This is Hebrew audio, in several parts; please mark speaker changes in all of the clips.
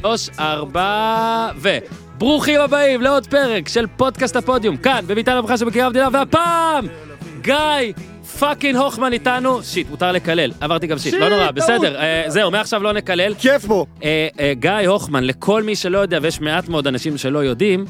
Speaker 1: שלוש, ארבע, ו... ברוכים הבאים לעוד פרק של פודקאסט הפודיום, כאן, בביתן המחאה שבקריאה המדינה, והפעם, גיא פאקינג הוכמן איתנו. שיט, מותר לקלל, עברתי גם שיט,
Speaker 2: שיט,
Speaker 1: לא נורא,
Speaker 2: טעות.
Speaker 1: בסדר, אה, זהו, מעכשיו לא נקלל.
Speaker 2: כיף בו.
Speaker 1: אה, אה, גיא הוכמן, לכל מי שלא יודע, ויש מעט מאוד אנשים שלא יודעים,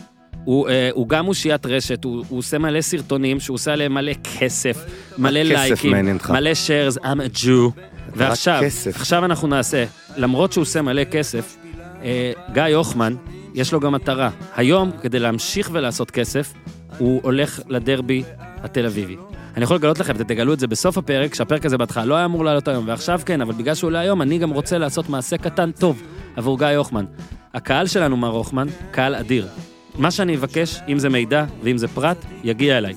Speaker 1: הוא, אה, הוא גם אושיית רשת, הוא, הוא עושה מלא סרטונים, שהוא עושה עליהם מלא כסף, מלא
Speaker 2: כסף
Speaker 1: לייקים,
Speaker 2: מעניין אותך.
Speaker 1: מלא shares, I'm a Jew. ועכשיו,
Speaker 2: כסף.
Speaker 1: עכשיו אנחנו נעשה, למרות שהוא עושה מלא כסף, אה, גיא הוכמן, יש לו גם מטרה. היום, כדי להמשיך ולעשות כסף, הוא הולך לדרבי התל אביבי. אני יכול לגלות לכם, אתם תגלו את זה בסוף הפרק, שהפרק הזה בהתחלה לא היה אמור לעלות היום, ועכשיו כן, אבל בגלל שהוא עולה היום, אני גם רוצה לעשות מעשה קטן טוב עבור גיא הוכמן. הקהל שלנו, מר הוכמן, קהל אדיר. מה שאני אבקש, אם זה מידע ואם זה פרט, יגיע אליי.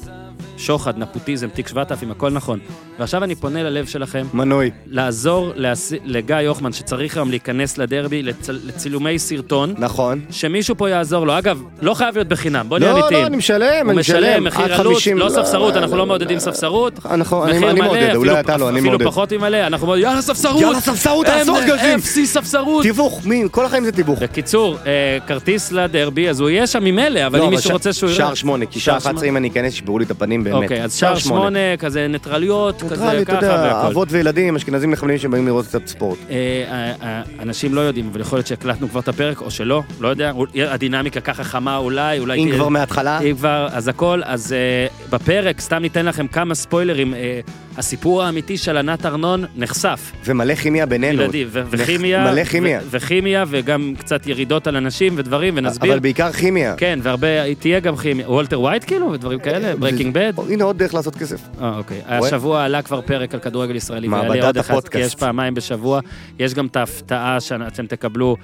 Speaker 1: שוחד, נפוטיזם, תיק 7000, הכל נכון. ועכשיו אני פונה ללב שלכם,
Speaker 2: מנוי.
Speaker 1: לעזור להס... לגיא יוחמן, שצריך היום להיכנס לדרבי, לצל... לצילומי סרטון,
Speaker 2: נכון.
Speaker 1: שמישהו פה יעזור לו. אגב, לא חייב להיות בחינם, בוא נהיה
Speaker 2: לא,
Speaker 1: אמיתיים.
Speaker 2: לא, אני משלם,
Speaker 1: הוא
Speaker 2: אני
Speaker 1: משלם
Speaker 2: משלם.
Speaker 1: מחיר
Speaker 2: עד אה,
Speaker 1: עלות,
Speaker 2: 50.
Speaker 1: לא ספסרות, אנחנו לא מעודדים ספסרות.
Speaker 2: נכון, אה, אני-
Speaker 1: מחיר
Speaker 2: אני
Speaker 1: מלא,
Speaker 2: מעודד,
Speaker 1: אפילו-
Speaker 2: אולי אתה לא, אני מעודד.
Speaker 1: אפילו פחות ממלא, אנחנו מעודדים, יאללה ספסרות!
Speaker 2: יאללה, ספסרות, תעשו
Speaker 1: אין-
Speaker 2: ארגזים.
Speaker 1: אפסי ספסרות!
Speaker 2: תיווך, מי? כל החיים זה תיווך.
Speaker 1: בקיצור, אה, כרטיס לדרבי, אז הוא יהיה שם ממילא, אבל
Speaker 2: לא,
Speaker 1: אם מישהו
Speaker 2: ש-
Speaker 1: רוצה שהוא יראה...
Speaker 2: שער שמונה, כי שער
Speaker 1: שער שמונה.
Speaker 2: 11 אם אני אכנס שיברו לי את הפנים באמת.
Speaker 1: אוקיי, אז שער שמונה, כזה ניטרליות,
Speaker 2: נקרא
Speaker 1: כזה
Speaker 2: לי, אתה
Speaker 1: ככה
Speaker 2: יודע,
Speaker 1: והכל.
Speaker 2: אבות וילדים, אשכנזים נחמדים שבאים לראות קצת ספורט.
Speaker 1: אה, אה, אה, אנשים לא יודעים, אבל יכול להיות שהקלטנו כבר את הפרק, או שלא, לא יודע, אול- הדינמיקה ככה חמה אולי, אולי...
Speaker 2: אם
Speaker 1: תהיה-
Speaker 2: כבר מההתחלה,
Speaker 1: אם כבר, אז הכל, אז אה, בפרק, סתם ניתן לכם כמה ספוילרים, אה, הסיפור האמיתי של ענת ארנון נחשף.
Speaker 2: ומלא כימיה בינינו.
Speaker 1: ילדי, ו- וכימיה,
Speaker 2: מלא כימיה.
Speaker 1: ו- וכימיה, וגם קצת ירידות על אנשים ודברים, ונסביר.
Speaker 2: אבל בעיקר כימיה.
Speaker 1: כן, והרבה, תהיה גם כימיה, וולטר ווייט כאילו, ודברים
Speaker 2: אה,
Speaker 1: כאלה, ברקינג בד.
Speaker 2: הנה עוד דרך לעשות כסף.
Speaker 1: אה, אוקיי.
Speaker 2: רואה?
Speaker 1: השבוע עלה כבר פרק על כדורגל ישראלי, ויעלה
Speaker 2: מעבדת
Speaker 1: עוד אחד, כי
Speaker 2: הפודקאסט.
Speaker 1: יש פעמיים בשבוע. יש גם את ההפתעה שאתם תקבלו,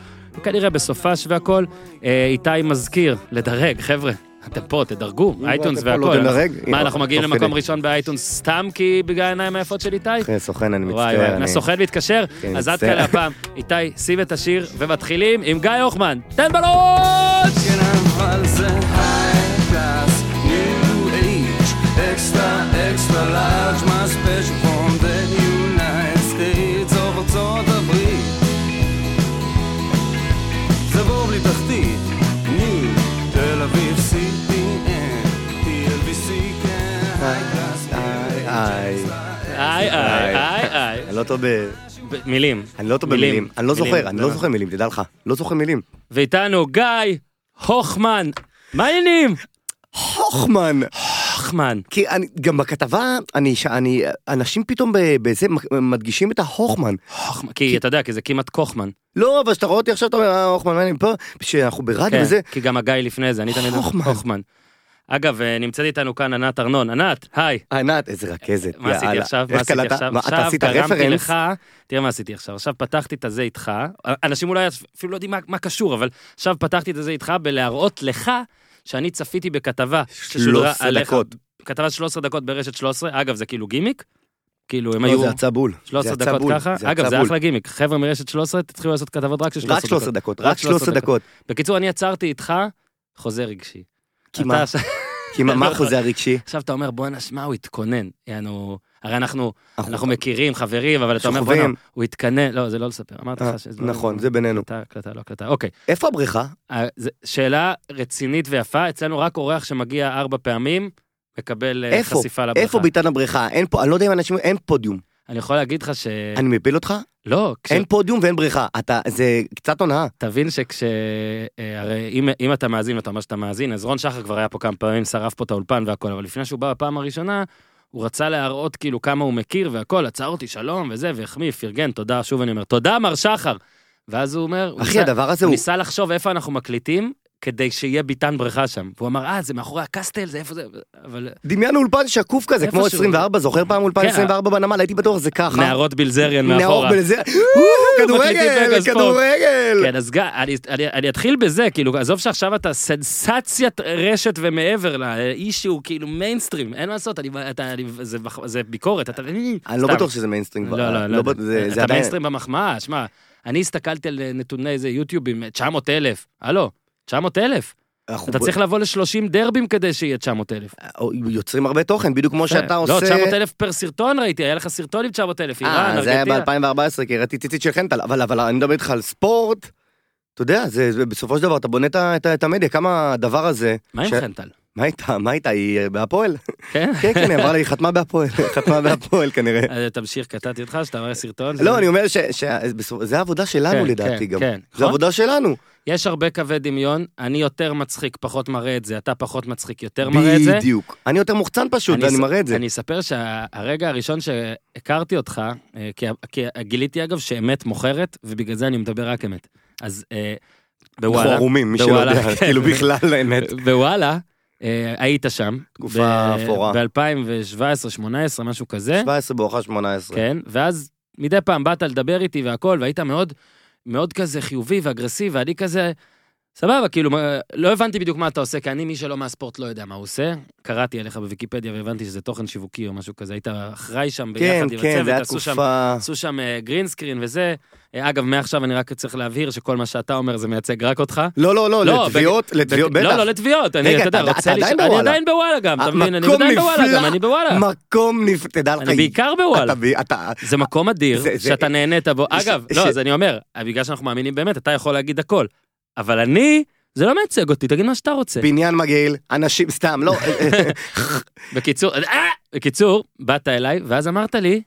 Speaker 1: כנראה בסופש והכל. אה, איתי מזכיר, לדרג, חבר'ה. אתם פה, תדרגו, אייטונס
Speaker 2: אתם פה, לא
Speaker 1: והכל.
Speaker 2: תדרג?
Speaker 1: מה, אנחנו
Speaker 2: תוך
Speaker 1: מגיעים למקום
Speaker 2: כדי.
Speaker 1: ראשון באייטונס סתם כי בגלל העיניים היפות של איתי?
Speaker 2: אחי, סוכן, אני
Speaker 1: וואי,
Speaker 2: מצטער.
Speaker 1: וואי,
Speaker 2: אני-
Speaker 1: הסוכן מתקשר,
Speaker 2: כן,
Speaker 1: אז עד
Speaker 2: מצטער.
Speaker 1: כאן הפעם. איתי, שים את השיר, ומתחילים עם גיא הוחמן. תן בראש!
Speaker 3: כן, אבל זה high class, new age, extra, extra large, my special from the United States, או ארצות הברית. זה בור בלי תחתית, ניו, תל אביב, CTN, TLBC, כן, high class, new
Speaker 2: איי,
Speaker 3: age,
Speaker 1: איי, איי, איי, איי.
Speaker 2: אני לא טוב ב...
Speaker 1: ב- מילים.
Speaker 2: אני לא טוב במילים. אני לא
Speaker 1: מילים,
Speaker 2: זוכר, אני לא
Speaker 1: באמת.
Speaker 2: זוכר מילים, תדע לך. לא זוכר מילים.
Speaker 1: ואיתנו גיא הוכמן. מה העניינים?
Speaker 2: הוכמן!
Speaker 1: הוכמן.
Speaker 2: כי אני, גם בכתבה, אני, ש- אני, אנשים פתאום ב- בזה מ- מדגישים את ההוכמן.
Speaker 1: הוכמן. כי אתה יודע, כי זה כמעט כוכמן.
Speaker 2: לא, אבל כשאתה רואה אותי עכשיו, אתה אומר, אה, הוכמן, מה אני פה? שאנחנו ברדיו
Speaker 1: כן,
Speaker 2: וזה.
Speaker 1: כי גם הגיא לפני זה, אני תמיד...
Speaker 2: הוכמן.
Speaker 1: הוכמן. אגב, אה, נמצאת איתנו כאן ענת ארנון. ענת, היי.
Speaker 2: ענת, איזה רכזת.
Speaker 1: מה עשיתי
Speaker 2: יאללה.
Speaker 1: עכשיו? מה
Speaker 2: איך
Speaker 1: עשיתי
Speaker 2: קלטת?
Speaker 1: עכשיו?
Speaker 2: מה, אתה
Speaker 1: עכשיו
Speaker 2: עשית
Speaker 1: גרמתי
Speaker 2: רפרנס?
Speaker 1: לך, תראה מה עשיתי עכשיו, עכשיו פתחתי את הזה איתך, אנשים אולי אפילו לא יודעים מה- מה קשור, אבל עכשיו פתחתי את הזה איתך בלהראות לך שאני צפיתי בכתבה ששודרה
Speaker 2: 13
Speaker 1: עליך.
Speaker 2: דקות.
Speaker 1: כתבה 13 דקות ברשת 13, אגב זה כאילו גימיק, כאילו הם
Speaker 2: לא,
Speaker 1: היו...
Speaker 2: זה יצא בול.
Speaker 1: 13
Speaker 2: זה יצא
Speaker 1: דקות
Speaker 2: בול,
Speaker 1: ככה,
Speaker 2: זה
Speaker 1: אגב
Speaker 2: יצא
Speaker 1: זה
Speaker 2: בול.
Speaker 1: אחלה גימיק, חבר'ה מרשת 13 תתחילו לעשות כתבות רק של 13
Speaker 2: רק
Speaker 1: דקות.
Speaker 2: 13 דקות, רק 13 דקות.
Speaker 1: בקיצור אני יצרתי איתך חוזה רגשי.
Speaker 2: כי
Speaker 1: אתה
Speaker 2: מה?
Speaker 1: עכשיו-
Speaker 2: כי מה- מה
Speaker 1: לא,
Speaker 2: החוזה הרגשי?
Speaker 1: עכשיו אתה אומר בואנה שמע הוא התכונן, יענו, הרי אנחנו
Speaker 2: אנחנו-
Speaker 1: אנחנו מכירים חברים אבל אתה אומר
Speaker 2: שוכבים.
Speaker 1: בואנה הוא התכנן, לא זה לא לספר, אמרתי
Speaker 2: אה,
Speaker 1: לך שזה לא-
Speaker 2: נכון, זה בינינו.
Speaker 1: הקלטה, הקלטה, לא הקלטה, אוקיי.
Speaker 2: איפה הבריכה?
Speaker 1: אה, זה- שאלה רצינית ויפה, אצלנו רק אורח שמגיע ארבע פעמים מקבל אה,
Speaker 2: איפה?
Speaker 1: חשיפה לברכה.
Speaker 2: איפה ביתן הבריכה? אין פה, אני לא יודע אם אנשים, אין פודיום.
Speaker 1: אני יכול להגיד לך ש...
Speaker 2: אני מפיל אותך?
Speaker 1: לא, כש-
Speaker 2: אין פודיום ואין בריכה. אתה, זה קצת הונאה.
Speaker 1: תבין שכש... אה, הרי אם, אם אתה מאזין ואתה אומר שאתה מאזין, אז רון שחר כבר היה פה כמה פעמים, שרף פה את האולפן והכל, אבל לפני שהוא בא בפעם הראשונה, הוא רצה להראות כאילו כמה הוא מכיר והכל, עצר אותי שלום וזה, והחמיא, פרגן, תודה, שוב אני אומר, תודה מר שחר. ואז הוא אומר, הוא
Speaker 2: אחי, הדבר הזה
Speaker 1: הוא
Speaker 2: הוא...
Speaker 1: ניסה לחשוב איפה אנחנו מקליטים, כדי שיהיה ביתן בריכה שם. והוא אמר, אה, זה מאחורי הקסטל, זה איפה זה... אבל
Speaker 2: דמיינו אולפן שקוף כזה, כמו
Speaker 1: איפשהו.
Speaker 2: 24, זוכר פעם אולפן
Speaker 1: כן,
Speaker 2: 24 בנמל? הייתי בטוח זה ככה.
Speaker 1: נערות בילזריאן
Speaker 2: נכון. נערות
Speaker 1: מאחורה.
Speaker 2: בזה,
Speaker 1: מקליטים
Speaker 2: כדורגל,
Speaker 1: רגע ספורט.
Speaker 2: כדורגל.
Speaker 1: כן, אז גיא, אני, אני, אני אתחיל בזה, כאילו, עזוב שעכשיו אתה סנסציית רשת ומעבר לה, איש שהוא כאילו מיינסטרים, אין מה לעשות, אני, אתה, אני, זה, מח- זה ביקורת, אתה... אה,
Speaker 2: אני לא
Speaker 1: סתם.
Speaker 2: בטוח שזה מיינסטרים כבר.
Speaker 1: לא, לא, לא,
Speaker 2: בטוח, זה-
Speaker 1: אתה
Speaker 2: זה עדיין-
Speaker 1: מיינסטרים במחמאה, שמע, אני הסתכלתי על נתוני איזה יוטיובים, 900 אלף, הלו, 900 אלף,
Speaker 2: אנחנו
Speaker 1: אתה
Speaker 2: ב- אה,
Speaker 1: צריך לבוא ל-30 דרבים כדי שיהיה 900 אלף.
Speaker 2: יוצרים הרבה תוכן, בדיוק כמו שאתה עושה...
Speaker 1: לא, 900 אלף פר סרטון ראיתי, היה לך סרטון עם 900 אלף, איראן,
Speaker 2: אה, זה היה
Speaker 1: ארגנטינה.
Speaker 2: ב-2014, כי הראיתי ציצית של חנטל, אבל אבל אני מדבר איתך על ספורט, אתה יודע, זה, זה- בסופו של דבר אתה בונה את ה- את ה- את המדיה, כמה הדבר הזה...
Speaker 1: מה עם
Speaker 2: ש-
Speaker 1: חנטל?
Speaker 2: מה איתה? מה איתה? היא אה, בהפועל?
Speaker 1: כן?
Speaker 2: כן, כן, היא אמרה לי, היא חתמה בהפועל, חתמה בהפועל כנראה.
Speaker 1: אז תמשיך, קטעתי אותך, שאתה מראה סרטון.
Speaker 2: לא, אני אומר ש... ש- בסופו- זה העבודה שלנו
Speaker 1: כן,
Speaker 2: לדעתי
Speaker 1: כן,
Speaker 2: גם.
Speaker 1: כן,
Speaker 2: זה
Speaker 1: נכון?
Speaker 2: העבודה שלנו.
Speaker 1: יש הרבה קווי דמיון, אני יותר מצחיק, פחות מראה את זה, אתה פחות מצחיק, יותר מראה את זה.
Speaker 2: בדיוק. אני יותר מוחצן פשוט, ואני
Speaker 1: אס-
Speaker 2: מראה את זה.
Speaker 1: אני אספר שהרגע הראשון שהכרתי אותך, אה, כי, כי גיליתי אגב שאמת מוכרת, ובגלל זה אני מדבר רק אמת. אז אה,
Speaker 2: אנחנו
Speaker 1: בוואלה,
Speaker 2: ערומים, מי שלא
Speaker 1: בוואלה,
Speaker 2: יודע,
Speaker 1: כן.
Speaker 2: כאילו בכלל, האמת.
Speaker 1: בוואלה, אה, היית שם.
Speaker 2: תקופה אפורה.
Speaker 1: ב-2017-2018, משהו כזה.
Speaker 2: 17 בואכה 18.
Speaker 1: כן, ואז מדי פעם באת לדבר איתי והכל, והיית מאוד, מאוד כזה חיובי ואגרסיבי, ואני כזה, סבבה, כאילו, מה- לא הבנתי בדיוק מה אתה עושה, כי אני, מי שלא מהספורט, לא יודע מה הוא עושה. קראתי עליך בוויקיפדיה והבנתי שזה תוכן שיווקי או משהו כזה, היית אחראי שם ביחד
Speaker 2: כן,
Speaker 1: עם הצוות,
Speaker 2: כן, זה היה
Speaker 1: עשו שם-
Speaker 2: תקופה...
Speaker 1: עשו שם גרינסקרין וזה. אה, אגב, מעכשיו אני רק צריך להבהיר שכל מה שאתה אומר זה מייצג רק אותך.
Speaker 2: לא, לא, לא,
Speaker 1: לא,
Speaker 2: לתביעות, לתביעות,
Speaker 1: בת-
Speaker 2: בטח.
Speaker 1: לא, לא לתביעות, אני,
Speaker 2: רגע,
Speaker 1: אתה יודע,
Speaker 2: אתה-
Speaker 1: רוצה
Speaker 2: אתה
Speaker 1: לי...
Speaker 2: עדיין
Speaker 1: אני
Speaker 2: בוואלה.
Speaker 1: עדיין בוואלה גם, אתה מבין? אני
Speaker 2: מקום
Speaker 1: עדיין בוואלה
Speaker 2: נפלא.
Speaker 1: גם, אני בוואלה.
Speaker 2: מקום נפלא, תדע לך,
Speaker 1: אני בעיקר בוואלה.
Speaker 2: אתה ב- אתה...
Speaker 1: זה מקום אדיר,
Speaker 2: זה- זה-
Speaker 1: שאתה נהנית בו. אגב,
Speaker 2: ש-
Speaker 1: לא, אז אני אומר, בגלל שאנחנו מאמינים באמת, אתה יכול להגיד הכל. אבל אני, זה לא מייצג אותי, תגיד מה שאתה רוצה.
Speaker 2: בניין מגעיל, אנשים סתם, לא,
Speaker 1: בקיצור, אה, בקיצור, באת אליי, ואז אמרת לי,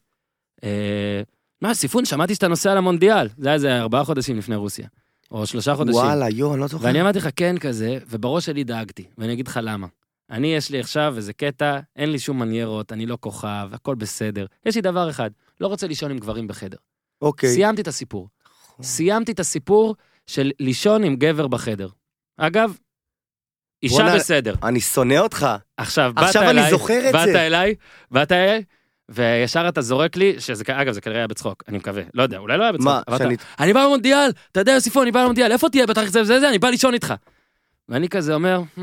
Speaker 1: אה, מה, סיפון, שמעתי שאתה נוסע למונדיאל. זה היה איזה ארבעה חודשים לפני רוסיה, או שלושה חודשים.
Speaker 2: וואלה, יואו, אני לא זוכר.
Speaker 1: ואני אמרתי לך כן כזה, ובראש שלי דאגתי, ואני אגיד לך למה. אני, יש לי עכשיו איזה קטע, אין לי שום מניירות, אני לא כוכב, הכל בסדר. יש לי דבר אחד, לא רוצה לישון עם גברים בחדר.
Speaker 2: אוקיי. נכון.
Speaker 1: סיימתי את הסיפור. סיימתי את הסיפור של לישון עם גבר בחדר. אגב, אישה
Speaker 2: בואנה,
Speaker 1: בסדר.
Speaker 2: אני שונא אותך.
Speaker 1: עכשיו, באת
Speaker 2: עכשיו אני
Speaker 1: אליי,
Speaker 2: זוכר את
Speaker 1: באת
Speaker 2: זה.
Speaker 1: אליי, באת אליי, וישר אתה זורק לי, שזה, כ- אגב, זה כנראה היה בצחוק, אני מקווה, לא יודע, אולי לא היה בצחוק.
Speaker 2: מה,
Speaker 1: אבל
Speaker 2: שאני-
Speaker 1: אתה, אני בא למונדיאל, אתה יודע, יוסיפו, אני בא למונדיאל, איפה תהיה בתאריך זה וזה, זה, אני בא לישון איתך. ואני כזה אומר, "Hmm,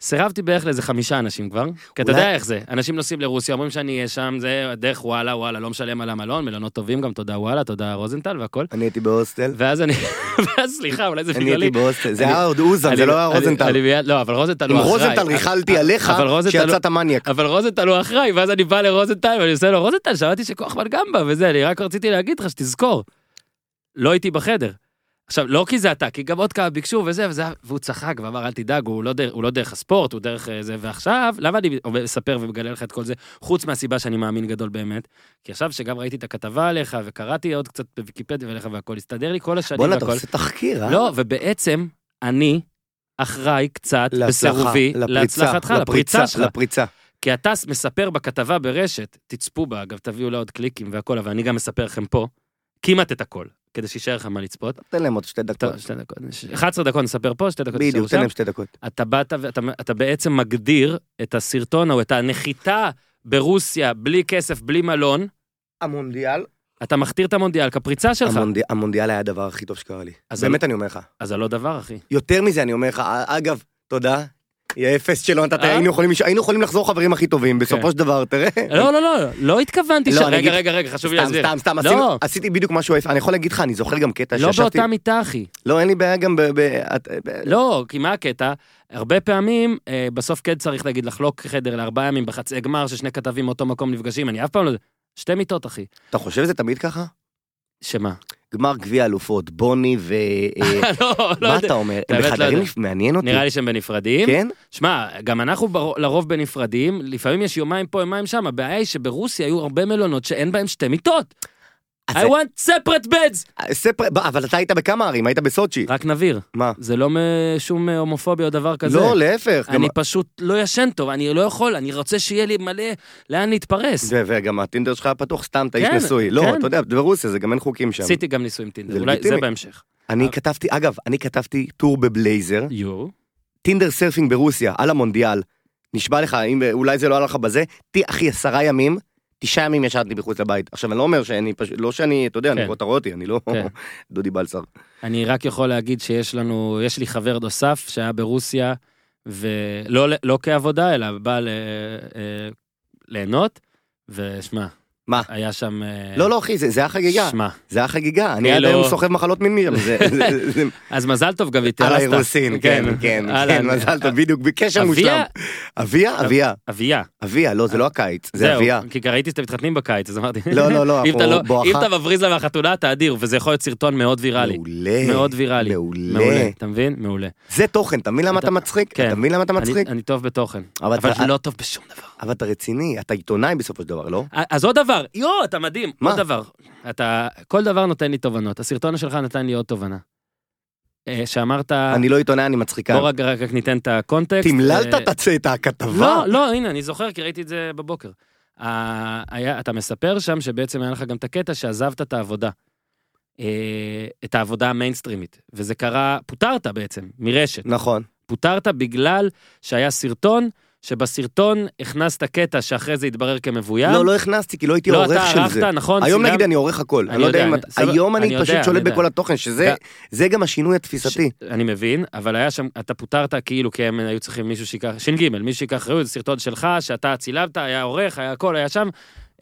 Speaker 1: סירבתי בערך לאיזה חמישה אנשים כבר, כי אתה
Speaker 2: אולי-
Speaker 1: יודע איך זה, אנשים נוסעים לרוסיה, אומרים שאני אהיה שם, זה דרך וואלה, וואלה, לא משלם על המלון, מלונות טובים גם, תודה וואלה, תודה רוזנטל והכל.
Speaker 2: אני הייתי בהוסטל.
Speaker 1: ואז אני, ואז סליחה, אולי זה
Speaker 2: אני
Speaker 1: בגללי.
Speaker 2: הייתי בהוסטל. זה
Speaker 1: אני-
Speaker 2: היה עוד אוזן, זה
Speaker 1: אני-
Speaker 2: לא היה
Speaker 1: אני- אני
Speaker 2: רוזנטל.
Speaker 1: מיד- לא, אבל רוזנטל
Speaker 2: עם
Speaker 1: הוא אחראי.
Speaker 2: רוזנטל ריחלתי
Speaker 1: אבל-
Speaker 2: עליך,
Speaker 1: אבל רוזנטל לא- הוא-
Speaker 2: שיצאת מניאק.
Speaker 1: אבל רוזנטל הוא אחראי, ואז אני בא לרוזנטל ואני עושה לו, רוזנטל, שמעתי שכוחמן גם בא וזה, אני רק רציתי להגיד לך שתזכור. לא הייתי בחדר. עכשיו, לא כי זה אתה, כי גם עוד כמה ביקשו וזה, וזה, והוא צחק ואמר, אל תדאג, הוא לא, דרך, הוא לא דרך הספורט, הוא דרך אה, זה, ועכשיו, למה אני מספר ומגלה לך את כל זה, חוץ מהסיבה שאני מאמין גדול באמת? כי עכשיו שגם ראיתי את הכתבה עליך, וקראתי עוד קצת בוויקיפדיה עליך והכל, הסתדר לי כל השנים
Speaker 2: בואנה, אתה
Speaker 1: והכל.
Speaker 2: עושה תחקיר, אה?
Speaker 1: לא, ובעצם, אני אחראי קצת,
Speaker 2: להצלחה,
Speaker 1: בסירובי,
Speaker 2: לפריצה,
Speaker 1: להצלחתך, לפריצה שלך.
Speaker 2: לפריצה.
Speaker 1: כי אתה מספר בכתבה ברשת, תצפו בה, אגב, תביאו לה עוד קליקים והכל, אבל אני גם מספר לכם פה, כמעט את הכל, כדי שיישאר לכם מה לצפות.
Speaker 2: תן להם עוד שתי דקות.
Speaker 1: טוב, שתי דקות, 11 דקות נספר פה, שתי דקות
Speaker 2: בדיוק,
Speaker 1: נספר
Speaker 2: תן
Speaker 1: שם.
Speaker 2: להם שתי דקות.
Speaker 1: אתה באת ואתה אתה בעצם מגדיר את הסרטון או את הנחיתה ברוסיה בלי כסף, בלי מלון,
Speaker 2: המונדיאל?
Speaker 1: אתה מכתיר את המונדיאל כפריצה שלך.
Speaker 2: המונדיאל היה הדבר הכי טוב שקרה לי.
Speaker 1: אז
Speaker 2: באמת אני אומר לך.
Speaker 1: אז זה לא דבר, אחי.
Speaker 2: יותר מזה אני אומר לך, אה, אגב, תודה. יהיה אפס שלא נתת,
Speaker 1: אה?
Speaker 2: היינו יכולים לש- היינו יכולים לחזור חברים הכי טובים, בסופו של דבר, תראה.
Speaker 1: כן. לא, לא, לא, לא התכוונתי ש...
Speaker 2: לא, אני
Speaker 1: רגע,
Speaker 2: אגיד-
Speaker 1: רגע, רגע, חשוב לי
Speaker 2: סתם,
Speaker 1: להסביר.
Speaker 2: סתם, סתם,
Speaker 1: לא.
Speaker 2: עשינו- עשיתי בדיוק משהו אפס, אני יכול להגיד לך, אני זוכר גם קטע
Speaker 1: לא
Speaker 2: שישבתי...
Speaker 1: באותה מיטה, אחי.
Speaker 2: לא, אין לי בעיה גם ב... ב- את- ב-
Speaker 1: לא, כי מה הקטע? הרבה פעמים, אה, בסוף כן צריך להגיד לחלוק חדר לארבעה ימים בחצי גמר, ששני כתבים מאותו מקום נפגשים, אני אף פעם לא... שתי מיטות, אחי.
Speaker 2: אתה חושב שזה תמיד ככה?
Speaker 1: שמה?
Speaker 2: גמר גביע אלופות, בוני ו... אה,
Speaker 1: לא, לא
Speaker 2: מה
Speaker 1: יודע.
Speaker 2: אתה אומר?
Speaker 1: באמת לא
Speaker 2: בחדרים
Speaker 1: יודע.
Speaker 2: מעניין אותי.
Speaker 1: נראה לי שהם בנפרדים.
Speaker 2: כן?
Speaker 1: שמע, גם אנחנו בר- לרוב בנפרדים, לפעמים יש יומיים פה, יומיים שם, הבעיה היא שברוסיה היו הרבה מלונות שאין בהם שתי מיטות. I
Speaker 2: אז זה- אה,
Speaker 1: want separate beds!
Speaker 2: ספר- ב- אבל אתה היית בכמה ערים? היית בסוצ'י.
Speaker 1: רק נבהיר,
Speaker 2: מה?
Speaker 1: זה לא משום אה, הומופוביה או דבר כזה.
Speaker 2: לא, להפך. גם-
Speaker 1: אני פשוט לא ישן טוב, אני לא יכול, אני רוצה שיהיה לי מלא לאן להתפרס.
Speaker 2: זה- וגם הטינדר שלך היה פתוח סתם, אתה איש
Speaker 1: כן,
Speaker 2: נשוי. לא,
Speaker 1: כן.
Speaker 2: אתה יודע, ברוסיה זה גם אין חוקים שם.
Speaker 1: עשיתי אה. גם ניסוי עם טינדר,
Speaker 2: זה
Speaker 1: אולי זה
Speaker 2: לגיטימי.
Speaker 1: בהמשך.
Speaker 2: אני כתבתי, אגב, אני כתבתי טור בבלייזר,
Speaker 1: יו.
Speaker 2: טינדר סרפינג ברוסיה, על המונדיאל. נשבע לך, אם אולי זה לא עלה לך בזה, ת- אחי, עשרה ימים, תשעה ימים ישבתי מחוץ לבית. עכשיו, אני לא אומר שאני פשוט, לא שאני, אתה יודע,
Speaker 1: כן.
Speaker 2: אני- אתה רואה אותי, אני לא
Speaker 1: כן. אה.
Speaker 2: דודי בלסר.
Speaker 1: אני רק יכול להגיד שיש לנו, יש לי חבר נוסף שהיה ברוסיה, ולא לא כעבודה, אלא בא ל, אה, ליהנות, ושמע,
Speaker 2: מה?
Speaker 1: היה שם... אה,
Speaker 2: לא, לא, אחי, זה זה היה חגיגה.
Speaker 1: שמע.
Speaker 2: זה היה חגיגה. אני
Speaker 1: אני
Speaker 2: עד
Speaker 1: לא-
Speaker 2: היום סוחב מחלות ממיר. זה- זה- זה-
Speaker 1: אז מזל טוב, גבי,
Speaker 2: על
Speaker 1: תרסת.
Speaker 2: האירוסין, כן, כן, כן,
Speaker 1: אהלן.
Speaker 2: מזל טוב, בדיוק, בקשר
Speaker 1: אביה?
Speaker 2: מושלם. אביה? אביה.
Speaker 1: אביה.
Speaker 2: אביה, לא, זה לא הקיץ, זה
Speaker 1: זהו,
Speaker 2: אביה.
Speaker 1: כי כי ראיתי שאתם מתחתנים בקיץ, אז אמרתי...
Speaker 2: לא, לא, לא,
Speaker 1: אם
Speaker 2: אנחנו
Speaker 1: אתה לא- אם
Speaker 2: בואכה-
Speaker 1: אתה מבריז לה מהחתונה, אתה אדיר, וזה יכול להיות סרטון מאוד ויראלי.
Speaker 2: מעולה.
Speaker 1: מאוד ויראלי.
Speaker 2: מעולה.
Speaker 1: מעולה. אתה מבין? מעולה.
Speaker 2: זה תוכן, אתה מבין למה אתה
Speaker 1: אתה-
Speaker 2: מצחיק?
Speaker 1: כן.
Speaker 2: אתה מבין למה אתה מצחיק?
Speaker 1: אני- אני טוב בתוכן,
Speaker 2: אבל
Speaker 1: אבל
Speaker 2: אתה-
Speaker 1: לא טוב בשום דבר.
Speaker 2: אבל אתה רציני, אתה עיתונאי בסופו של דבר, לא?
Speaker 1: אז עוד דבר, יואו, אתה מדהים.
Speaker 2: מה?
Speaker 1: עוד דבר. אתה, כל דבר נותן לי תובנות. הסרטון שלך נתן לי עוד תובנה. אה, שאמרת,
Speaker 2: אני לא עיתונאי, אני מצחיקן.
Speaker 1: בוא רק, רק, רק ניתן את הקונטקסט.
Speaker 2: תמללת
Speaker 1: אה,
Speaker 2: את הצ- את הכתבה?
Speaker 1: לא, לא, הנה, אני זוכר, כי ראיתי את זה בבוקר. ה- היה, אתה מספר שם שבעצם היה לך גם את הקטע שעזבת את העבודה. אה, את העבודה המיינסטרימית. וזה קרה, פוטרת בעצם, מרשת.
Speaker 2: נכון.
Speaker 1: פוטרת בגלל שהיה סרטון, שבסרטון הכנסת קטע שאחרי זה התברר כמבוים.
Speaker 2: לא, לא הכנסתי, כי לא הייתי
Speaker 1: לא,
Speaker 2: עורך
Speaker 1: אתה
Speaker 2: של זה.
Speaker 1: ערכת, נכון?
Speaker 2: היום
Speaker 1: צילמת.
Speaker 2: נגיד אני עורך הכל,
Speaker 1: אני
Speaker 2: אני לא יודע
Speaker 1: יודע,
Speaker 2: אם
Speaker 1: אני-
Speaker 2: אתה,
Speaker 1: סבבה,
Speaker 2: היום
Speaker 1: אני
Speaker 2: אני
Speaker 1: יודע,
Speaker 2: פשוט
Speaker 1: אני
Speaker 2: שולט
Speaker 1: יודע.
Speaker 2: בכל התוכן, שזה
Speaker 1: ג-
Speaker 2: זה גם השינוי
Speaker 1: ש-
Speaker 2: התפיסתי.
Speaker 1: אני מבין, אבל היה שם, אתה פוטרת כאילו כי הם היו צריכים מישהו שיקח, ש"ג, מישהו שיקח אחריות, זה סרטון שלך, שאתה צילמת, היה עורך, היה הכל, היה שם.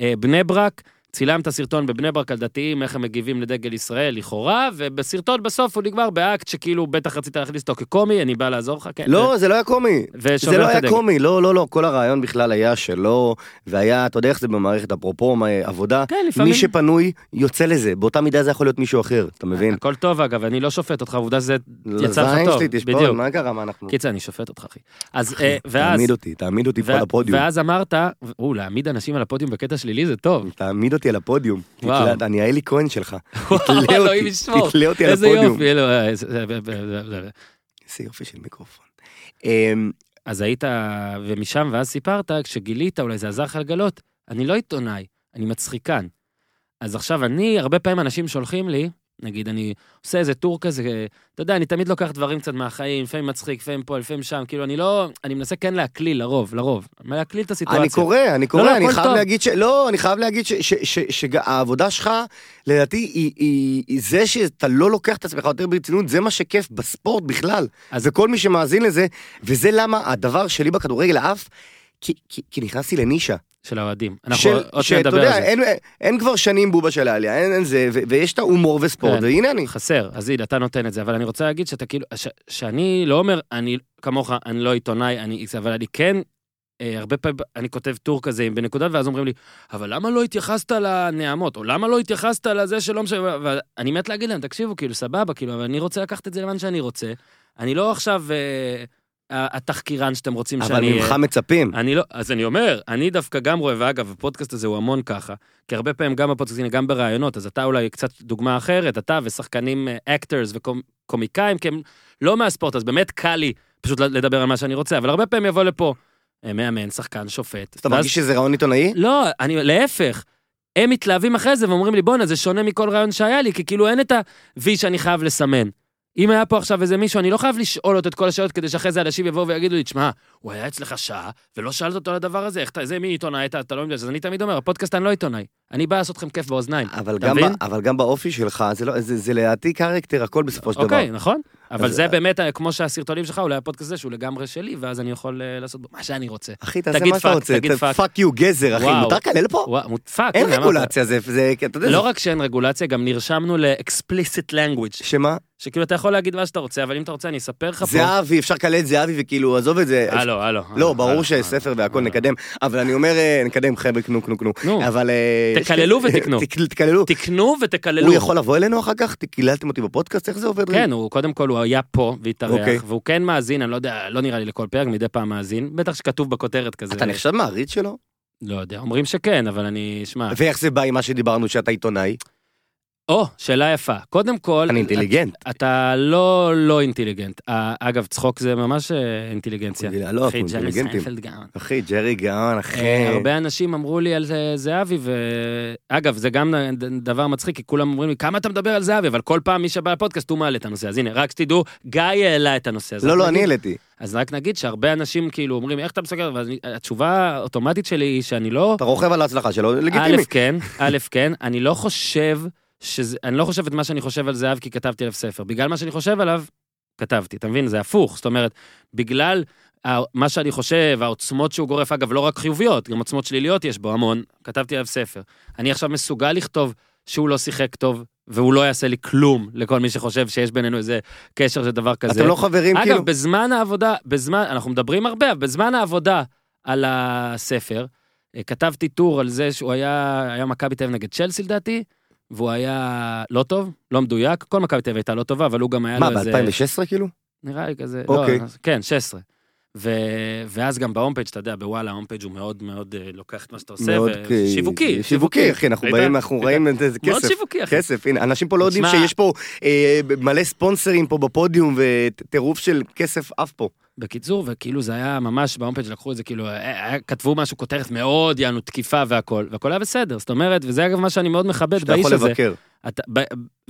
Speaker 1: אה, בני ברק, צילמת סרטון בבני ברק על דתיים, איך הם מגיבים לדגל ישראל, לכאורה, ובסרטון בסוף הוא נגמר באקט שכאילו בטח רצית להכניס אותו כקומי, אני בא לעזור לך, כן.
Speaker 2: לא, זה לא היה קומי.
Speaker 1: ושובר
Speaker 2: זה לא
Speaker 1: את
Speaker 2: היה
Speaker 1: הדגל.
Speaker 2: קומי, לא, לא, לא, כל הרעיון בכלל היה שלא, והיה, אתה יודע איך זה במערכת, אפרופו מה- עבודה,
Speaker 1: כן, לפעמים.
Speaker 2: מי שפנוי יוצא לזה, באותה מידה זה יכול להיות מישהו אחר, אתה מבין?
Speaker 1: הכל טוב אגב, אני לא שופט אותך, עובדה שזה יצא לך טוב.
Speaker 2: לזין שלי תשפול,
Speaker 1: בדיוק.
Speaker 2: מה קרה, מה אנחנו?
Speaker 1: קיצר, אני שופט אותך, אחי. אז, אה, ואז...
Speaker 2: תעמיד אותי, תעמיד אותי פה על
Speaker 1: ו-
Speaker 2: הפודיום.
Speaker 1: ואז אמרת, או, להעמיד אנשים על הפודיום בקטע שלילי זה טוב.
Speaker 2: תעמיד אותי על הפודיום.
Speaker 1: וואו.
Speaker 2: תתלה- אני האלי כהן שלך.
Speaker 1: וואו,
Speaker 2: תתלה
Speaker 1: אלוהים
Speaker 2: אותי,
Speaker 1: ישמור.
Speaker 2: תתלה אותי על
Speaker 1: איזה
Speaker 2: הפודיום.
Speaker 1: יופי, אלו, אה, איזה- זה- זה- זה- זה- זה-
Speaker 2: איזה יופי של מיקרופון. אמ,
Speaker 1: אז היית, ומשם, ואז סיפרת, כשגילית, אולי זה עזר לך לגלות, אני לא עיתונאי, אני מצחיקן. אז עכשיו, אני, הרבה פעמים אנשים שולחים לי, נגיד, אני עושה איזה טור כזה, אתה יודע, אני תמיד לוקח דברים קצת מהחיים, לפעמים מצחיק, לפעמים פה, לפעמים שם, כאילו, אני לא, אני מנסה כן להקליל, לרוב, לרוב. להקליל את הסיטואציה.
Speaker 2: אני קורא, אני
Speaker 1: לא,
Speaker 2: קורא, אני
Speaker 1: הכל
Speaker 2: חייב
Speaker 1: טוב.
Speaker 2: להגיד ש... לא, אני חייב להגיד ש- ש- ש- שהעבודה שלך, לדעתי, היא- היא היא זה שאתה לא לוקח את עצמך יותר ברצינות, זה מה שכיף בספורט בכלל.
Speaker 1: אז-
Speaker 2: אז כל מי שמאזין לזה, וזה למה הדבר שלי בכדורגל עף, כי- כי כי נכנסתי לנישה.
Speaker 1: של האוהדים. אנחנו
Speaker 2: של-
Speaker 1: עוד
Speaker 2: שאתה
Speaker 1: שניה נדבר
Speaker 2: יודע,
Speaker 1: על זה.
Speaker 2: אין- אין כבר שנים בובה של עליה, אין אין זה, ו- ויש את ההומור וספורט,
Speaker 1: כן.
Speaker 2: והנה אני.
Speaker 1: חסר, אז הנה, אתה נותן את זה, אבל אני רוצה להגיד שאתה כאילו, ש, שאני לא אומר, אני כמוך, אני לא עיתונאי, אני, אבל אני כן, אה, הרבה פעמים אני כותב טור כזה עם בנקודה, ואז אומרים לי, אבל למה לא התייחסת לנעמות, או למה לא התייחסת לזה שלא משנה, ואני מת להגיד להם, תקשיבו, כאילו, סבבה, כאילו, אבל אני רוצה לקחת את זה לאן שאני רוצה. אני לא עכשיו אה, ה- התחקירן שאתם רוצים שאני...
Speaker 2: אבל ממך
Speaker 1: אה,
Speaker 2: מצפים.
Speaker 1: אני לא, אז אני אומר, אני דווקא גם רואה, ואגב, הפודקאסט הזה הוא המון ככה, כי הרבה פעמים גם בפודקאסט, הנה, גם בראיונות, אז אתה אולי קצת דוגמה אחרת, אתה ושחקנים אקטרס וקומיקאים, כי הם לא מהספורט, אז באמת קל לי פשוט לדבר על מה שאני רוצה, אבל הרבה פעמים יבוא לפה אה, מאמן, שחקן, שופט.
Speaker 2: אתה
Speaker 1: ואז-
Speaker 2: מרגיש שזה רעיון עיתונאי?
Speaker 1: לא, אני, להפך. הם מתלהבים אחרי זה ואומרים לי, בואנה, זה שונה מכל רעיון שהיה לי, כי כאילו אין את ה-V שאני חייב לסמן. אם היה פה עכשיו איזה מישהו, אני לא חייב לשאול אותו את כל השאלות כדי שאחרי זה אנשים יבואו ויגידו לי, תשמע, הוא היה אצלך שעה, ולא שאלת אותו על הדבר הזה, איך אתה, זה מי עיתונאי, אתה, אתה לא יודע, אז אני תמיד אומר, הפודקאסט אני לא עיתונאי, אני בא לעשות לכם כיף באוזניים.
Speaker 2: אבל
Speaker 1: אתה
Speaker 2: גם
Speaker 1: מבין?
Speaker 2: ב- אבל גם באופי שלך, זה לא- זה זה לדעתי קרקטר, הכל בסופו של דבר.
Speaker 1: אוקיי, נכון? אבל
Speaker 2: אז-
Speaker 1: זה באמת, אה, כמו שהסרטונים שלך, אולי הפודקאסט הזה שהוא לגמרי שלי, ואז אני יכול אה, לעשות בו מה שאני רוצה.
Speaker 2: אחי, תעשה
Speaker 1: תגיד
Speaker 2: מה שאתה
Speaker 1: פאק,
Speaker 2: רוצה,
Speaker 1: תגיד פאק.
Speaker 2: פאק יו גזר, אחי,
Speaker 1: וואו.
Speaker 2: מותר לקלל פה?
Speaker 1: וואו, מודפק.
Speaker 2: אין
Speaker 1: הנה, אמרת.
Speaker 2: רגולציה, זה, זה, אתה יודע,
Speaker 1: לא
Speaker 2: זה-
Speaker 1: רק שאין רגולציה, גם נרשמנו ל-explicit language.
Speaker 2: שמה?
Speaker 1: שכאילו אתה יכול להגיד מה שאתה רוצה, אבל אם אתה רוצה אני אספר לך לא, פה. אה,
Speaker 2: זהבי, אפשר לקלל את זהבי וכאילו, עזוב את זה.
Speaker 1: הלו, הלו.
Speaker 2: לא, ברור
Speaker 1: הלו,
Speaker 2: שספר והכל
Speaker 1: הלו.
Speaker 2: נקדם, אבל אני אומר, אה, נקדם חבר'ה, קנו, קנו, קנו.
Speaker 1: אה. נו.
Speaker 2: אבל... אה,
Speaker 1: תקללו ותקנו.
Speaker 2: תק- תקללו.
Speaker 1: תקנו ותקללו.
Speaker 2: הוא יכול לבוא אלינו אחר כך? קיללתם אותי בפודקאסט? איך זה עובד?
Speaker 1: כן, הוא קודם כל הוא היה פה
Speaker 2: אוקיי.
Speaker 1: והתארח, והוא כן מאזין, אני לא יודע, לא נראה לי לכל פרק, מדי פעם מאזין, בטח שכתוב בכותרת כזה.
Speaker 2: אתה נחשב מעריץ שלו?
Speaker 1: לא יודע, אומרים שכן, אבל אני, שמע.
Speaker 2: ואיך זה בא עם מה שדיברנו, שאתה עיתונאי?
Speaker 1: או, שאלה יפה. קודם כל,
Speaker 2: אני אינטליגנט.
Speaker 1: אתה לא לא אינטליגנט. אה, אגב, צחוק זה ממש אה, אינטליגנציה.
Speaker 2: לא,
Speaker 1: אחי,
Speaker 2: אנחנו
Speaker 1: ג'רי
Speaker 2: אינטליגנטים.
Speaker 1: סיינפלד גאון.
Speaker 2: אחי, ג'רי גאון, אחי.
Speaker 1: אה, הרבה אנשים אמרו לי על זה- זהבי, ואגב, זה גם ד- דבר מצחיק, כי כולם אומרים לי, כמה אתה מדבר על זהבי, אבל כל פעם מי שבא לפודקאסט הוא מעלה את הנושא. אז הנה, רק שתדעו, גיא העלה את הנושא הזה.
Speaker 2: לא, לא,
Speaker 1: אז
Speaker 2: אני
Speaker 1: נגיד-
Speaker 2: העליתי.
Speaker 1: אז רק נגיד שהרבה אנשים כאילו אומרים, איך אתה מסתכל? והתשובה האוטומטית שלי היא שאני לא...
Speaker 2: אתה רוכב על ההצלחה שלו, לגיטימי.
Speaker 1: א', כן, א', כן, אני לא חושב שזה, אני לא חושב את מה שאני חושב על זהב כי כתבתי עליו ספר. בגלל מה שאני חושב עליו, כתבתי, אתה מבין? זה הפוך. זאת אומרת, בגלל ה- מה שאני חושב, העוצמות שהוא גורף, אגב, לא רק חיוביות, גם עוצמות שליליות יש בו המון, כתבתי עליו ספר. אני עכשיו מסוגל לכתוב שהוא לא שיחק טוב, והוא לא יעשה לי כלום לכל מי שחושב שיש בינינו איזה קשר של דבר כזה.
Speaker 2: אתם לא חברים,
Speaker 1: אגב,
Speaker 2: כאילו.
Speaker 1: בזמן העבודה, בזמן, אנחנו מדברים הרבה, אבל בזמן העבודה על הספר, אה, כתבתי טור על זה שהוא היה, היה מכבי תל אביב נגד צ'לסי לדעתי, והוא היה לא טוב, לא מדויק, כל מכבי תל אביב הייתה לא טובה, אבל הוא גם היה
Speaker 2: מה,
Speaker 1: לו איזה...
Speaker 2: ב-2016 כאילו?
Speaker 1: נראה לי כזה,
Speaker 2: אוקיי.
Speaker 1: לא, אז- כן, 16. ו... ואז גם בהומפייג', אתה יודע, בוואלה, ההומפייג' הוא מאוד מאוד אה, לוקח את מה שאתה עושה,
Speaker 2: מאוד,
Speaker 1: ו-
Speaker 2: כי-
Speaker 1: שיווקי,
Speaker 2: שיווקי, אחי, אנחנו
Speaker 1: ראית?
Speaker 2: באים, אנחנו
Speaker 1: ראית?
Speaker 2: רואים את זה, זה
Speaker 1: מאוד
Speaker 2: כסף.
Speaker 1: שיווקי, אחי.
Speaker 2: כסף, הנה, אנשים פה לא יודעים
Speaker 1: תשמע-
Speaker 2: שיש פה אה, מלא ספונסרים פה בפודיום וטירוף של כסף עף פה.
Speaker 1: בקיצור, וכאילו זה היה ממש, בהומפייג' לקחו את זה, כאילו, אה, אה, כתבו משהו, כותרת מאוד, יענו, תקיפה והכל, והכל היה בסדר, זאת אומרת, וזה אגב מה שאני מאוד מכבד
Speaker 2: שאתה
Speaker 1: באיש
Speaker 2: יכול
Speaker 1: הזה.
Speaker 2: לבקר.
Speaker 1: אתה, ב,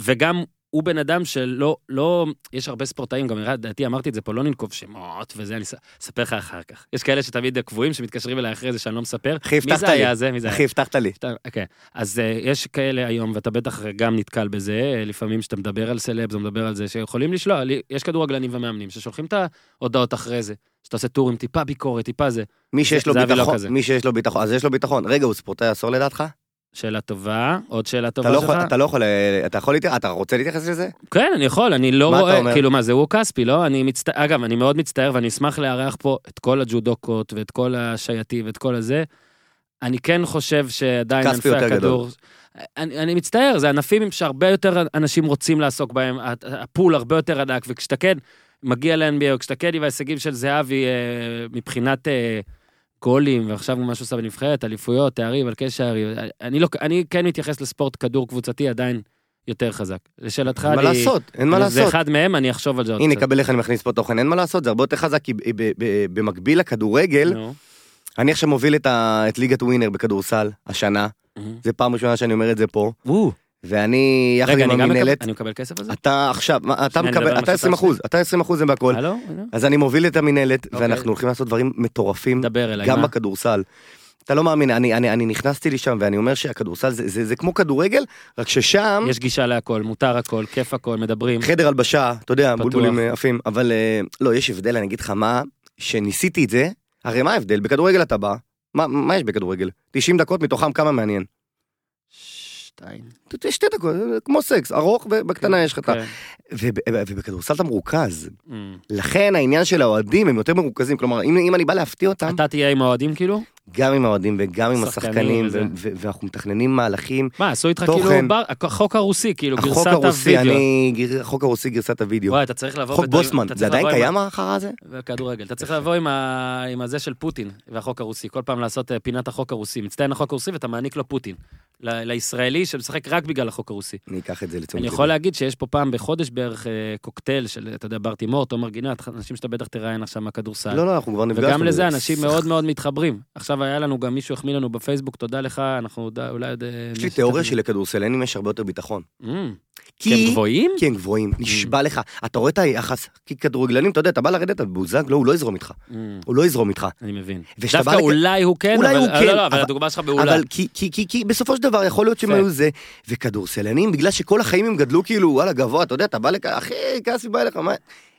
Speaker 1: וגם הוא בן אדם שלא, לא, יש הרבה ספורטאים, גם נראה, לדעתי אמרתי את זה פה, לא ננקוב שמות וזה, אני אס- אספר לך אחר כך. יש כאלה שתמיד קבועים שמתקשרים אליי אחרי זה שאני לא מספר.
Speaker 2: אחי,
Speaker 1: מי
Speaker 2: הבטחת
Speaker 1: זה
Speaker 2: לי.
Speaker 1: היה זה? מי זה היה?
Speaker 2: אחי, הבטחת לי.
Speaker 1: אתה- אוקיי. אז אה, יש כאלה היום, ואתה בטח גם נתקל בזה, אה, לפעמים כשאתה מדבר על סלבס או מדבר על זה, שיכולים לשלוח, לי- יש כדורגלנים ומאמנים ששולחים את ההודעות אחרי זה, שאתה עושה טור עם טיפה ביקורת, טיפה זה.
Speaker 2: מי שיש לו
Speaker 1: זהבי לא
Speaker 2: ביטחון,
Speaker 1: כזה.
Speaker 2: מי שיש לו ביטחון, אז יש לו ביטחון. רגע, הוא ספורטאי אסור לדעתך?
Speaker 1: שאלה טובה, עוד שאלה
Speaker 2: אתה
Speaker 1: טובה
Speaker 2: לא
Speaker 1: שלך?
Speaker 2: יכול, אתה לא יכול, אה, אתה יכול להתייחס, אתה רוצה להתייחס לזה?
Speaker 1: כן, אני יכול, אני לא
Speaker 2: מה אתה
Speaker 1: רואה,
Speaker 2: אומר?
Speaker 1: כאילו מה, זה הוא כספי, לא? אני מצטער, אגב, אני מאוד מצטער ואני אשמח לארח פה את כל הג'ודוקות ואת כל השייטי ואת כל הזה. אני כן חושב שעדיין ענפי
Speaker 2: כספי יותר גדול.
Speaker 1: הכדור... אני, אני מצטער, זה ענפים שהרבה יותר אנשים רוצים לעסוק בהם, ה- הפול הרבה יותר ענק, וכשאתה כן מגיע ל-NBA, או כשאתה כן עם ההישגים של זהבי אה, מבחינת אה, גולים, ועכשיו הוא מה שהוא עושה בנבחרת, אליפויות, תארים, על שערים, אני- אני, לא, אני כן מתייחס לספורט כדור קבוצתי עדיין יותר חזק. לשאלתך,
Speaker 2: מה
Speaker 1: אני...
Speaker 2: לעשות? אין מה
Speaker 1: זה
Speaker 2: לעשות.
Speaker 1: אחד מהם, אני אחשוב על זה עוד
Speaker 2: הנה,
Speaker 1: קצת.
Speaker 2: קבל איך אני מכניס פה תוכן, אין מה לעשות, זה הרבה יותר חזק, כי ב- ב- ב- במקביל לכדורגל,
Speaker 1: נו.
Speaker 2: אני עכשיו מוביל את ה- את ליגת ווינר בכדורסל, השנה, זה פעם ראשונה שאני אומר את זה פה,
Speaker 1: וואו.
Speaker 2: ואני יחד
Speaker 1: רגע,
Speaker 2: עם
Speaker 1: אני גם מקבל-
Speaker 2: המינהלת,
Speaker 1: אני מקבל כסף על זה?
Speaker 2: אתה עכשיו, מה, אתה
Speaker 1: שנייה, נדבר על
Speaker 2: מקבל, אתה
Speaker 1: מה שאתה
Speaker 2: 20 אחוז, אתה 20 אחוז הם בהכל,
Speaker 1: הלו?
Speaker 2: אז אני מוביל את המינהלת,
Speaker 1: אוקיי.
Speaker 2: ואנחנו הולכים לעשות דברים מטורפים,
Speaker 1: דבר אליי,
Speaker 2: גם
Speaker 1: מה?
Speaker 2: בכדורסל. אתה לא מאמין, אני, אני, אני נכנסתי לשם ואני אומר שהכדורסל זה, זה, זה כמו כדורגל, רק ששם
Speaker 1: יש גישה להכל, מותר הכל, כיף הכל, מדברים.
Speaker 2: חדר הלבשה, אתה יודע,
Speaker 1: פתוח.
Speaker 2: בולבולים אה, עפים, אבל אה, לא, יש הבדל, אני אגיד לך מה, שניסיתי את זה, הרי מה ההבדל? בכדורגל אתה בא, מה, מה יש בכדורגל? 90 דקות מתוכם כמה מעניין?
Speaker 1: שתיים.
Speaker 2: ת- שתי דקות, זה כמו סקס, ארוך ובקטנה יש לך את ה...
Speaker 1: כן.
Speaker 2: וב- ובכדורסל אתה מרוכז,
Speaker 1: אמ.
Speaker 2: לכן העניין של האוהדים הם יותר מרוכזים, כלומר, אם, אם אני בא להפתיע אותם,
Speaker 1: אתה תהיה עם האוהדים כאילו?
Speaker 2: גם עם האוהדים וגם עם
Speaker 1: שחקנים
Speaker 2: השחקנים, ו-
Speaker 1: וזה.
Speaker 2: ו- ואנחנו מתכננים מהלכים.
Speaker 1: מה, עשו איתך
Speaker 2: תוכן.
Speaker 1: כאילו בר- החוק הרוסי, כאילו
Speaker 2: החוק
Speaker 1: גרסת
Speaker 2: הרוסי,
Speaker 1: הווידאו.
Speaker 2: אני, גר- החוק הרוסי גרסת הוידאו.
Speaker 1: וואי, אתה צריך לבוא...
Speaker 2: חוק
Speaker 1: בדברים-
Speaker 2: בוסמן,
Speaker 1: אתה
Speaker 2: זה
Speaker 1: צריך
Speaker 2: עדיין
Speaker 1: לבוא עם
Speaker 2: קיים ההכרעה הזה?
Speaker 1: בכדורגל. אתה צריך לבוא עם, ה... עם הזה של פוטין והחוק הרוסי, כל פעם לעשות אה, פינת החוק הרוסי. מצטיין החוק הרוסי ואתה מעניק לו פוטין. ל... לישראלי שמשחק רק בגלל החוק הרוסי.
Speaker 2: אני אקח את זה לתשומת
Speaker 1: אני
Speaker 2: לב.
Speaker 1: יכול להגיד שיש פה פעם בחודש בערך אה, קוקטייל של, אתה יודע, בר תימור, תומר גינת, אנשים שאתה בטח תראיין עכשיו מהכדורסל.
Speaker 2: לא, לא, אנחנו כבר נפגשנו.
Speaker 1: וגם לזה
Speaker 2: בזה.
Speaker 1: אנשים מאוד מאוד מתחברים. עכשיו היה לנו גם מישהו החמיא לנו בפייסבוק, תודה לך, אנחנו יודע- אולי עוד... אה,
Speaker 2: יש לי
Speaker 1: נשתתף.
Speaker 2: תיאוריה שלכדורסלנים יש הרבה יותר ביטחון.
Speaker 1: Mm, כי הם
Speaker 2: כי...
Speaker 1: גבוהים? Mm.
Speaker 2: כי הם גבוהים, נשבע לך. אתה רואה את היחס, כי כדורגלנים, אתה יודע, אתה בא לרדת, אתה בוזג, לא, הוא לא יזרום איתך.
Speaker 1: Mm,
Speaker 2: הוא לא יזרום איתך.
Speaker 1: אני מבין.
Speaker 2: וכשאתה
Speaker 1: דווקא
Speaker 2: בא לכ-
Speaker 1: אולי הוא כן,
Speaker 2: אולי
Speaker 1: אבל-
Speaker 2: הוא
Speaker 1: אה,
Speaker 2: כן,
Speaker 1: לא, לא, אבל
Speaker 2: אבל-
Speaker 1: הדוגמה שלך באולי.
Speaker 2: אבל כי, כי, כי, כי בסופו של דבר יכול להיות שהם
Speaker 1: כן.
Speaker 2: היו זה, וכדורסלנים, בגלל שכל החיים הם גדלו כאילו, וואלה, גבוה, אתה יודע, אתה בא לכאן, אחי, כעסי בא אליך, מה...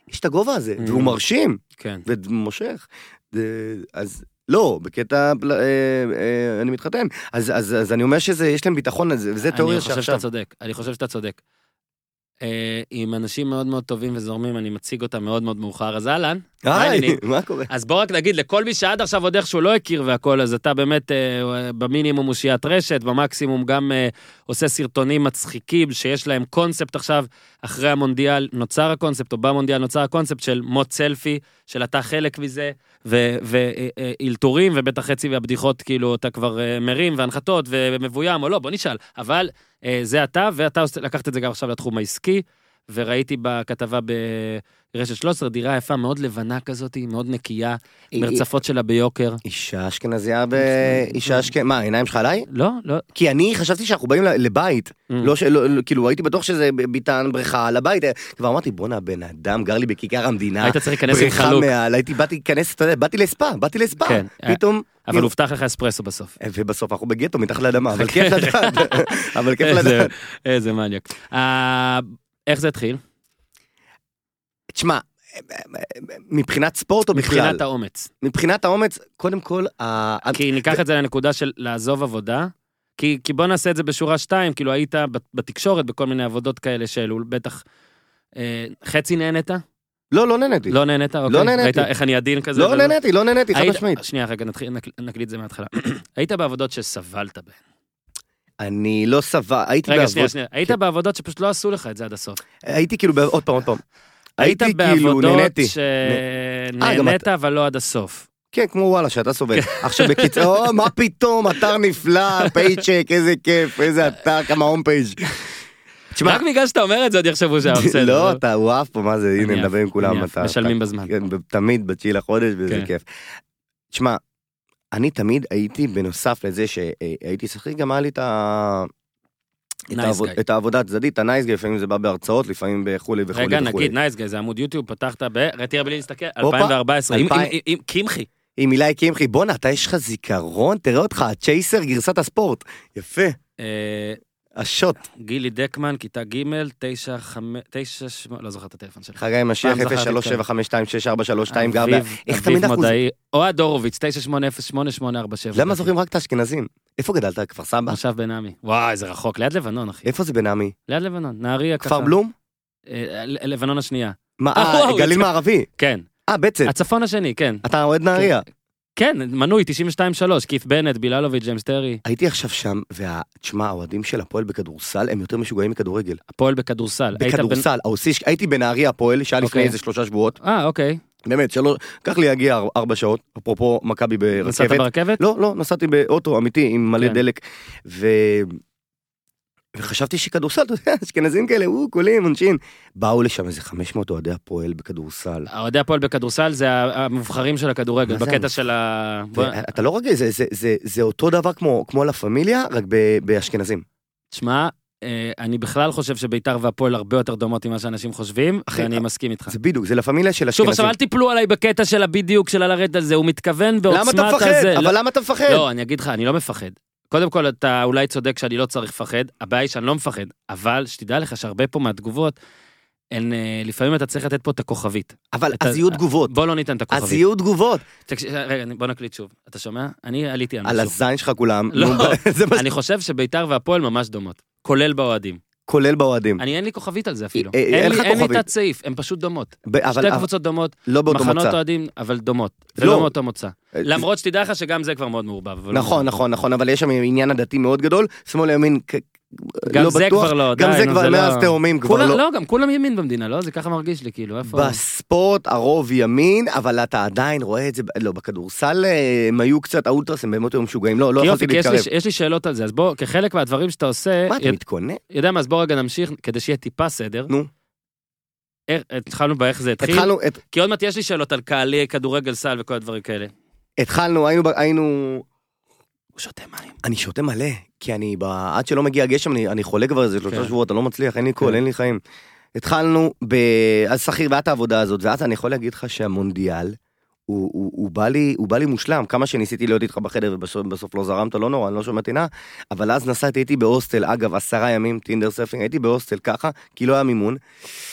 Speaker 2: יש את הגובה הזה,
Speaker 1: Mm.
Speaker 2: והוא מרשים,
Speaker 1: כן.
Speaker 2: ומושך. זה- אז לא, בקטע, פל- אה, אה, אני מתחתן. אז, אז, אז אני אומר שזה, יש להם ביטחון על זה, וזה תיאוריה
Speaker 1: אני חושב שאתה
Speaker 2: שעכשיו...
Speaker 1: צודק, אני חושב שאתה צודק. אה, עם אנשים מאוד מאוד טובים וזורמים, אני מציג אותם מאוד מאוד מאוחר, אז אהלן. מה העניינים?
Speaker 2: היי, מה קורה?
Speaker 1: אז בוא רק נגיד לכל מי שעד עכשיו עוד איכשהו לא הכיר והכל, אז אתה באמת אה, במינימום אושיית רשת, במקסימום גם אה, עושה סרטונים מצחיקים שיש להם קונספט עכשיו, אחרי המונדיאל נוצר הקונספט, או במונדיאל נוצר הקונספט של מוט סלפי, של אתה חלק מזה, ואלתורים, אה, ובטח חצי מהבדיחות, כאילו, אתה כבר אה, מרים והנחתות ומבוים או לא, בוא נשאל. אבל אה, זה אתה, ואתה עושה- לקחת את זה גם עכשיו לתחום העסקי, וראיתי בכתבה ברשת 13, דירה יפה, מאוד לבנה כזאת, מאוד נקייה,
Speaker 2: היא-
Speaker 1: מרצפות שלה ביוקר.
Speaker 2: אה, אישה אשכנזייה ב... אישה אשכנזייה, מה, העיניים שלך עליי?
Speaker 1: לא, לא. אה,
Speaker 2: כי אני חשבתי שאנחנו באים ל- לבית,
Speaker 1: Mm.
Speaker 2: לא ש... לא- לא- כאילו הייתי בטוח שזה ב- ביתן, בריכה, לבית, כבר אמרתי בואנה בן אדם גר לי בכיכר המדינה,
Speaker 1: היית צריך להיכנס עם
Speaker 2: בריכה
Speaker 1: חלוק.
Speaker 2: מעל, הייתי באתי להיכנס, אתה יודע, באתי לספה, באתי לספה,
Speaker 1: כן.
Speaker 2: פתאום, אה,
Speaker 1: אבל הובטח לך אספרסו בסוף.
Speaker 2: ובסוף אנחנו בגטו מתחת לאדמה, אבל כיף לדעת, אבל כיף
Speaker 1: כן. איזה-
Speaker 2: לדעת.
Speaker 1: איזה מניאק. אה, איך זה התחיל?
Speaker 2: תשמע, מבחינת ספורט או בכלל?
Speaker 1: מבחינת האומץ.
Speaker 2: מבחינת האומץ, קודם כל, ה-
Speaker 1: כי ניקח את זה לנקודה של לעזוב עבודה. כי, כי בוא נעשה את זה בשורה שתיים, כאילו היית בת- בתקשורת בכל מיני עבודות כאלה שאלו, בטח... אה, חצי נהנית?
Speaker 2: לא, לא נהניתי.
Speaker 1: לא נהנית? אוקיי.
Speaker 2: נהניתי.
Speaker 1: ראית איך אני עדין כזה?
Speaker 2: לא
Speaker 1: אבל-
Speaker 2: נהניתי, לא נהניתי, חד
Speaker 1: היית-
Speaker 2: משמעית.
Speaker 1: שנייה, רגע, נתחיל- נק- נקליט את זה מההתחלה. היית בעבודות שסבלת בהן.
Speaker 2: אני לא סבל, הייתי
Speaker 1: רגע, שנייה,
Speaker 2: בעבוד, כן.
Speaker 1: שנייה. היית בעבודות שפשוט לא עשו לך את זה עד הסוף.
Speaker 2: הייתי כאילו, בעב- עוד פעם, עוד פעם.
Speaker 1: היית
Speaker 2: הייתי כאילו,
Speaker 1: בעבודות
Speaker 2: נהניתי. אה, גם
Speaker 1: שנהנית, אבל לא עד הסוף.
Speaker 2: כן, כמו וואלה, שאתה סובל.
Speaker 1: כן.
Speaker 2: עכשיו בקיצור, מה פתאום, אתר נפלא, פייצ'ק, איזה כיף, איזה אתר, כמה הום פייג'. תשמע,
Speaker 1: רק בגלל שאתה אומר את זה עוד יחשבו שהיה בסדר.
Speaker 2: לא,
Speaker 1: אבל-
Speaker 2: אתה, הוא עף פה, מה זה, הנה,
Speaker 1: אני
Speaker 2: נדבר
Speaker 1: עף,
Speaker 2: עם כולם.
Speaker 1: אני עף.
Speaker 2: אתה- אתה-
Speaker 1: משלמים בזמן.
Speaker 2: כן, ב- תמיד בתשיעי לחודש, וזה
Speaker 1: כן.
Speaker 2: כיף. תשמע, אני תמיד הייתי, בנוסף לזה שהייתי שחקן, גם היה לי את ה... את
Speaker 1: Nice
Speaker 2: העבוד-
Speaker 1: guy.
Speaker 2: את העבודה הצדדית, הנייסגי, לפעמים זה בא בהרצאות, לפעמים וכולי וכולי וכולי.
Speaker 1: רגע, נגיד, נייס גיא, זה עמוד יוטיוב, פתחת ב... ראה, תראה בלי להסתכל,
Speaker 2: הופה,
Speaker 1: 2014, עם-
Speaker 2: אלפיים-
Speaker 1: עם- עם קמחי.
Speaker 2: עם אילי קמחי, בואנה, אתה יש לך זיכרון, תראה אותך, הצ'ייסר, גרסת הספורט. יפה,
Speaker 1: אה,
Speaker 2: השוט.
Speaker 1: גילי דקמן, כיתה ג', 9, 5, 9, 8, לא זוכר את הטלפון שלך.
Speaker 2: חגי משיח,
Speaker 1: פעם זכרתי את זה.
Speaker 2: 0375264432, גר ב... איך תמיד
Speaker 1: אביב
Speaker 2: אנחנו...
Speaker 1: מדעי, אוהד הורוביץ, 9808847.
Speaker 2: למה זוכרים רק את האשכנזים? איפה גדלת? כפר סבא?
Speaker 1: מושב בן עמי. וואי, זה רחוק, ליד לבנון, אחי.
Speaker 2: איפה זה בן עמי?
Speaker 1: ליד לבנון, נהריה ככה.
Speaker 2: כפר בלום?
Speaker 1: אה, ל- לבנון השנייה.
Speaker 2: מה,
Speaker 1: אה,
Speaker 2: אה,
Speaker 1: וואו,
Speaker 2: גליל
Speaker 1: זה-
Speaker 2: מערבי.
Speaker 1: כן.
Speaker 2: אה, בצת.
Speaker 1: הצפון השני, כן.
Speaker 2: אתה אוהד נהריה.
Speaker 1: כן, מנוי 92-3, כיף בנט, ביללוביץ', ג'יימס טרי.
Speaker 2: הייתי עכשיו שם, ותשמע, האוהדים של הפועל בכדורסל הם יותר משוגעים מכדורגל.
Speaker 1: הפועל בכדורסל. היית בן-
Speaker 2: בכדורסל, האוסיש, הייתי בנהריה הפועל, שהיה לפני
Speaker 1: אוקיי.
Speaker 2: איזה שלושה שבועות,
Speaker 1: אה, אוקיי.
Speaker 2: באמת, שלוש, קח לי להגיע אר- ארבע שעות, אפרופו מכבי
Speaker 1: נסעת
Speaker 2: ברכבת.
Speaker 1: ברכבת?
Speaker 2: לא, לא, נסעתי באוטו אמיתי עם מלא
Speaker 1: כן.
Speaker 2: דלק, ו... וחשבתי שכדורסל, אתה יודע, אשכנזים כאלה, וואו, קולים, עונשין. באו לשם איזה 500 אוהדי הפועל בכדורסל.
Speaker 1: אוהדי הפועל בכדורסל זה המובחרים של הכדורגל,
Speaker 2: מה זה
Speaker 1: בקטע
Speaker 2: המובח-
Speaker 1: של ה... בוא-
Speaker 2: ו- אתה לא רגיל, זה, זה, זה, זה אותו דבר כמו, כמו לה פמיליה, רק ב- באשכנזים.
Speaker 1: תשמע, אה, אני בכלל חושב שביתר והפועל הרבה יותר דומות ממה שאנשים חושבים,
Speaker 2: אחי,
Speaker 1: ואני
Speaker 2: אה,
Speaker 1: מסכים איתך.
Speaker 2: זה בדיוק, זה לה פמיליה של
Speaker 1: שוב,
Speaker 2: אשכנזים.
Speaker 1: עכשיו אל תיפלו עליי בקטע של הבדיוק של הלרדת על זה, הוא מתכוון בעוצמת
Speaker 2: למה
Speaker 1: הזה.
Speaker 2: אתה מפחד?
Speaker 1: לא-
Speaker 2: אבל למה אתה מפחד?
Speaker 1: לא, אני אגיד לך, אני לא מפחד. קודם כל, אתה אולי צודק שאני לא צריך לפחד, הבעיה היא שאני לא מפחד, אבל שתדע לך שהרבה פה מהתגובות, הן, אה, לפעמים אתה צריך לתת פה את הכוכבית.
Speaker 2: אבל
Speaker 1: אתה-
Speaker 2: אז יהיו תגובות.
Speaker 1: בוא לא ניתן את
Speaker 2: אז
Speaker 1: הכוכבית.
Speaker 2: יהיו תגובות.
Speaker 1: תקשיב, רגע, אני- בוא נקליט שוב. אתה שומע? אני עליתי על
Speaker 2: על
Speaker 1: משהו.
Speaker 2: הזין שלך כולם.
Speaker 1: לא.
Speaker 2: נו, ב- זה מה ש...
Speaker 1: אני חושב שביתר והפועל ממש דומות, כולל באוהדים.
Speaker 2: כולל באוהדים.
Speaker 1: אני, אין לי כוכבית על זה אפילו.
Speaker 2: Mm. אה, אה,
Speaker 1: אין
Speaker 2: אין
Speaker 1: לי-
Speaker 2: לך
Speaker 1: אין לי
Speaker 2: כוכבית.
Speaker 1: תת סעיף, הן פשוט דומות.
Speaker 2: ב- אבל
Speaker 1: שתי
Speaker 2: אבל-
Speaker 1: קבוצות דומות,
Speaker 2: לא באותו
Speaker 1: מחנות
Speaker 2: מוצא.
Speaker 1: אוהדים, אבל דומות.
Speaker 2: לא.
Speaker 1: ולא מאותו מוצא.
Speaker 2: אה,
Speaker 1: למרות שתדע לך שגם זה כבר מאוד מעורבב. אבל לא
Speaker 2: נכון,
Speaker 1: משנה.
Speaker 2: נכון, נכון, אבל יש שם עניין עדתי מאוד גדול, שמאל לימין כ-
Speaker 1: גם
Speaker 2: לא
Speaker 1: זה
Speaker 2: בטוח,
Speaker 1: כבר לא,
Speaker 2: גם
Speaker 1: די,
Speaker 2: זה
Speaker 1: נו,
Speaker 2: כבר
Speaker 1: לא-
Speaker 2: מאז תאומים, כבר
Speaker 1: כולם-
Speaker 2: לא.
Speaker 1: לא, גם כולם ימין במדינה, לא? זה ככה מרגיש לי, כאילו, איפה...
Speaker 2: בספורט הרוב ימין, אבל אתה עדיין רואה את זה, ב- לא, בכדורסל אה, הם היו קצת האולטרס, הם באמת היו משוגעים, לא, לא
Speaker 1: יופי,
Speaker 2: יכולתי
Speaker 1: כי יש לי- אה,
Speaker 2: להתקרב.
Speaker 1: יש לי שאלות על זה, אז בוא, כחלק מהדברים שאתה עושה,
Speaker 2: מה, אתה
Speaker 1: י-
Speaker 2: מתכונן?
Speaker 1: יודע מה, אז בוא רגע נמשיך, כדי שיהיה טיפה סדר.
Speaker 2: נו.
Speaker 1: איך- התחלנו באיך זה התחיל,
Speaker 2: התחלנו, את-
Speaker 1: כי עוד מעט יש לי שאלות על קהלי, כדורגל סל וכל הדברים כאלה.
Speaker 2: התחלנו, היינו, ב- היינו,
Speaker 1: הוא שותה מים.
Speaker 2: אני שותה מלא, כי אני, ב... עד שלא מגיע הגשם, אני, אני חולה כבר איזה שלושה
Speaker 1: כן.
Speaker 2: שבועות, אני לא מצליח, אין לי קול,
Speaker 1: כן.
Speaker 2: אין לי חיים. התחלנו ב... אז שכיר ואת העבודה הזאת, ואז אני יכול להגיד לך שהמונדיאל, הוא, הוא, הוא, בא לי, הוא בא לי מושלם, כמה שניסיתי להיות איתך בחדר ובסוף בסוף לא זרמת, לא נורא, אני לא שומע טינה, אבל אז נסעתי, הייתי בהוסטל, אגב, עשרה ימים, טינדר סרפינג, הייתי בהוסטל ככה, כי לא היה מימון.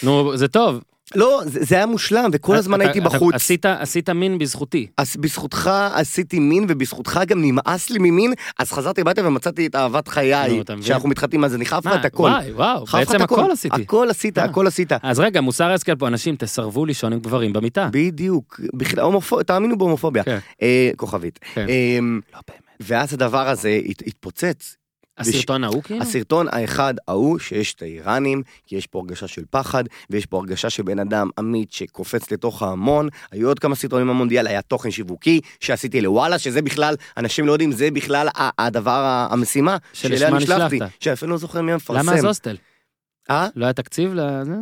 Speaker 1: נו, זה טוב.
Speaker 2: לא, זה, זה היה מושלם, וכל הזמן
Speaker 1: אתה-
Speaker 2: הייתי
Speaker 1: אתה-
Speaker 2: בחוץ.
Speaker 1: עשית- עשית מין בזכותי.
Speaker 2: אז בזכותך עשיתי מין, ובזכותך גם נמאס לי ממין, אז חזרתי הביתה ומצאתי את אהבת
Speaker 1: נו,
Speaker 2: חיי,
Speaker 1: לא, אתה מבין?
Speaker 2: שאנחנו מתחתנים על זה, אני חייב לך
Speaker 1: מה,
Speaker 2: את הכל.
Speaker 1: וואי, וואו,
Speaker 2: חייב לך
Speaker 1: בעצם
Speaker 2: את
Speaker 1: הכל עשיתי.
Speaker 2: הכל עשית,
Speaker 1: אה.
Speaker 2: הכל עשית.
Speaker 1: אז רגע, מוסר ההשכל פה, אנשים, תסרבו לישון עם גברים במיטה.
Speaker 2: בדיוק, בכלל, הומופו- תאמינו בהומופוביה.
Speaker 1: כן.
Speaker 2: אה, כוכבית.
Speaker 1: כן.
Speaker 2: אה,
Speaker 1: לא באמת.
Speaker 2: ואז הדבר הזה הת- התפוצץ.
Speaker 1: הסרטון ההוא כאילו?
Speaker 2: הסרטון האחד ההוא שיש את האיראנים, כי יש פה הרגשה של פחד, ויש פה הרגשה שבן אדם אמיץ שקופץ לתוך ההמון. היו עוד כמה סרטונים במונדיאל, היה תוכן שיווקי שעשיתי לוואלה, שזה בכלל, אנשים לא יודעים, זה בכלל ה- הדבר, ה- המשימה
Speaker 1: שלשמה
Speaker 2: שאליה נשלחתי.
Speaker 1: נשלחת.
Speaker 2: שאפילו לא זוכר מי המפרסם.
Speaker 1: למה אז הוסטל?
Speaker 2: אה?
Speaker 1: לא היה תקציב לזה?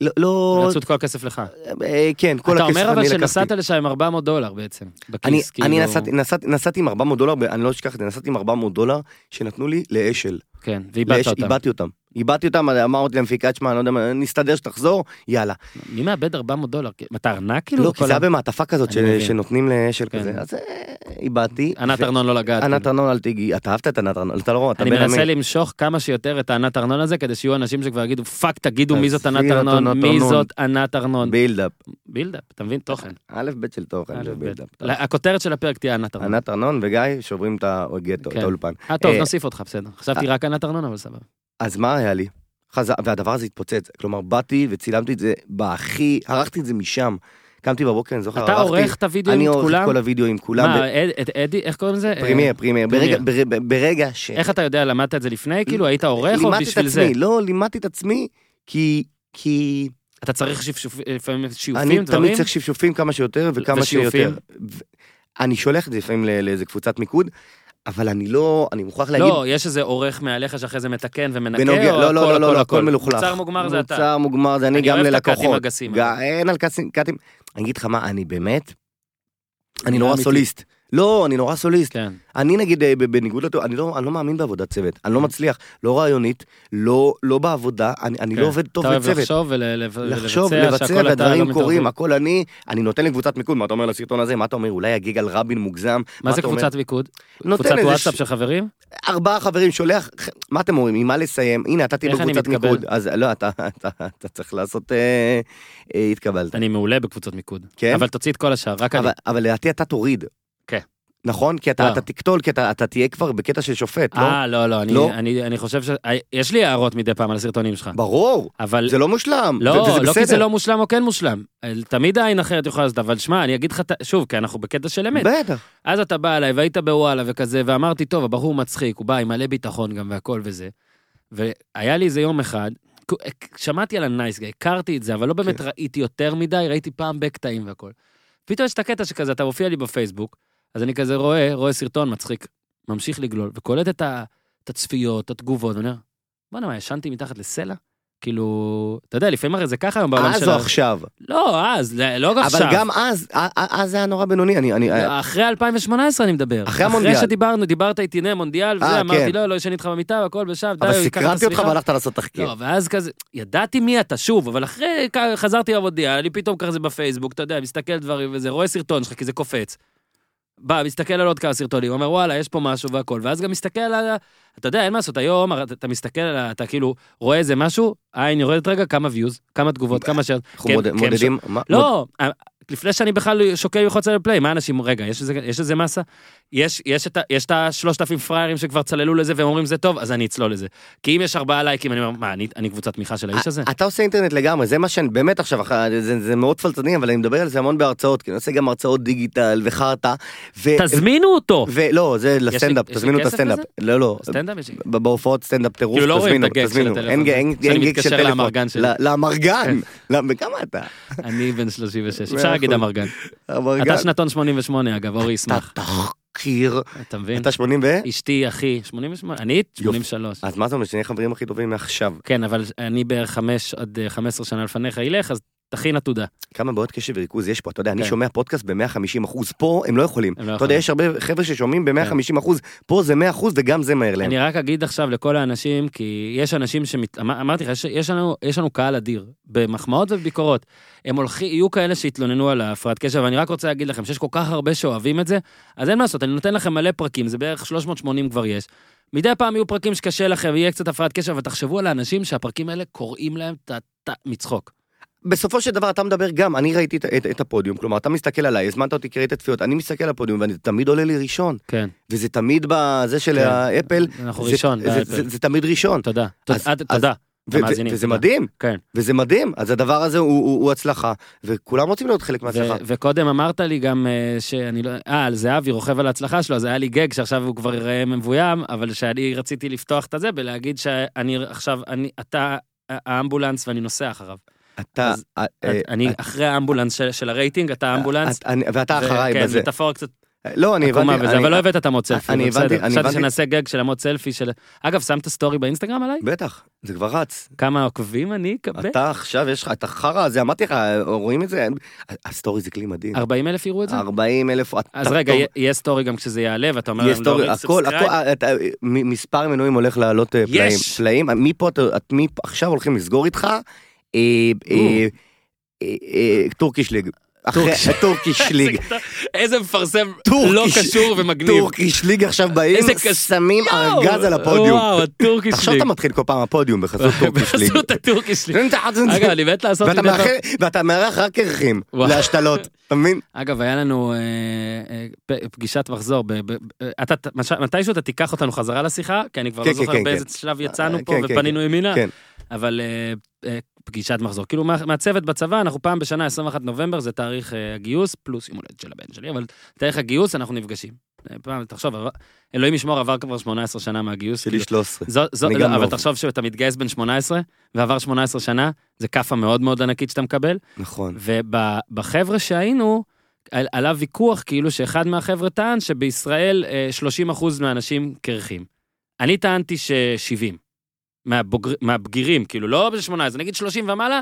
Speaker 2: לא, לא,
Speaker 1: רצו את כל הכסף לך.
Speaker 2: אה, כן, כל
Speaker 1: אתה
Speaker 2: הכסף
Speaker 1: אומר אבל
Speaker 2: אני לקחתי.
Speaker 1: שנסעת לשם עם 400 דולר בעצם.
Speaker 2: אני,
Speaker 1: בכיס,
Speaker 2: אני
Speaker 1: כאילו-
Speaker 2: נסעתי, נסעתי, נסעתי עם 400 דולר, אני לא אשכח את זה, נסעתי עם 400 דולר שנתנו לי לאשל.
Speaker 1: כן, ואיבדת
Speaker 2: לאש-
Speaker 1: אותם.
Speaker 2: איבדתי אותם. איבדתי אותם, אמרתי למפיקה, תשמע, אני לא יודע מה, נסתדר שתחזור, יאללה.
Speaker 1: מי מאבד 400 דולר? אתה ארנק כאילו?
Speaker 2: לא, כי זה היה במעטפה כזאת
Speaker 1: אני
Speaker 2: של-
Speaker 1: מבין.
Speaker 2: שנותנים לאשל
Speaker 1: כן.
Speaker 2: כזה, אז אה, איבדתי.
Speaker 1: ענת
Speaker 2: ו-
Speaker 1: ארנון לא לגעת.
Speaker 2: ענת ארנון, אל תיגעי, אתה אהבת את ענת ארנון, אתה לא רואה, אתה
Speaker 1: אני
Speaker 2: בן עמי.
Speaker 1: מנסה למשוך כמה שיותר את הענת ארנון הזה, כדי שיהיו אנשים שכבר יגידו, פאק, תגידו מי זאת
Speaker 2: עזבי
Speaker 1: ענת
Speaker 2: את
Speaker 1: ארנון,
Speaker 2: ענת
Speaker 1: מי
Speaker 2: ארנון. כן,
Speaker 1: זאת ענת ארנון.
Speaker 2: בילדאפ,
Speaker 1: בילדאפ, אתה מבין? תוכן.
Speaker 2: א' ב' של תוכן,
Speaker 1: א',
Speaker 2: זה
Speaker 1: ב'.
Speaker 2: בילדאפ.
Speaker 1: לה- הכותרת של הפרק תהיה ענת ארנון.
Speaker 2: כן. ענת ארנון וגיא שוברים את הגטו, את
Speaker 1: כן.
Speaker 2: האולפן.
Speaker 1: אה, טוב,
Speaker 2: אה,
Speaker 1: נוסיף אותך, בסדר. חשבתי רק ענת ארנון, אבל סבבה.
Speaker 2: אז מה היה לי? חזר, והדבר הזה התפוצץ. כלומר, באתי וצילמתי את זה בהכי, ערכתי את זה משם. קמתי בבוקר, אני זוכר,
Speaker 1: אתה
Speaker 2: ערכתי-
Speaker 1: עורך את
Speaker 2: לא, אני
Speaker 1: הוידאו עם
Speaker 2: עורך את
Speaker 1: כולם?
Speaker 2: כל הוידאו עם כולם.
Speaker 1: מה, אד- את אדי, איך קוראים לזה? אה,
Speaker 2: פרימייר, פרימייר. ברגע- בר- ברגע ש...
Speaker 1: איך אתה יודע, למדת את זה לפני? כאילו, היית עורך או
Speaker 2: לימדתי את
Speaker 1: בשביל זה?
Speaker 2: עצמי, לא, לימדתי את עצמי, כי... כי
Speaker 1: אתה צריך שפשופ- לפעמים שיופים,
Speaker 2: אני
Speaker 1: דברים?
Speaker 2: תמיד צריך שפשופים כמה שיותר וכמה
Speaker 1: ושיופים?
Speaker 2: שיותר. ו- אני שולח את זה לפעמים לא- לאיזה קבוצת מיקוד, אבל אני לא, אני מוכרח להגיד,
Speaker 1: לא, יש איזה עורך מעליך שאחרי זה מתקן ומנקה, או
Speaker 2: בנוגע,
Speaker 1: הכל,
Speaker 2: לא, לא, לא,
Speaker 1: הכל,
Speaker 2: לא, לא,
Speaker 1: הכל?
Speaker 2: הכל מלוכלך.
Speaker 1: מוצר מוגמר זה אתה.
Speaker 2: מוצר מוגמר זה אני,
Speaker 1: אני
Speaker 2: גם
Speaker 1: אוהב את
Speaker 2: ללקוחות.
Speaker 1: הקאטים הגסים,
Speaker 2: ג- אין על קאטים, קאטים. אני אגיד לך מה, אני באמת, אני נורא
Speaker 1: אמיתי.
Speaker 2: סוליסט. לא, אני נורא סוליסט.
Speaker 1: כן.
Speaker 2: אני נגיד, אה, ב- בניגוד לטוב, אני לא אני לא מאמין בעבודת צוות. אני לא מצליח, לא רעיונית, לא לא בעבודה, אני אני
Speaker 1: כן.
Speaker 2: לא עובד טוב
Speaker 1: אתה אוהב
Speaker 2: בצוות.
Speaker 1: לחשוב ולבצע,
Speaker 2: לחשוב, לבצע,
Speaker 1: שהכל אתה
Speaker 2: והדברים
Speaker 1: לא
Speaker 2: קורים,
Speaker 1: מתערב.
Speaker 2: הכל אני, אני נותן לקבוצת מיקוד, מה אתה אומר לסרטון הזה, מה אתה אומר, אולי הגיג על רבין מוגזם,
Speaker 1: מה זה
Speaker 2: אתה אומר?
Speaker 1: קבוצת מיקוד?
Speaker 2: נותן
Speaker 1: קבוצת
Speaker 2: איזה
Speaker 1: וואטסאפ
Speaker 2: ש-
Speaker 1: של חברים?
Speaker 2: ארבעה חברים שולח, מה אתם אומרים, עם מה לסיים, הנה, אתה תהיה
Speaker 1: איך אני
Speaker 2: בקבוצת
Speaker 1: מתקבל?
Speaker 2: מיקוד, אז לא, אתה- אתה אתה צריך לעשות, אה, אה, התקבלת,
Speaker 1: אני מעולה בקבוצות מיקוד.
Speaker 2: כן?
Speaker 1: אבל תוציא את כל השאר, רק אני.
Speaker 2: אבל- אבל לדעתי אתה תוריד.
Speaker 1: כן.
Speaker 2: נכון? כי אתה
Speaker 1: לא.
Speaker 2: אתה תקטול, כי אתה אתה תהיה כבר בקטע של שופט, לא?
Speaker 1: אה, לא, לא, אני-
Speaker 2: לא?
Speaker 1: אני- אני חושב ש... אה, יש לי הערות מדי פעם על הסרטונים שלך.
Speaker 2: ברור,
Speaker 1: אבל...
Speaker 2: זה לא מושלם, ו- וזה
Speaker 1: לא, לא כי זה
Speaker 2: בסדר.
Speaker 1: לא מושלם או כן מושלם. תמיד העין אחרת יכולה לעשות, אבל שמע, אני אגיד לך, את ה- שוב, כי אנחנו בקטע של אמת.
Speaker 2: בטח.
Speaker 1: אז אתה בא אליי והיית בוואלה וכזה, ואמרתי, טוב, הבחור מצחיק, הוא בא עם מלא ביטחון גם והכל וזה. והיה לי איזה יום אחד, כ- שמעתי על הנייס גאי, הכרתי את זה, אבל לא
Speaker 2: כן.
Speaker 1: באמת ראיתי יותר מדי, ראיתי פעם בקטעים והכל. פתאום יש את הקטע שכזה, אתה מופיע לי בפייסבוק, אז אני כזה רואה, רואה סרטון מצחיק, ממשיך לגלול, וקולט את, ה, את הצפיות, את התגובות, ואני אומר, בוא'נה, מה, ישנתי מתחת לסלע? כאילו, אתה יודע, לפעמים הרי זה ככה היום בעולם
Speaker 2: אז
Speaker 1: של...
Speaker 2: או
Speaker 1: ה-
Speaker 2: עכשיו.
Speaker 1: לא, אז, לא- לא עכשיו.
Speaker 2: אה,
Speaker 1: לא.
Speaker 2: אבל גם אז, א- א- אז זה היה נורא בינוני, אני... אני-
Speaker 1: אחרי 2018 אני מדבר.
Speaker 2: אה, אחרי המונדיאל.
Speaker 1: אחרי שדיברנו, דיברת איתי נה, מונדיאל, וזה,
Speaker 2: אה,
Speaker 1: אמרתי,
Speaker 2: כן.
Speaker 1: לא, לא ישן איתך במיטה, והכל בשם, די,
Speaker 2: אבל
Speaker 1: הוא לא, ייקח את
Speaker 2: סקרנתי אותך כן.
Speaker 1: הסליחה.
Speaker 2: והלכת לעשות תחקיר.
Speaker 1: לא, ואז כזה, ידעתי מי אתה, שוב, אבל אחרי, כ- חזרתי למונדיאל, אני פתאום כזה בפייסבוק, אתה יודע, מסתכל דברים וזה, רואה סרטון שלך, כי זה קופץ. בא, מסתכל על עוד כמה סרטונים, אומר, וואלה, יש פה משהו והכל, ואז גם מסתכל על ה... אתה יודע, אין מה לעשות, היום הר- אתה מסתכל על ה... אתה כאילו רואה איזה משהו, העין יורדת רגע, כמה views, כמה תגובות, כמה ש...
Speaker 2: אנחנו
Speaker 1: כן,
Speaker 2: מודד-
Speaker 1: כן,
Speaker 2: מודדים... מה- מוד-
Speaker 1: לא, לפני שאני בכלל שוקל ללחוץ על הפליי, מה אנשים, רגע, יש איזה- יש איזה מסה? יש יש את ה- יש את השלושת אלפים פראיירים שכבר צללו לזה והם אומרים זה טוב, אז אני אצלול לזה. כי אם יש ארבעה לייקים, אני אומר, מה, אני- אני קבוצת תמיכה של האיש הזה?
Speaker 2: אתה עושה אינטרנט לגמרי, זה מה שאני באמת עכשיו, אחרי- זה זה מאוד פלצני, אבל אני מדבר על זה המון בהרצאות, כי אני עושה גם הרצאות דיגיטל וחרטא. ו-
Speaker 1: תזמינו אותו!
Speaker 2: ולא, זה
Speaker 1: לי-
Speaker 2: לסטנדאפ,
Speaker 1: יש לי
Speaker 2: תזמינו את
Speaker 1: כסף
Speaker 2: הסטנדאפ.
Speaker 1: לזה?
Speaker 2: לא, לא.
Speaker 1: סטנדאפ יש לי.
Speaker 2: ב- בהופעות סטנדאפ טירוף,
Speaker 1: כאילו, לא רואים
Speaker 2: תזמינו,
Speaker 1: את הגג של
Speaker 2: תזמינו.
Speaker 1: הטלפון.
Speaker 2: אין ג- אין-
Speaker 1: שאני
Speaker 2: אין גג
Speaker 1: מתקשר כן.
Speaker 2: של טלפון.
Speaker 1: לאמרגן שלי.
Speaker 2: ל- לאמרגן, למ- כמה אתה?
Speaker 1: אני בן 36,
Speaker 2: מאה
Speaker 1: אפשר להגיד
Speaker 2: אחוז.
Speaker 1: אמרגן.
Speaker 2: אמרגן.
Speaker 1: אתה שנתון 88 אגב, אורי ישמח.
Speaker 2: נכון. אתה תחקיר.
Speaker 1: אתה מבין?
Speaker 2: אתה 80 ו...
Speaker 1: אשתי, אחי, 88, אני 83.
Speaker 2: אז מה זה אומר, שנהיה חברים הכי טובים מעכשיו.
Speaker 1: כן, אבל אני בערך 5 עד אה, 15 שנה לפניך ילך, אז תכין עתודה.
Speaker 2: כמה בעיות קשב וריכוז יש פה, אתה יודע, אני
Speaker 1: כן.
Speaker 2: שומע פודקאסט ב-150 אחוז, פה הם לא יכולים.
Speaker 1: הם לא
Speaker 2: אתה
Speaker 1: יכולים.
Speaker 2: יודע,
Speaker 1: כן.
Speaker 2: יש הרבה חבר'ה ששומעים ב-150 אחוז, פה זה 100 אחוז וגם זה מהר להם.
Speaker 1: אני רק אגיד עכשיו לכל האנשים, כי יש אנשים שמת... אמר- אמרתי לך, יש, יש, לנו, יש לנו קהל אדיר, במחמאות ובביקורות. הם הולכים, יהיו כאלה שהתלוננו על ההפרעת קשב, ואני רק רוצה להגיד לכם שיש כל כך הרבה שאוהבים את זה, אז אין מה לעשות, אני נותן לכם מלא פרקים, זה בערך 380 כבר יש. מדי פעם יהיו פרקים שקשה לכם, יהיה קצת הפרעת קשב, אבל תחשבו על האנשים שהפרקים האלה קוראים להם ת, ת, מצחוק.
Speaker 2: בסופו של דבר אתה מדבר גם, אני ראיתי את- את את הפודיום, כלומר, אתה מסתכל עליי, הזמנת אותי, קראתי את התפילות, אני מסתכל על הפודיום ואני תמיד עולה לי ראשון,
Speaker 1: כן,
Speaker 2: וזה תמיד בזה של
Speaker 1: כן.
Speaker 2: האפל.
Speaker 1: אנחנו
Speaker 2: זה-
Speaker 1: ראשון,
Speaker 2: זה-
Speaker 1: באפל.
Speaker 2: זה- זה תמיד ראשון.
Speaker 1: תודה.
Speaker 2: אז-
Speaker 1: תודה,
Speaker 2: אז-
Speaker 1: תודה.
Speaker 2: ו- ו-
Speaker 1: למאזינים,
Speaker 2: וזה
Speaker 1: תודה.
Speaker 2: מדהים,
Speaker 1: כן.
Speaker 2: וזה מדהים, אז הדבר הזה הוא- הוא הוא הצלחה, וכולם רוצים להיות חלק מההצלחה.
Speaker 1: ו- וקודם אמרת לי גם אה, שאני לא... אה, על זהבי רוכב על ההצלחה שלו, אז היה לי גג שעכשיו הוא כבר ייראה מבוים, אבל שאני רציתי לפתוח את הזה ולהגיד שאני עכשיו, אני, אתה ה- האמבולנס ואני נוסע אחריו.
Speaker 2: אתה...
Speaker 1: אז-
Speaker 2: אה,
Speaker 1: אני
Speaker 2: אה,
Speaker 1: אחרי האמבולנס של, של הרייטינג, אתה האמבולנס.
Speaker 2: את- אני- ואתה אחריי
Speaker 1: כן,
Speaker 2: בזה.
Speaker 1: מטאפורה קצת
Speaker 2: לא, אני הבנתי,
Speaker 1: קומה וזה,
Speaker 2: אני-
Speaker 1: אבל לא הבאת את המוט סלפי,
Speaker 2: אני
Speaker 1: אבל
Speaker 2: הבנתי-
Speaker 1: בסדר.
Speaker 2: אני
Speaker 1: חשבתי
Speaker 2: הבנתי-
Speaker 1: שנעשה גג של המוט סלפי של... אגב, שמת סטורי באינסטגרם עליי?
Speaker 2: בטח, זה כבר רץ.
Speaker 1: כמה עוקבים אני אקבל?
Speaker 2: אתה עכשיו, יש לך את החרא הזה, אמרתי לך, רואים את זה? הסטורי זה כלי מדהים.
Speaker 1: 40 אלף יראו
Speaker 2: אה,
Speaker 1: את זה?
Speaker 2: 40 אלף,
Speaker 1: אז רגע, יהיה- יהיה סטורי גם כשזה יעלה, ואתה אומר
Speaker 2: יש
Speaker 1: להם
Speaker 2: סטורי,
Speaker 1: להוריד
Speaker 2: הכל, הכל, אה,
Speaker 1: סאבסקרייב?
Speaker 2: אתה- מ- מספר מנויים הולך לעלות אה, פלאים.
Speaker 1: יש!
Speaker 2: פלאים, מפה, אתה- את- מפה- עכשיו הולכים לסגור איתך, אה, אה, אה, אה, טורקיש ליג. אחרי-
Speaker 1: טורקיש.
Speaker 2: טורקיש ליג.
Speaker 1: איזה מפרסם
Speaker 2: טורקיש.
Speaker 1: לא קשור ומגניב.
Speaker 2: טורקיש ליג עכשיו באים,
Speaker 1: איזה קש-
Speaker 2: שמים
Speaker 1: יואו!
Speaker 2: ארגז על הפודיום.
Speaker 1: וואו, הטורקיש
Speaker 2: עכשיו
Speaker 1: ליג.
Speaker 2: אתה מתחיל כל פעם הפודיום בחסות טורקיש ליג.
Speaker 1: בחסות הטורקיש ליג.
Speaker 2: לא נתחת את זה.
Speaker 1: אגב, אני מת לעשות...
Speaker 2: ואתה
Speaker 1: מדי פעם-
Speaker 2: מאחל- ואתה מארח רק ערכים
Speaker 1: וואו. כאילו-
Speaker 2: להשתלות, אתה מבין?
Speaker 1: אגב, היה לנו אה, אה, פ- פגישת מחזור. ב- ב- אה, אתה- ת- מש- מתישהו אתה תיקח אותנו חזרה לשיחה, כי אני כבר
Speaker 2: כן,
Speaker 1: לא
Speaker 2: כן,
Speaker 1: זוכר
Speaker 2: כן,
Speaker 1: באיזה
Speaker 2: כן.
Speaker 1: שלב יצאנו
Speaker 2: אה,
Speaker 1: פה
Speaker 2: כן, כן,
Speaker 1: ופנינו ימינה,
Speaker 2: כן.
Speaker 1: אבל אה, אה, פגישת מחזור. כאילו מה- מהצוות בצבא, אנחנו פעם בשנה, 21 נובמבר, זה תאריך אה, הגיוס, פלוס יום הולדת של הבן שלי, אבל תאריך הגיוס, אנחנו נפגשים. אה, פעם, תחשוב, עבר- אלוהים ישמור, עבר כבר 18 שנה מהגיוס.
Speaker 2: שלי
Speaker 1: כאילו,
Speaker 2: 13.
Speaker 1: זו, זו,
Speaker 2: אני
Speaker 1: לא,
Speaker 2: גם לא
Speaker 1: אבל
Speaker 2: עובד.
Speaker 1: תחשוב שאתה מתגייס בן 18 ועבר 18 שנה, זה כאפה מאוד מאוד ענקית שאתה מקבל.
Speaker 2: נכון.
Speaker 1: ובחבר'ה שהיינו, על, עלה ויכוח כאילו שאחד מהחבר'ה טען שבישראל אה, 30% מהאנשים קרחים. אני טענתי ש-70. מהבוגר, מהבגירים, כאילו, לא ב-18, נגיד 30 ומעלה,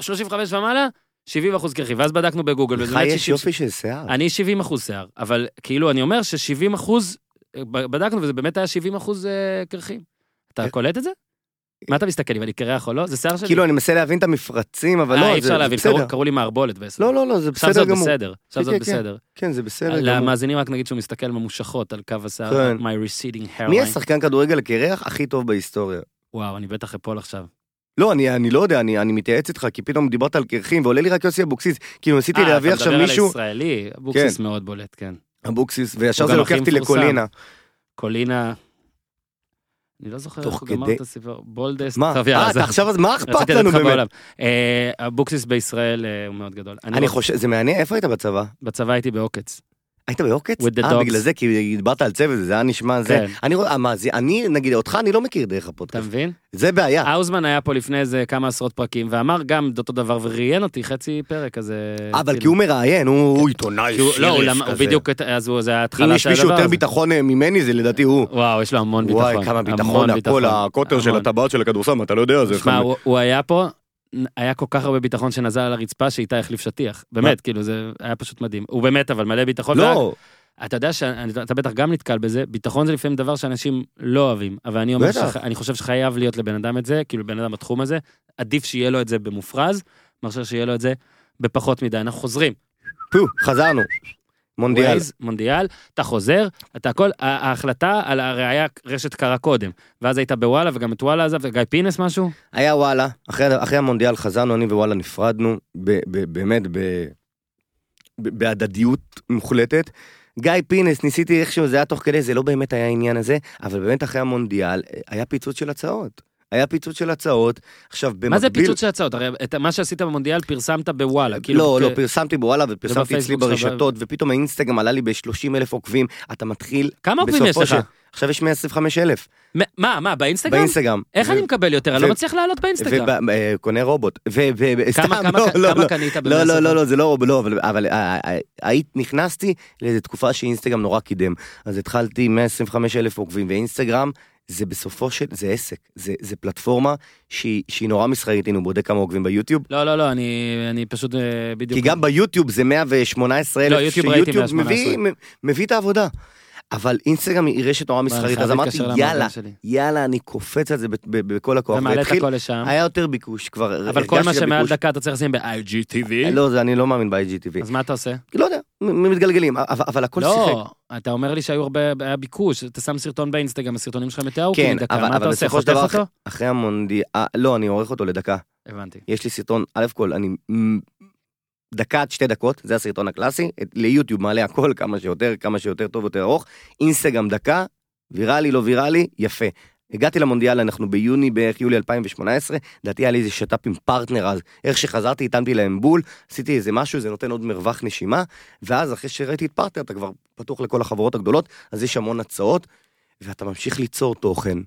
Speaker 1: 35 ומעלה, 70 אחוז קרחים. ואז בדקנו בגוגל, וזה
Speaker 2: לך
Speaker 1: כאילו, באמת אה,
Speaker 2: יש
Speaker 1: 60
Speaker 2: יופי של שיער.
Speaker 1: אני 70 אחוז שיער, אבל כאילו, אני אומר ש-70 אחוז, בדקנו, וזה באמת היה 70 אחוז קרחים. אתה
Speaker 2: אה.
Speaker 1: קולט את זה? מה אתה מסתכל, אם אני קרח או לא? זה שיער שלי.
Speaker 2: כאילו אני מנסה להבין את המפרצים, אבל
Speaker 1: אה,
Speaker 2: לא,
Speaker 1: אי
Speaker 2: זה-
Speaker 1: אפשר
Speaker 2: זה
Speaker 1: להבין,
Speaker 2: בסדר.
Speaker 1: קראו- קראו לי מערבולת בעשר.
Speaker 2: לא, לא, לא, זה
Speaker 1: עכשיו
Speaker 2: בסדר
Speaker 1: זאת
Speaker 2: גמור.
Speaker 1: בסדר, עכשיו
Speaker 2: כן,
Speaker 1: זאת
Speaker 2: כן, כן.
Speaker 1: בסדר.
Speaker 2: כן, זה בסדר גמור.
Speaker 1: למאזינים רק נגיד שהוא מסתכל ממושכות על קו השיער,
Speaker 2: כן.
Speaker 1: my receding
Speaker 2: מי
Speaker 1: hairline.
Speaker 2: השחקן כדורגל הקרח הכי טוב בהיסטוריה?
Speaker 1: וואו, אני בטח אפול עכשיו.
Speaker 2: לא, אני, אני לא יודע, אני, אני מתייעץ איתך, כי פתאום דיברת על קרחים, ועולה לי רק יוסי אבוקסיס, כאילו ניסיתי
Speaker 1: אה,
Speaker 2: להביא עכשיו
Speaker 1: אתה מדבר על
Speaker 2: מישהו,
Speaker 1: הישראלי, אבוקסיס מאוד בולט, כן.
Speaker 2: אבוקסיס, וישר
Speaker 1: הוא
Speaker 2: זה
Speaker 1: גם
Speaker 2: לוקח
Speaker 1: הכי
Speaker 2: אותי
Speaker 1: מפורסם.
Speaker 2: לקולינה.
Speaker 1: קולינה, אני לא זוכר
Speaker 2: תוך
Speaker 1: איך הוא גמר
Speaker 2: כדי-
Speaker 1: את הסיפור, בולדסט.
Speaker 2: מה?
Speaker 1: טוב, יאללה,
Speaker 2: אה,
Speaker 1: עזוב.
Speaker 2: אתה עכשיו, אז מה אכפת
Speaker 1: רציתי לתת
Speaker 2: לנו
Speaker 1: לך
Speaker 2: באמת?
Speaker 1: בעולם. אה, אבוקסיס בישראל אה, הוא מאוד גדול.
Speaker 2: אני חושב, זה מעניין, איפה היית בצבא?
Speaker 1: בצבא הייתי בעוקץ.
Speaker 2: היית ביוקץ?
Speaker 1: With the
Speaker 2: אה,
Speaker 1: dogs.
Speaker 2: בגלל זה, כי דיברת על צוות, זה היה נשמע זה.
Speaker 1: כן.
Speaker 2: אני רואה, אה, מה זה, אני, נגיד, אותך אני לא מכיר דרך
Speaker 1: אתה אה,
Speaker 2: הפודקאסט.
Speaker 1: מבין?
Speaker 2: זה בעיה.
Speaker 1: האוזמן היה פה לפני איזה כמה עשרות פרקים, ואמר גם את אותו דבר, וראיין אותי חצי פרק, אז... אה,
Speaker 2: אבל
Speaker 1: כאילו-
Speaker 2: כי הוא מראיין, הוא הוא עיתונאי
Speaker 1: כי הוא- לא, הוא
Speaker 2: חירש
Speaker 1: למ- הוא
Speaker 2: כזה.
Speaker 1: בדיוק, את- אז הוא- זה
Speaker 2: אם
Speaker 1: ההתחלה
Speaker 2: יש
Speaker 1: של הדבר
Speaker 2: מישהו יותר
Speaker 1: הזה.
Speaker 2: ביטחון אה, ממני, זה לדעתי הוא.
Speaker 1: וואו, יש לו המון ביטחון.
Speaker 2: וואי, כמה
Speaker 1: המון
Speaker 2: ביטחון, הכל, הקוטר של
Speaker 1: המון.
Speaker 2: הטבעת של הכדורסם, אתה לא יודע, זה...
Speaker 1: שמע,
Speaker 2: חמ-
Speaker 1: הוא- הוא היה פה, נ- היה כל כך הרבה ביטחון שנזל על הרצפה, שאיתה החליף שטיח. באמת, כאילו, זה היה פשוט מדהים. הוא באמת, אבל מלא ביטחון. והג-
Speaker 2: לא,
Speaker 1: אתה יודע שאתה בטח גם נתקל בזה, ביטחון זה לפעמים דבר שאנשים לא אוהבים, אבל אני אומר,
Speaker 2: בטח.
Speaker 1: שח- אני חושב שחייב להיות לבן אדם את זה, כאילו לבן אדם בתחום הזה, עדיף שיהיה לו את זה במופרז, מאשר שיהיה לו את זה בפחות מדי. אנחנו חוזרים,
Speaker 2: פו, חזרנו. מונדיאל.
Speaker 1: ווייז, מונדיאל, אתה חוזר, אתה הכל, ה- ההחלטה על הראייה רשת קרה קודם, ואז היית בוואלה וגם את וואלה עזב, וגיא פינס משהו?
Speaker 2: היה וואלה, אחרי, אחרי המונדיאל חזרנו, אני ווואלה נפרדנו, ב, ב, באמת ב, ב, בהדדיות מוחלטת. גיא פינס, ניסיתי איכשהו, זה היה תוך כדי, זה לא באמת היה העניין הזה, אבל באמת אחרי המונדיאל, אה, היה פיצוץ של הצעות. היה פיצוץ של הצעות, עכשיו במקביל...
Speaker 1: מה זה פיצוץ של הצעות? הרי את מה שעשית במונדיאל פרסמת בוואלה, כאילו...
Speaker 2: לא,
Speaker 1: כ-
Speaker 2: לא, פרסמתי בוואלה ופרסמתי אצלי
Speaker 1: ובפייסבוק שלך,
Speaker 2: ברשתות, ופתאום האינסטגרם עלה לי ב-30 אלף עוקבים, אתה מתחיל...
Speaker 1: כמה עוקבים
Speaker 2: בסופו
Speaker 1: יש לך?
Speaker 2: של- עכשיו יש 125 אלף
Speaker 1: מ- מה, מה, באינסטגרם?
Speaker 2: לא. באינסטגרם.
Speaker 1: איך
Speaker 2: ו-
Speaker 1: אני מקבל יותר? אני לא
Speaker 2: ו-
Speaker 1: מצליח לעלות באינסטגרם.
Speaker 2: וב- אה, קונה רובוט. ו- ו- סתם,
Speaker 1: כמה, כמה,
Speaker 2: לא, לא,
Speaker 1: כמה
Speaker 2: לא.
Speaker 1: קנית
Speaker 2: לא,
Speaker 1: בבני
Speaker 2: לא,
Speaker 1: הסוכנות?
Speaker 2: לא, לא, זה לא, לא, אבל, אבל אה, אה, היית, נכנסתי לאיזו תקופה שאינסטגרם נורא קידם. אז התחלתי עם 125 אלף עוקבים, ואינסטגרם זה בסופו של, זה עסק, זה, זה פלטפורמה שהיא, שהיא נורא מסחרית, הנה הוא בודק כמה עוקבים ביוטיוב.
Speaker 1: לא, לא, לא, אני, אני פשוט אה,
Speaker 2: כי
Speaker 1: בדיוק...
Speaker 2: גם ביוטיוב זה 118 אלף,
Speaker 1: לא, יוטיוב ראיתי 118.
Speaker 2: מביא, מביא את העבודה. אבל אינסטגרם היא רשת נורא
Speaker 1: אני
Speaker 2: מסחרית,
Speaker 1: חייב
Speaker 2: אז אמרתי,
Speaker 1: להתקשר למועדון
Speaker 2: יאללה,
Speaker 1: שלי."
Speaker 2: יאללה, אני קופץ על זה ב- ב- בכל הכוח.
Speaker 1: ומעלה את
Speaker 2: והתחיל-
Speaker 1: הכל לשם.
Speaker 2: היה אה, יותר ביקוש כבר,
Speaker 1: אבל כל מה
Speaker 2: הרגשתי את
Speaker 1: שמעל
Speaker 2: הביקוש.
Speaker 1: דקה אתה צריך לשים ב-IGTV.
Speaker 2: לא, זה- אני לא מאמין ב-IGTV.
Speaker 1: אז מה אתה עושה?
Speaker 2: לא יודע, מ- מ- מתגלגלים, אבל, אבל הכל שיחק.
Speaker 1: לא, אתה אומר לי שהיו הרבה, היה ביקוש, אתה שם סרטון באינסטגרם, הסרטונים שלך הם יותר ארוכים
Speaker 2: כן,
Speaker 1: מדקה,
Speaker 2: אבל,
Speaker 1: מה אתה
Speaker 2: אבל
Speaker 1: עושה?
Speaker 2: בסופו של
Speaker 1: חותך
Speaker 2: דבר, אח-
Speaker 1: אותו?
Speaker 2: אחרי המונדיאל, לא, אני עורך אותו לדקה.
Speaker 1: הבנתי.
Speaker 2: יש לי סרטון, א' כל, אני מ, דקה עד שתי דקות, זה הסרטון הקלאסי, את- ליוטיוב מעלה הכל, כמה שיותר, כמה שיותר טוב, יותר ארוך, אינסטגרם דקה, ויראלי, לא ויראלי, יפה. הגעתי למונדיאל, אנחנו ביוני, בערך יולי 2018, לדעתי היה לי איזה שת"פ עם פרטנר אז. איך שחזרתי, התאמתי להם בול, עשיתי איזה משהו, זה נותן עוד מרווח נשימה, ואז אחרי שראיתי את פרטנר, אתה כבר פתוח לכל החברות הגדולות, אז יש המון הצעות, ואתה ממשיך ליצור תוכן.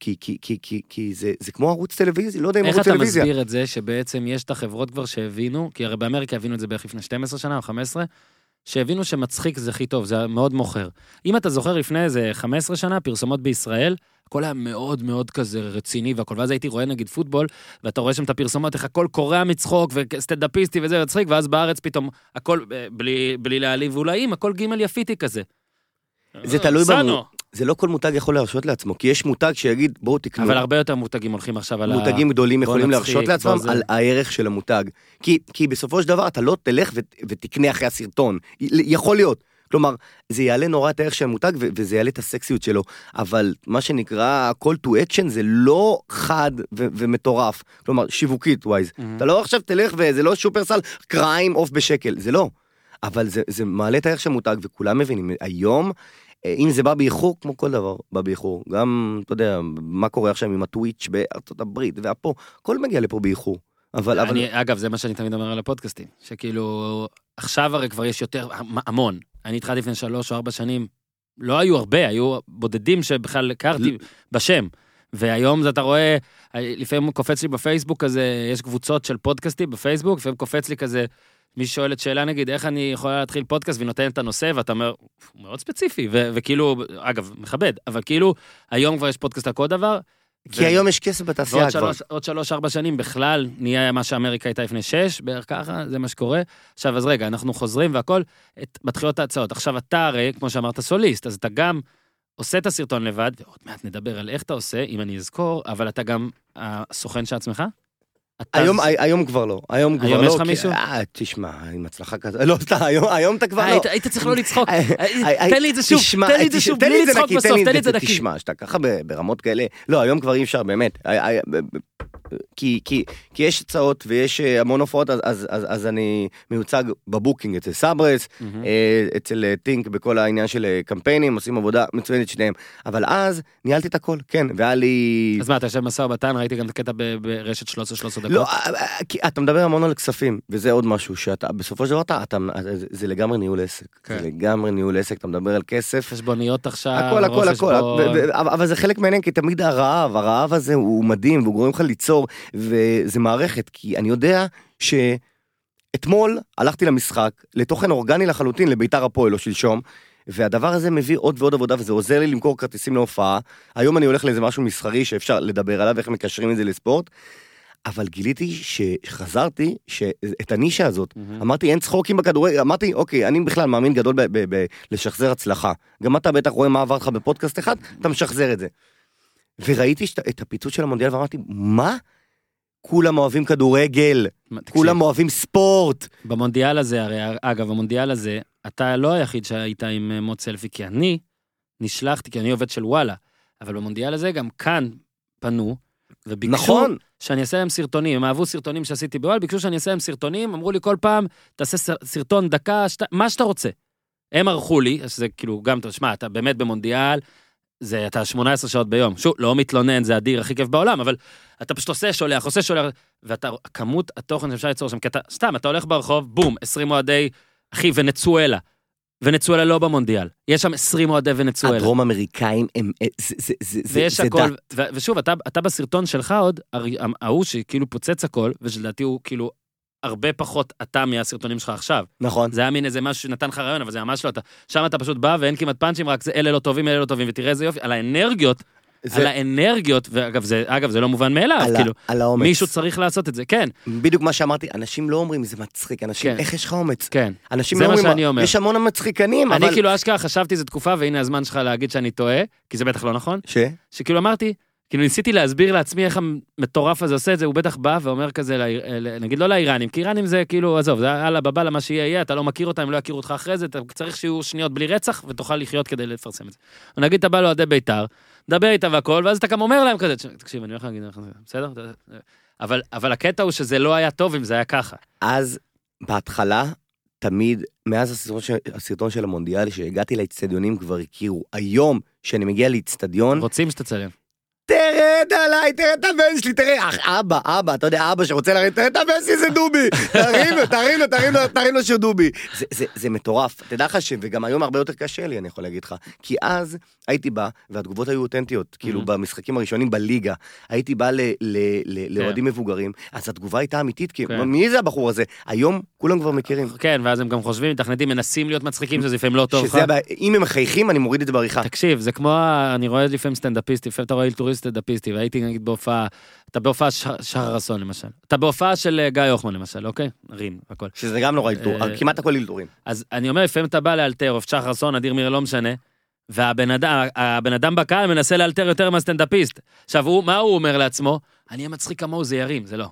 Speaker 2: כי, כי, כי, כי, כי זה, זה כמו ערוץ טלוויזיה, לא יודע אם
Speaker 1: איך
Speaker 2: ערוץ
Speaker 1: אתה
Speaker 2: טלוויזיה.
Speaker 1: מסביר את זה שבעצם יש את החברות כבר שהבינו, כי הרי באמריקה הבינו את זה בערך לפני 12 שנה או 15, שהבינו שמצחיק זה הכי טוב, זה מאוד מוכר. אם אתה זוכר לפני איזה 15 שנה, פרסומות בישראל, הכל היה מאוד מאוד כזה רציני והכל, ואז הייתי רואה נגיד פוטבול, ואתה רואה שם את הפרסומות, איך הכל קורע מצחוק, וסטנדאפיסטי וזה מצחיק, ואז בארץ פתאום הכל, אה, בלי, בלי להעליב אולאים, הכל גימל יפיתי כזה. אה,
Speaker 2: זה תלוי
Speaker 1: סנו.
Speaker 2: זה לא כל מותג יכול להרשות לעצמו, כי יש מותג שיגיד, בואו תקנו.
Speaker 1: אבל הרבה יותר מותגים הולכים עכשיו על ה...
Speaker 2: כאילו. מותגים גדולים
Speaker 1: בוא
Speaker 2: יכולים
Speaker 1: נצחיק,
Speaker 2: להרשות
Speaker 1: בוא
Speaker 2: לעצמם
Speaker 1: זה.
Speaker 2: על הערך של המותג. כי, כי בסופו של דבר אתה לא תלך ות, ותקנה אחרי הסרטון. י- יכול להיות. כלומר, זה יעלה נורא את הערך של המותג ו- וזה יעלה את הסקסיות שלו. אבל מה שנקרא call to action זה לא חד ו- ומטורף. כלומר, שיווקית ווייז.
Speaker 1: Mhm.
Speaker 2: אתה לא עכשיו תלך וזה לא שופרסל קריים עוף בשקל, זה לא. אבל זה, זה מעלה את הערך של המותג וכולם מבינים. היום אה, אם זה בא באיחור, כמו כל דבר בא באיחור. גם, אתה יודע, מה קורה עכשיו עם הטוויץ' בארצות הברית והפה, הכל מגיע לפה באיחור. אבל, אבל...
Speaker 1: אני, אגב, זה מה שאני תמיד אומר על הפודקאסטים, שכאילו, עכשיו הרי כבר יש יותר, המ- המון. אני התחלתי לפני שלוש או ארבע שנים, לא היו הרבה, היו בודדים שבכלל הכרתי בשם. והיום זה אתה רואה, אה, לפעמים קופץ לי בפייסבוק כזה, יש קבוצות של פודקאסטים בפייסבוק, לפעמים קופץ לי כזה, מי שואלת שאלה נגיד, איך אני יכולה להתחיל פודקאסט והיא נותנת את הנושא, ואתה אומר, "הוא מאוד ספציפי, ו- וכאילו, אגב, מכבד, אבל כאילו, היום כבר יש פודקאסט על כל דבר.
Speaker 2: כי
Speaker 1: ו-
Speaker 2: היום יש כסף בתעשייה
Speaker 1: ועוד
Speaker 2: כבר.
Speaker 1: שלוש, עוד שלוש, ארבע שנים בכלל נהיה מה שאמריקה הייתה לפני שש, בערך ככה, זה מה שקורה. עכשיו, אז רגע, אנחנו חוזרים והכל, את, מתחילות ההצעות. עכשיו, אתה הרי, כמו שאמרת, סוליסט, אז אתה גם עושה את הסרטון לבד, ועוד מעט נדבר על איך אתה עושה, אם אני אזכור, אבל אתה גם הסוכן של עצמך? אתה-
Speaker 2: היום, הי- היום כבר לא, היום כבר לא.
Speaker 1: היום יש לך
Speaker 2: כי-
Speaker 1: מישהו?
Speaker 2: אה, תשמע, עם הצלחה כזאת, לא, סתם, היום, היום אתה כבר
Speaker 1: אה,
Speaker 2: לא.
Speaker 1: היית- היית צריך לא לצחוק.
Speaker 2: אה, אה,
Speaker 1: תן לי את זה שוב,
Speaker 2: תשמע,
Speaker 1: תן לי את
Speaker 2: אה,
Speaker 1: זה שוב,
Speaker 2: תן
Speaker 1: בלי
Speaker 2: לי את זה
Speaker 1: לצחוק
Speaker 2: נקי,
Speaker 1: בסוף, תן לי את זה נקי.
Speaker 2: תשמע, שאתה ככה ב- ברמות כאלה, לא, היום כבר אי אפשר, באמת. אה, אה, ב- ב- כי, כי, כי יש הצעות ויש אה, המון הופעות, אז, אז, אז, אז אני מיוצג בבוקינג אצל סברס,
Speaker 1: מהמם.
Speaker 2: אה, אצל אה, טינק בכל העניין של אה, קמפיינים, עושים עבודה מצוינת שניהם. אבל אז ניהלתי את הכל, כן, והיה לי...
Speaker 1: אז מה, אתה יושב במשא ומתן, ראיתי גם את הקטע ב- ברשת 13-13
Speaker 2: לא,
Speaker 1: דקות.
Speaker 2: אה, אה, כי אתה מדבר המון על כספים, וזה עוד משהו שאתה, בסופו של דבר אתה, אתה זה- זה לגמרי ניהול עסק.
Speaker 1: כן.
Speaker 2: זה לגמרי ניהול עסק, אתה מדבר על כסף,
Speaker 1: חשבוניות עכשיו,
Speaker 2: הכל
Speaker 1: רואה
Speaker 2: הכל הכל
Speaker 1: חשבון.
Speaker 2: ו- ו- אבל אבל זה חלק מהעניין כי תמיד הרעב הרעב הזה הוא מדהים והוא גורם לך ליצור וזה מערכת כי אני יודע שאתמול הלכתי למשחק לתוכן אורגני לחלוטין לביתר הפועל או שלשום. והדבר הזה מביא עוד ועוד עבודה וזה עוזר לי למכור כרטיסים להופעה. היום אני הולך לאיזה משהו מסחרי שאפשר לדבר עליו, איך מקשרים את זה לספורט. אבל גיליתי שחזרתי ש- את הנישה הזאת.
Speaker 1: מהמם.
Speaker 2: Mm-hmm. אמרתי, אין צחוקים בכדורגל, אמרתי, אוקיי, אני בכלל מאמין גדול ב- ב- ב- לשחזר הצלחה. גם אתה בטח רואה מה עבר לך בפודקאסט אחד, אתה משחזר את זה. וראיתי שת, את הפיצוץ של המונדיאל ואמרתי, מה? כולם אוהבים כדורגל,
Speaker 1: מה, תקשיב.
Speaker 2: כולם אוהבים ספורט.
Speaker 1: במונדיאל הזה, הרי, אגב, במונדיאל הזה, אתה לא היחיד שהיית עם אה, מוט סלפי, כי אני נשלחתי, כי אני עובד של וואלה. אבל במונדיאל הזה גם כאן פנו, וביקשו
Speaker 2: נכון,
Speaker 1: שאני אעשה להם סרטונים. הם אהבו סרטונים שעשיתי בוואלה, ביקשו שאני אעשה להם סרטונים, אמרו לי כל פעם, תעשה סר- סרטון דקה, שת... מה שאתה רוצה. הם ערכו לי, אז זה כאילו גם, שמע, אתה באמת במונדיאל, זה, אתה 18 שעות ביום. שוב, לא מתלונן, זה אדיר, הכי כיף בעולם, אבל אתה פשוט עושה, שולח, עושה, שולח, ואתה, כמות התוכן שאפשר ליצור שם, כי אתה, סתם, אתה הולך ברחוב, בום, 20 אוהדי, אחי, ונצואלה. ונצואלה לא במונדיאל. יש שם 20 אוהדי ונצואלה.
Speaker 2: הדרום אמריקאים הם, אה, זה, זה, זה, זה,
Speaker 1: ויש
Speaker 2: זה
Speaker 1: הכל,
Speaker 2: דת.
Speaker 1: ו- ושוב, אתה, אתה בסרטון שלך עוד, הרי- ההוא שכאילו פוצץ הכל, ושלדעתי הוא כאילו הרבה פחות אתה מהסרטונים שלך עכשיו.
Speaker 2: נכון.
Speaker 1: זה היה מין איזה משהו שנתן לך רעיון, אבל זה ממש לא אתה. שם אתה פשוט בא ואין כמעט פאנצ'ים, רק זה אלה לא טובים, אלה לא טובים, ותראה איזה יופי, על האנרגיות, על
Speaker 2: זה
Speaker 1: האנרגיות, ואגב, זה, אגב, זה לא מובן מאליו,
Speaker 2: על, ה-
Speaker 1: כאילו,
Speaker 2: על האומץ.
Speaker 1: מישהו צריך לעשות את זה, כן,
Speaker 2: בדיוק מה שאמרתי, אנשים לא אומרים, זה מצחיק, אנשים,
Speaker 1: כן.
Speaker 2: איך יש לך אומץ?
Speaker 1: כן.
Speaker 2: אנשים
Speaker 1: זה
Speaker 2: לא
Speaker 1: מה
Speaker 2: אומרים,
Speaker 1: שאני אומר.
Speaker 2: יש המון מצחיקנים,
Speaker 1: אני
Speaker 2: אבל...
Speaker 1: כאילו אשכרה חשבתי איזה תקופה, והנה הזמן שלך להגיד שאני טועה, כי זה בטח לא נכון,
Speaker 2: ש?
Speaker 1: שכאילו אמרתי, כאילו ניסיתי להסביר לעצמי איך המטורף הזה עושה את זה, הוא בטח בא ואומר כזה, לאיר- אה, נגיד לא לאיראנים, כי איראנים זה כאילו, עזוב, זה אללה בבאללה, מה שיהיה יהיה, אתה לא מכיר אותם, הם לא יכירו אותך אחרי זה, אתה צריך שיהיו שניות בלי רצח ותוכל לחיות כדי לפרסם את זה. או נגיד אתה בא לאוהדי בית"ר, מדבר איתם והכל, ואז אתה גם אומר להם כזה, "תש- תקשיב, אני הולך להגיד לך, בסדר? אתה- אבל, אבל הקטע הוא שזה לא היה טוב אם זה היה ככה.
Speaker 2: אז בהתחלה, תמיד, מאז הסרטון של, הסרטון של המונדיאל, שהגעתי לאצטדיונים כבר הכירו. היום, כשאני מגיע לאצטדיון,
Speaker 1: רוצים שתצלם.
Speaker 2: תרד עליי, תראה את הבן שלי, תראה, אח, אבא, אבא, אתה יודע, אבא שרוצה לרדת, תראה את הבן שלי, זה דובי, תרים לו, תרים לו, תרים לו, תרים לו שהוא דובי. זה, זה, זה מטורף, תדע לך ש... וגם היום הרבה יותר קשה לי, אני יכול להגיד לך. כי אז הייתי בא, והתגובות היו אותנטיות,
Speaker 1: Mm-hmm.
Speaker 2: כאילו במשחקים הראשונים בליגה, הייתי בא ל- ל- ל- לאוהדים מבוגרים, אז התגובה הייתה אמיתית, כי
Speaker 1: כן.
Speaker 2: מי זה הבחור הזה? היום כולם כבר מכירים.
Speaker 1: כן, ואז הם גם חושבים, מתכנתים, מנסים להיות מצחיקים, שזה לפעמים לא טוב לך.
Speaker 2: שזה הבעיה, אם הם מחייכים, אני מוריד את זה בעריכה.
Speaker 1: תקשיב, זה כמו, ה- אני רואה לפעמים סטנדאפיסטים, לפעמים אתה רואה אלטוריסט סטנדאפיסטי, והייתי נגיד בהופעה, אתה בהופעה ש- שחר אסון למשל, אתה בהופעה של אה, גיא הוחמן למשל, אוקיי? רין, הכל.
Speaker 2: שזה גם נורא אלתור,
Speaker 1: אה,
Speaker 2: כמעט הכל אלתורים.
Speaker 1: אז אני אומר, לפעמים אתה בא לאלתר, או שחר אסון, אדיר מיר, לא משנה, והבן אדם, הבן אדם בקהל מנסה לאלתר יותר מהסטנדאפיסט. עכשיו, הוא, מה הוא אומר לעצמו? אני אהיה מצחיק כמוהו, זה ירים, זה לא.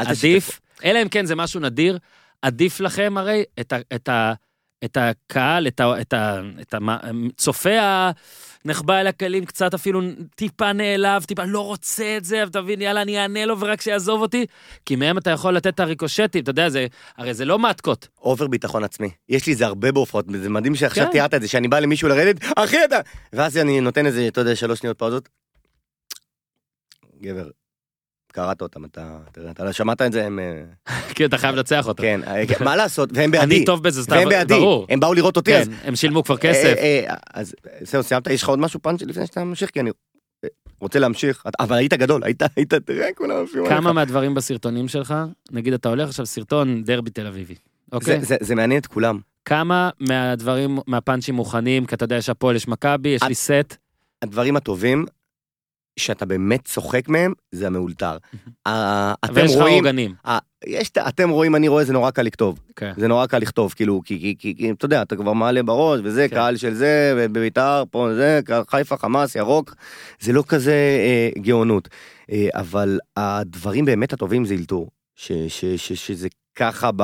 Speaker 2: אל תשתף.
Speaker 1: עדיף, אלא אם כן זה משהו נדיר, עדיף לכם הרי את, ה, את, ה, את הקהל, את, ה, את, ה, את הצופה הנחבא אל הכלים, קצת אפילו טיפה נעלב, טיפה לא רוצה את זה, אתה מבין, יאללה, אני אענה לו ורק שיעזוב אותי, כי מהם אתה יכול לתת את הריקושטים, אתה יודע, זה, הרי זה לא מתקות.
Speaker 2: אובר ביטחון עצמי. יש לי זה הרבה בהופעות, זה מדהים שעכשיו
Speaker 1: כן.
Speaker 2: תיארת את זה, שאני בא למישהו לרדת, אחי אתה... ואז אני נותן איזה, אתה יודע, שלוש שניות פאוזות. גבר, קראת אותם, אתה... תראה, אתה לא שמעת את זה, הם... אה,
Speaker 1: כי אתה חייב לנצח אותו.
Speaker 2: כן, אה, כן, מה לעשות, והם בעדי.
Speaker 1: אני טוב בזה, זה
Speaker 2: והם
Speaker 1: אתה-
Speaker 2: בעדי,
Speaker 1: ברור.
Speaker 2: הם באו לראות אותי,
Speaker 1: כן,
Speaker 2: אז...
Speaker 1: הם שילמו כבר
Speaker 2: אה,
Speaker 1: כסף.
Speaker 2: אה, אה, אז זהו, סיימת? יש לך עוד משהו פאנץ' לפני שאתה ממשיך? כי אני אה, רוצה להמשיך. אתה- אבל היית גדול, היית, היית, תראה, כולם עפים עליך.
Speaker 1: כמה מהדברים בסרטונים שלך, נגיד אתה הולך עכשיו סרטון דרבי תל אביבי,
Speaker 2: זה-
Speaker 1: אוקיי?
Speaker 2: זה- זה מעניין את כולם.
Speaker 1: כמה מהדברים, מהפאנצ'ים מוכנים, כי אתה יודע, יש הפועל, יש מכבי, יש לי סט.
Speaker 2: הדברים הטובים שאתה באמת צוחק מהם זה המאולתר. ה- אתם
Speaker 1: ויש לך
Speaker 2: רואים,
Speaker 1: עוגנים.
Speaker 2: ה- יש, את- אתם רואים, אני רואה, זה נורא קל לכתוב.
Speaker 1: כן.
Speaker 2: זה נורא קל לכתוב, כאילו, כי, כי, כי, כי אתה יודע, אתה כבר מעלה בראש, וזה,
Speaker 1: כן.
Speaker 2: קהל של זה, ו- בביתר, פה זה, קהל חיפה, חמאס, ירוק, זה לא כזה אה, גאונות. אה, אבל הדברים באמת הטובים זה אלתור, ש, ש, ש, שזה ככה ב...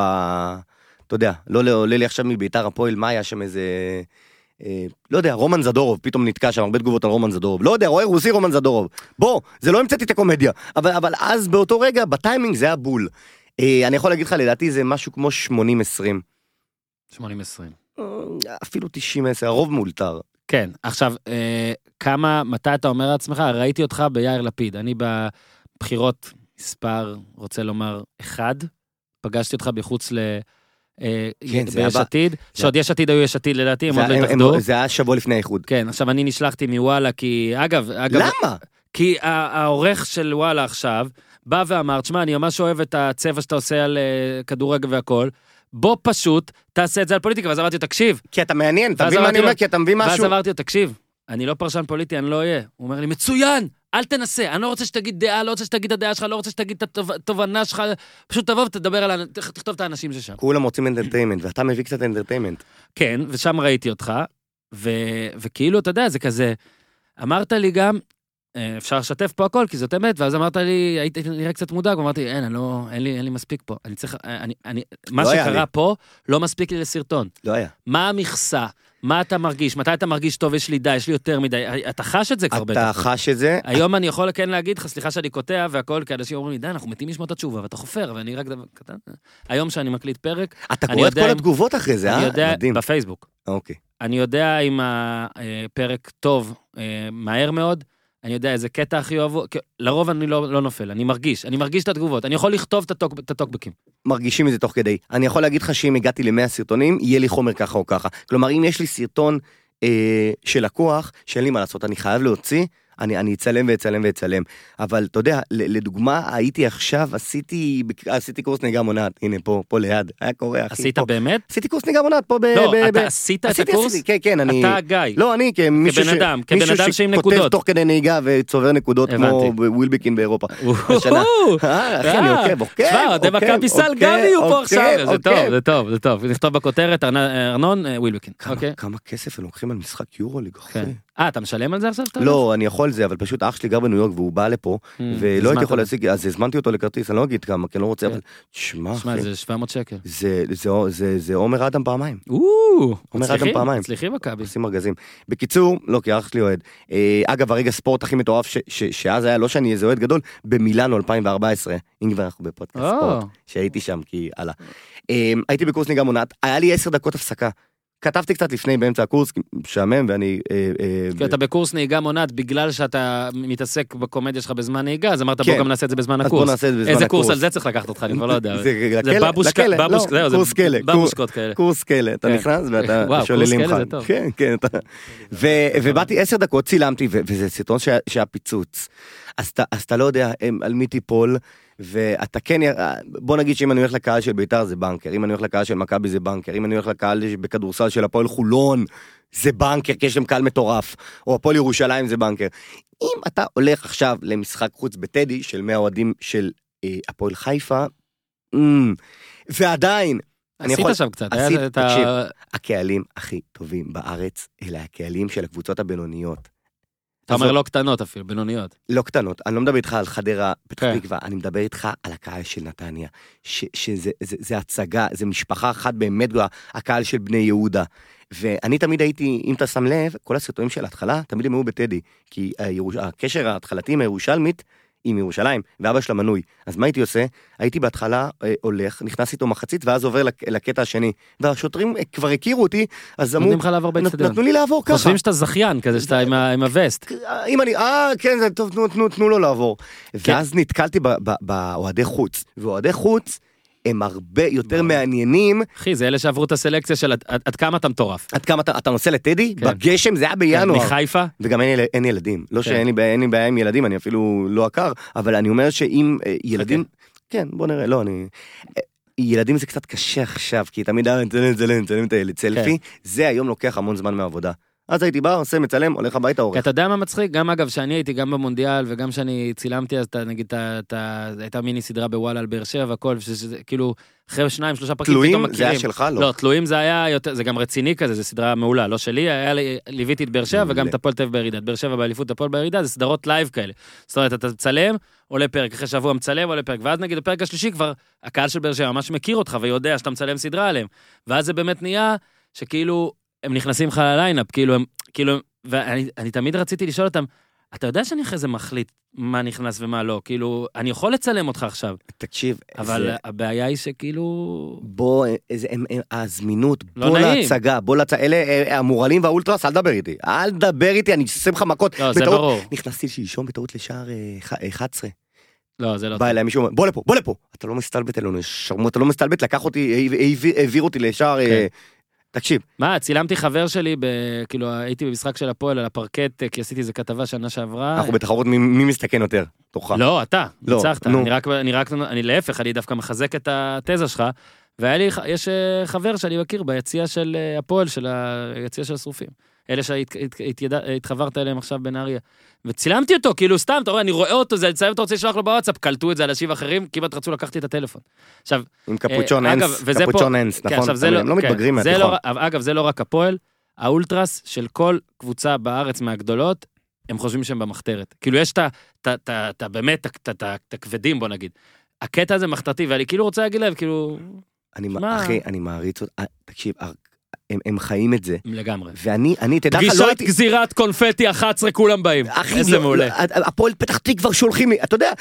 Speaker 2: אתה יודע, לא לא- עולה לי עכשיו מביתר הפועל, מה היה שם איזה... אה, לא יודע, רומן זדורוב, פתאום נתקע שם הרבה תגובות על רומן זדורוב. לא יודע, רואה רוסי רומן זדורוב. בוא, זה לא המצאתי את הקומדיה. אבל, אבל אז באותו רגע, בטיימינג זה היה בול. אה, אני יכול להגיד לך, לדעתי זה משהו כמו 80-20.
Speaker 1: 80-20.
Speaker 2: אה, אפילו 90-10, הרוב מאולתר.
Speaker 1: כן, עכשיו, אה, כמה, מתי אתה אומר לעצמך, ראיתי אותך ביאיר לפיד. אני בבחירות מספר, רוצה לומר, אחד, פגשתי אותך בחוץ ל... אה,
Speaker 2: כן, זה היה
Speaker 1: ביש
Speaker 2: ב-
Speaker 1: עתיד, שעוד יש עתיד היו יש עתיד לדעתי, הם
Speaker 2: זה
Speaker 1: עוד לא
Speaker 2: היה- הם-
Speaker 1: התאחדו.
Speaker 2: זה היה שבוע לפני האיחוד.
Speaker 1: כן, עכשיו אני נשלחתי מוואלה, כי אגב, אגב,
Speaker 2: למה?
Speaker 1: כי ה- העורך של וואלה עכשיו, בא ואמר, תשמע, אני ממש אוהב את הצבע שאתה עושה על אה, כדורגל והכל, בוא פשוט תעשה את זה על פוליטיקה. ואז אמרתי לו, תקשיב.
Speaker 2: כי אתה מעניין, אתה
Speaker 1: ואז
Speaker 2: מבין מה
Speaker 1: אמרתי
Speaker 2: אני אומר?
Speaker 1: לו-
Speaker 2: כי אתה מבין
Speaker 1: ואז
Speaker 2: משהו.
Speaker 1: אמרתי לו, תקשיב, אני לא פרשן פוליטי, אני לא אהיה. הוא אומר לי, מצוין, אל תנסה, אני לא רוצה שתגיד דעה, לא רוצה שתגיד את הדעה שלך, לא רוצה שתגיד את התוב- התובנה שלך, פשוט תבוא ותדבר על, ה- תכ- תכתוב את האנשים ששם.
Speaker 2: כולם רוצים אנטרטיימנט, ואתה מביא קצת אנטרטיימנט.
Speaker 1: כן, ושם ראיתי אותך, ו... וכאילו, אתה יודע, זה כזה, אמרת לי גם, אה, אפשר לשתף פה הכל, כי זאת אמת, ואז אמרת לי, הייתי נראה קצת מודאג, ואמרתי, אין, אני לא, אין לי, אין לי מספיק פה, אני צריך, אה, אני, אני, מה
Speaker 2: לא היה
Speaker 1: שקרה
Speaker 2: לי.
Speaker 1: פה, לא מספיק לי לסרטון.
Speaker 2: לא היה.
Speaker 1: מה המכסה? מה אתה מרגיש? מתי אתה מרגיש טוב, יש לי די, יש לי יותר מדי? אתה חש את זה כבר
Speaker 2: אתה
Speaker 1: בטח.
Speaker 2: חש את זה,
Speaker 1: היום אני יכול כן להגיד לך, סליחה שאני קוטע והכל, כי אנשים אומרים לי, די, אנחנו מתים לשמוע את התשובה, ואתה חופר, ואני רק דבר קטן. היום שאני מקליט פרק,
Speaker 2: אתה
Speaker 1: אני
Speaker 2: קורא את
Speaker 1: יודע
Speaker 2: כל
Speaker 1: אם-
Speaker 2: התגובות אחרי זה,
Speaker 1: אני יודע,
Speaker 2: אה? מדהים.
Speaker 1: בפייסבוק.
Speaker 2: אוקיי.
Speaker 1: אני יודע אם הפרק טוב אה, מהר מאוד, אני יודע איזה קטע הכי אוהבו, כי לרוב אני לא, לא נופל, אני מרגיש, אני מרגיש את התגובות, אני יכול לכתוב את הטוק- את הטוקבקים.
Speaker 2: אוקיי. מרגישים את זה תוך כדי. אני יכול להגיד לך שאם הגעתי ל-100 סרטונים, יהיה לי חומר ככה או ככה. כלומר, אם יש לי סרטון אה, של לקוח, שאין לי מה לעשות, אני חייב להוציא, אני, אני אצלם ואצלם ואצלם. אבל אתה יודע, ל- לדוגמה, הייתי עכשיו, עשיתי, עשיתי קורס נהיגה מונעת, הנה פה, פה ליד, היה קורה, אחי.
Speaker 1: עשית
Speaker 2: פה.
Speaker 1: באמת?
Speaker 2: עשיתי קורס נהיגה מונעת פה ב...
Speaker 1: לא,
Speaker 2: אה, ב- ב-
Speaker 1: אתה עשית את
Speaker 2: עשיתי,
Speaker 1: הקורס?
Speaker 2: עשיתי, כן, כן, אני...
Speaker 1: אתה גיא.
Speaker 2: לא, אני כמישהו
Speaker 1: כבן אדם, כבן
Speaker 2: מישהו
Speaker 1: אדם שעם
Speaker 2: שכותב
Speaker 1: נקודות.
Speaker 2: תוך כדי נהיגה וצובר נקודות כמו
Speaker 1: הבנתי.
Speaker 2: ווילבקין באירופה.
Speaker 1: וואו.
Speaker 2: השנה. אה, אחי, אני
Speaker 1: אה,
Speaker 2: עוקב, עוקב,
Speaker 1: תשמע, אוהדי
Speaker 2: עוקב,
Speaker 1: מכבי סל
Speaker 2: עוקב,
Speaker 1: גם יהיו פה
Speaker 2: עוקב,
Speaker 1: עכשיו, זה
Speaker 2: עוקב.
Speaker 1: טוב, זה טוב, זה טוב. נכתוב בכותרת, ארנ- ארנון אה, ווילבקין,
Speaker 2: כמה-
Speaker 1: אוקיי?
Speaker 2: כמה כסף הם לוקחים על משחק יורוליג, אחי?
Speaker 1: כן. אה, אתה משלם על זה עכשיו? אתה יודע?
Speaker 2: לא, אני יכול זה, אבל פשוט אח שלי גר בניו יורק והוא בא לפה,
Speaker 1: Mm,
Speaker 2: ולא
Speaker 1: הזמנת
Speaker 2: הייתי יכול
Speaker 1: לו.
Speaker 2: להשיג, אז הזמנתי אותו לכרטיס, אני לא אגיד כמה, כי אני לא רוצה,
Speaker 1: כן.
Speaker 2: אבל... שמע,
Speaker 1: שמע,
Speaker 2: אחי,
Speaker 1: זה 700 שקל.
Speaker 2: זה- זה- זה- זה עומר אדם פעמיים.
Speaker 1: או,
Speaker 2: אומר אדם
Speaker 1: מצליחים,
Speaker 2: פעמיים.
Speaker 1: מצליחים מכבי.
Speaker 2: עושים ארגזים. בקיצור, לא, כי אח שלי אוהד. אה, אגב, הרגע ספורט הכי מטורף ש- ש- שאז היה, לא שאני איזה אוהד גדול, במילאנו 2014, אם כבר אנחנו בפודקאסט
Speaker 1: או.
Speaker 2: ספורט, שהייתי שם, כי הלאה. אה, הייתי בקורס נהיגה מונעת, היה לי עשר דקות הפסקה. כתבתי קצת לפני באמצע הקורס, כי משעמם ואני... אה, אה,
Speaker 1: כי אתה בקורס נהיגה מונעת, בגלל שאתה מתעסק בקומדיה שלך בזמן נהיגה, אז אמרת בוא
Speaker 2: כן.
Speaker 1: גם נעשה את זה בזמן
Speaker 2: אז בוא
Speaker 1: הקורס.
Speaker 2: נעשה את זה בזמן
Speaker 1: איזה קורס
Speaker 2: הקורס.
Speaker 1: על זה צריך לקחת אותך, אני כבר לא יודע.
Speaker 2: זה לכלא,
Speaker 1: בבושקה-
Speaker 2: לכלא, לא,
Speaker 1: בבושקה- זהו, זה
Speaker 2: קורס כלא,
Speaker 1: בבושקות כאלה.
Speaker 2: קורס כלא, אתה
Speaker 1: כן.
Speaker 2: נכנס ואתה
Speaker 1: וואו, קורס
Speaker 2: שוללים
Speaker 1: כלא
Speaker 2: לך.
Speaker 1: זה טוב.
Speaker 2: כן, כן, אתה... ו- ובאתי עשר דקות, צילמתי, ו- וזה סרטון שהיה- שהיה פיצוץ. אז אתה- אז אתה לא יודע אמ, על מי תיפול, ואתה כן, י- בוא נגיד שאם אני הולך לקהל של ביתר זה בנקר, אם אני הולך לקהל של מכבי זה בנקר, אם אני הולך לקהל ש- בכדורסל של הפועל חולון, זה בנקר, כי יש להם קהל מטורף, או הפועל ירושלים זה בנקר. אם אתה הולך עכשיו למשחק חוץ בטדי של 100 אוהדים של אה, הפועל חיפה, אמ, ועדיין, אני
Speaker 1: עשית
Speaker 2: יכול-
Speaker 1: שם קצת,
Speaker 2: עשית-
Speaker 1: היה את ה-
Speaker 2: תקשיב. הקהלים הכי טובים בארץ, אלה הקהלים של הקבוצות הבינוניות.
Speaker 1: אתה אומר
Speaker 2: עזוב,
Speaker 1: לא קטנות אפילו, בינוניות.
Speaker 2: לא קטנות, אני לא מדבר איתך על חדרה, פתח
Speaker 1: כן.
Speaker 2: תקווה, אני מדבר איתך על הקהל של נתניה, ש- שזה זה- זה הצגה, זה משפחה אחת באמת גדולה, הקהל של בני יהודה. ואני תמיד הייתי, אם אתה שם לב, כל הסרטונים של ההתחלה, תמיד הם היו בטדי, כי הירוש... הקשר ההתחלתי עם הירושלמית, עם ירושלים, ואבא שלה מנוי. אז מה הייתי עושה? הייתי בהתחלה אה, הולך, נכנס איתו מחצית, ואז עובר לק- לקטע השני. והשוטרים אה, כבר הכירו אותי, אז אמרו,
Speaker 1: נותנים לך לעבור
Speaker 2: "נת-
Speaker 1: באצטדיון.
Speaker 2: נתנו לי לעבור ככה.
Speaker 1: חושבים שאתה זכיין כזה, שאתה עם ה- עם הווסט.
Speaker 2: אם אני, אה, כן, זה טוב, תנו, תנו, תנו לו לעבור.
Speaker 1: כן.
Speaker 2: ואז נתקלתי ב- ב- באוהדי חוץ, ואוהדי חוץ הם הרבה יותר מעניינים.
Speaker 1: אחי, זה אלה שעברו את הסלקציה של עד- עד עד כמה אתה מטורף.
Speaker 2: עד כמה אתה, אתה נוסע לטדי?
Speaker 1: כן.
Speaker 2: בגשם זה היה בינואר.
Speaker 1: מחיפה?
Speaker 2: וגם אין, יל- אין ילדים,
Speaker 1: כן.
Speaker 2: לא שאין לי, בעיה- אין לי בעיה עם ילדים, אני אפילו לא עקר, אבל אני אומר שאם אה, ילדים,
Speaker 1: אוקיי.
Speaker 2: כן, בוא נראה, לא, אני... אה, ילדים זה קצת קשה עכשיו, כי תמיד אה, היה מצלם, מצלם, מצלם את הילד,
Speaker 1: כן.
Speaker 2: סלפי, זה היום לוקח המון זמן מהעבודה. אז הייתי בא, עושה, מצלם, הולך הביתה,
Speaker 1: כי
Speaker 2: עורך.
Speaker 1: אתה יודע מה מצחיק? גם אגב, שאני הייתי גם במונדיאל וגם שאני צילמתי, אז אתה נגיד, אתה- אתה- הייתה מיני סדרה בוואלה על באר שבע והכל, שזה כאילו, אחרי שניים, שלושה פרקים פתאום
Speaker 2: תלויים,
Speaker 1: מכירים.
Speaker 2: זה היה שלך? לא.
Speaker 1: לא, תלויים זה היה יותר, זה גם רציני כזה, זו סדרה מעולה, לא שלי, היה לי, ליוויתי את באר שבע
Speaker 2: מעולה.
Speaker 1: וגם את הפועל תל אביב בירידה, את באר שבע באליפות, את הפועל בירידה, זה סדרות לייב כאלה. זאת אומרת, אתה מצלם, עולה פרק, אחרי שבוע מצלם, עולה פרק, ואז נגיד בפרק השלישי כבר, הקהל של באר שבע ממש מכיר אותך ויודע שאתה מצלם סדרה עליהם. ואז זה באמת נהיה שכאילו, הם נכנסים לך לליינאפ, כאילו הם, כאילו הם, ואני אני תמיד רציתי לשאול אותם, אתה יודע שאני אחרי זה מחליט מה נכנס ומה לא, כאילו, אני יכול לצלם אותך עכשיו,
Speaker 2: תקשיב,
Speaker 1: אבל
Speaker 2: זה-
Speaker 1: הבעיה היא שכאילו...
Speaker 2: בוא, איזה, הם, הם, הזמינות,
Speaker 1: לא
Speaker 2: בוא
Speaker 1: נעים.
Speaker 2: להצגה, בוא להצגה, אלה אה, המורעלים והאולטרס, אל תדבר איתי, אל תדבר איתי, אני אשים לך מכות.
Speaker 1: לא, זה
Speaker 2: בטעות-
Speaker 1: ברור.
Speaker 2: נכנסתי שלשום בטעות לשער אה, ח- אה, 11,
Speaker 1: לא, זה לא...
Speaker 2: בא אליי מישהו, אומר, בוא לפה, בוא לפה. אתה לא מסתלבט אלינו, שרמוט, אתה לא מסתלבט, לקח אותי, העביר- העביר- העביר אותי לשער, אה,
Speaker 1: כן.
Speaker 2: תקשיב,
Speaker 1: מה, צילמתי חבר שלי, ב... כאילו הייתי במשחק של הפועל על הפרקט, אה, כי עשיתי איזה כתבה שנה שעברה.
Speaker 2: אנחנו בתחרות מי- מי מסתכן יותר, תורך.
Speaker 1: אה. לא, אתה,
Speaker 2: לא,
Speaker 1: ניצחת.
Speaker 2: נו.
Speaker 1: אני רק, אני רק, אני להפך, אני דווקא מחזק את התזה שלך. והיה לי, ח- יש אה, חבר שאני מכיר ביציע של אה, הפועל, של היציע של השרופים. אלה שהתחברת אליהם עכשיו בנהריה. וצילמתי אותו, כאילו סתם, אתה רואה, אני רואה אותו, זה לצלם, אתה רוצה לשלוח לו בוואטסאפ, קלטו את זה אנשים אחרים, כמעט רצו לקחת לי את הטלפון. עכשיו,
Speaker 2: עם קפוצ'ון
Speaker 1: אה, אגב,
Speaker 2: אנס,
Speaker 1: וזה פה-
Speaker 2: קפוצ'ון אנס,
Speaker 1: כן,
Speaker 2: נכון?
Speaker 1: עכשיו זה לא,
Speaker 2: הם לא
Speaker 1: כן,
Speaker 2: מתבגרים
Speaker 1: זה לא
Speaker 2: מהתיכון.
Speaker 1: ר- אגב, זה לא רק הפועל, האולטרס של כל קבוצה בארץ מהגדולות, הם חושבים שהם במחתרת. כאילו, יש את ה- את ה- את ה- את ה- באמת את ה- את ה- את הכבדים, בוא נגיד. הקטע הזה מחתרתי, ואני כאילו רוצה להגיד להם, כאילו,
Speaker 2: אני מ-
Speaker 1: שמע.
Speaker 2: אחי, אני מעריץ אותם, אה, תקשיב, אה, הם- הם חיים את זה,
Speaker 1: לגמרי.
Speaker 2: ואני, אני, תדע לך, לא
Speaker 1: פגישת
Speaker 2: הייתי...
Speaker 1: גזירת קונפטי 11, כולם באים.
Speaker 2: אחי,
Speaker 1: איזה
Speaker 2: לא-
Speaker 1: מעולה.
Speaker 2: לא, הפועל פתח תקווה שולחים לי, אתה יודע,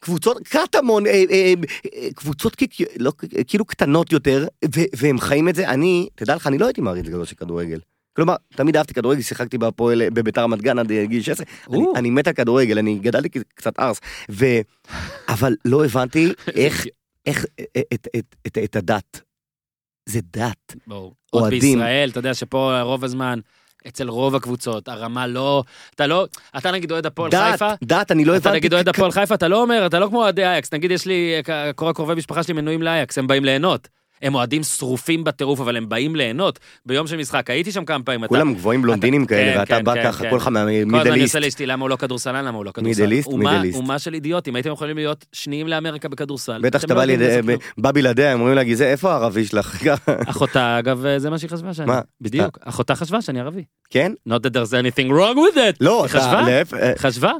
Speaker 2: קבוצות קטמון, אה, אה, אה, קבוצות כ- לא, כאילו קטנות יותר, ו- והם חיים את זה. אני, תדע לך, אני לא הייתי מעריץ גדול של כדורגל. כלומר, תמיד אהבתי כדורגל, שיחקתי בהפועל, אה, בביתר רמת גן עד אה, גיל 16. אני-
Speaker 1: או.
Speaker 2: אני מת על כדורגל, אני גדלתי כ- קצת ארס. ו- אבל לא הבנתי איך, איך, אה, את- את- את- את הדת. זה דת.
Speaker 1: ברור. עוד
Speaker 2: אוהדים.
Speaker 1: בישראל, אתה יודע שפה רוב הזמן, אצל רוב הקבוצות, הרמה לא... אתה לא... אתה נגיד אוהד הפועל
Speaker 2: דת,
Speaker 1: חיפה,
Speaker 2: דת, אני לא הבנתי.
Speaker 1: אתה נגיד אוהד
Speaker 2: כ-
Speaker 1: הפועל חיפה, אתה לא אומר, אתה לא כמו אוהדי אייקס, נגיד יש לי, אה, כל הקרובי משפחה שלי מנויים לאייקס, הם באים ליהנות. הם אוהדים שרופים בטירוף, אבל הם באים ליהנות. ביום של משחק, הייתי שם כמה פעמים, אתה
Speaker 2: כולם גבוהים בלונדינים
Speaker 1: אתה- כן,
Speaker 2: כאלה, ואתה
Speaker 1: כן, כן,
Speaker 2: בא ככה,
Speaker 1: כן.
Speaker 2: כל אחד
Speaker 1: כל הזמן אני
Speaker 2: מהמידליסט.
Speaker 1: עושה לאשתי למה הוא לא כדורסלן, למה הוא לא כדורסלן.
Speaker 2: מידליסט,
Speaker 1: אומה-
Speaker 2: מידליסט.
Speaker 1: אומה של אידיוטים, הייתם יכולים להיות שניים לאמריקה בכדורסל.
Speaker 2: בטח
Speaker 1: אתם
Speaker 2: שאתה
Speaker 1: לא
Speaker 2: בא
Speaker 1: יודעים
Speaker 2: לידי-
Speaker 1: לעשות כלום.
Speaker 2: בא בלעדיה, הם אומרים לה, גזעי, איפה הערבי שלך?
Speaker 1: אחותה, אגב, אה, זה מה שהיא חשבה שאני.
Speaker 2: מה?
Speaker 1: בדיוק. אחותה חשבה שאני ערבי.
Speaker 2: כן?
Speaker 1: Not that there's anything wrong with it.
Speaker 2: לא,
Speaker 1: היא חשבה?
Speaker 2: אתה, להפך, אה,
Speaker 1: חשבה?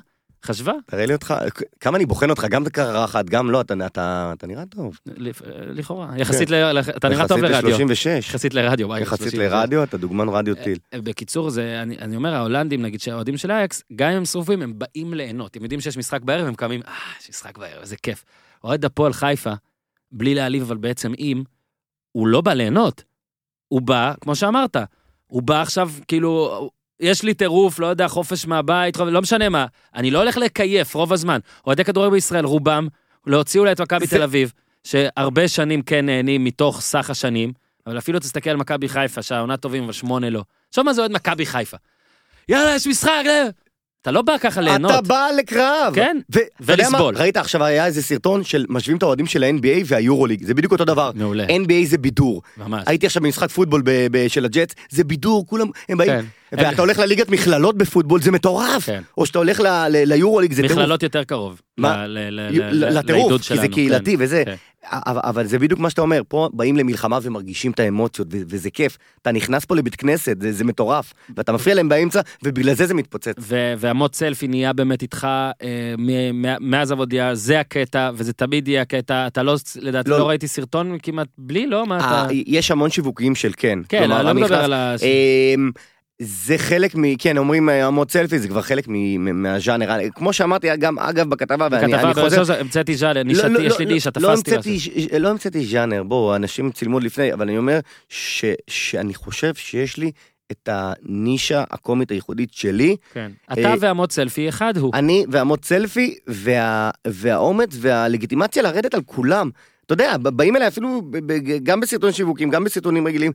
Speaker 1: חשבה?
Speaker 2: תראה לי אותך, כמה אני בוחן אותך, גם קרחת, גם לא, אתה- אתה אתה נראה טוב.
Speaker 1: לפ- אה, לכאורה. יחסית ל... לח- אתה נראה טוב
Speaker 2: יחסית
Speaker 1: לרדיו.
Speaker 2: ל-36,
Speaker 1: יחסית לרדיו. וואי,
Speaker 2: יחסית
Speaker 1: 36.
Speaker 2: לרדיו, אתה דוגמן רדיו
Speaker 1: אה,
Speaker 2: טיל.
Speaker 1: בקיצור, זה, אני, אני אומר, ההולנדים, נגיד, שהאוהדים של אייקס, גם אם הם שרופים, הם באים ליהנות. הם יודעים שיש משחק בערב, הם קמים, אה, יש משחק בערב, איזה כיף. אוהד הפועל חיפה, בלי להעליב, אבל בעצם אם, הוא לא בא ליהנות. הוא בא, כמו שאמרת, הוא בא עכשיו, כאילו, יש לי טירוף, לא יודע, חופש מהבית, חופ- לא משנה מה. אני לא הולך לקייף רוב הזמן. אוהדי כדורגל בישראל, רובם, להוציא אולי את מכבי
Speaker 2: זה-
Speaker 1: תל אביב, שהרבה שנים כן נהנים מתוך סך השנים, אבל אפילו תסתכל על מכבי חיפה, שהעונה טובים ושמונה לא. עכשיו מה זה אוהד מכבי חיפה? יאללה, יש משחק, אה. אתה לא בא ככה ליהנות.
Speaker 2: אתה בא לקרב.
Speaker 1: כן,
Speaker 2: ו- אתה יודע מה?
Speaker 1: ולסבול.
Speaker 2: ראית עכשיו היה איזה סרטון של משווים את האוהדים של ה-NBA והיורוליג, זה בדיוק אותו דבר.
Speaker 1: מעולה,
Speaker 2: NBA זה בידור.
Speaker 1: ממש.
Speaker 2: הייתי עכשיו במשחק פוטבול ב- ב- של הג'אטס, זה בידור, כולם, הם באים.
Speaker 1: כן.
Speaker 2: ואתה הולך לליגת מכללות בפוטבול, זה מטורף.
Speaker 1: כן.
Speaker 2: או שאתה הולך ל- ל- ליורוליג, זה טירוף.
Speaker 1: מכללות יותר קרוב.
Speaker 2: מה?
Speaker 1: ל- ל- ל-
Speaker 2: ל-
Speaker 1: ל- לעידוד
Speaker 2: לטירוף, כי זה
Speaker 1: שלנו,
Speaker 2: קהילתי
Speaker 1: כן.
Speaker 2: וזה.
Speaker 1: כן.
Speaker 2: אבל, אבל זה בדיוק מה שאתה אומר, פה באים למלחמה ומרגישים את האמוציות, ו- וזה כיף. אתה נכנס פה לבית כנסת, זה, זה מטורף. ואתה מפריע להם באמצע, ובגלל זה זה מתפוצץ.
Speaker 1: כן. ו- והמוט סלפי נהיה באמת איתך אה, מ- מ- מאז עבודיה, זה הקטע, וזה תמיד יהיה הקטע. אתה לא, לדעתי,
Speaker 2: לא.
Speaker 1: לא ראיתי סרטון כמעט בלי, לא? מה
Speaker 2: אה,
Speaker 1: אתה...
Speaker 2: יש המון שיווקים של כן.
Speaker 1: כן,
Speaker 2: כלומר,
Speaker 1: אני לא
Speaker 2: אני
Speaker 1: מדבר
Speaker 2: נכנס-
Speaker 1: על ה...
Speaker 2: אמ, זה חלק מ... כן, אומרים אה, המוט סלפי, זה כבר חלק מ- מ- מהז'אנר. כמו שאמרתי, גם אגב בכתבה, ואני
Speaker 1: כתבה
Speaker 2: אני חוזר...
Speaker 1: בראשון, המצאתי ז'אנר,
Speaker 2: לא, לא,
Speaker 1: נישתי, יש לי
Speaker 2: לא,
Speaker 1: נישה,
Speaker 2: לא
Speaker 1: תפסתי
Speaker 2: המצאתי
Speaker 1: משהו.
Speaker 2: ז'- לא המצאתי ז'אנר, בואו, אנשים צילמו עוד לפני, אבל אני אומר ש- שאני חושב שיש לי את הנישה הקומית הייחודית שלי,
Speaker 1: כן. אתה
Speaker 2: אה,
Speaker 1: והמוט סלפי, אחד הוא.
Speaker 2: אני והמוט סלפי וה, והאומץ והלגיטימציה לרדת על כולם. אתה יודע, ב- באים אליי אפילו ב- ב- גם בסרטון שיווקים, גם בסרטונים רגילים,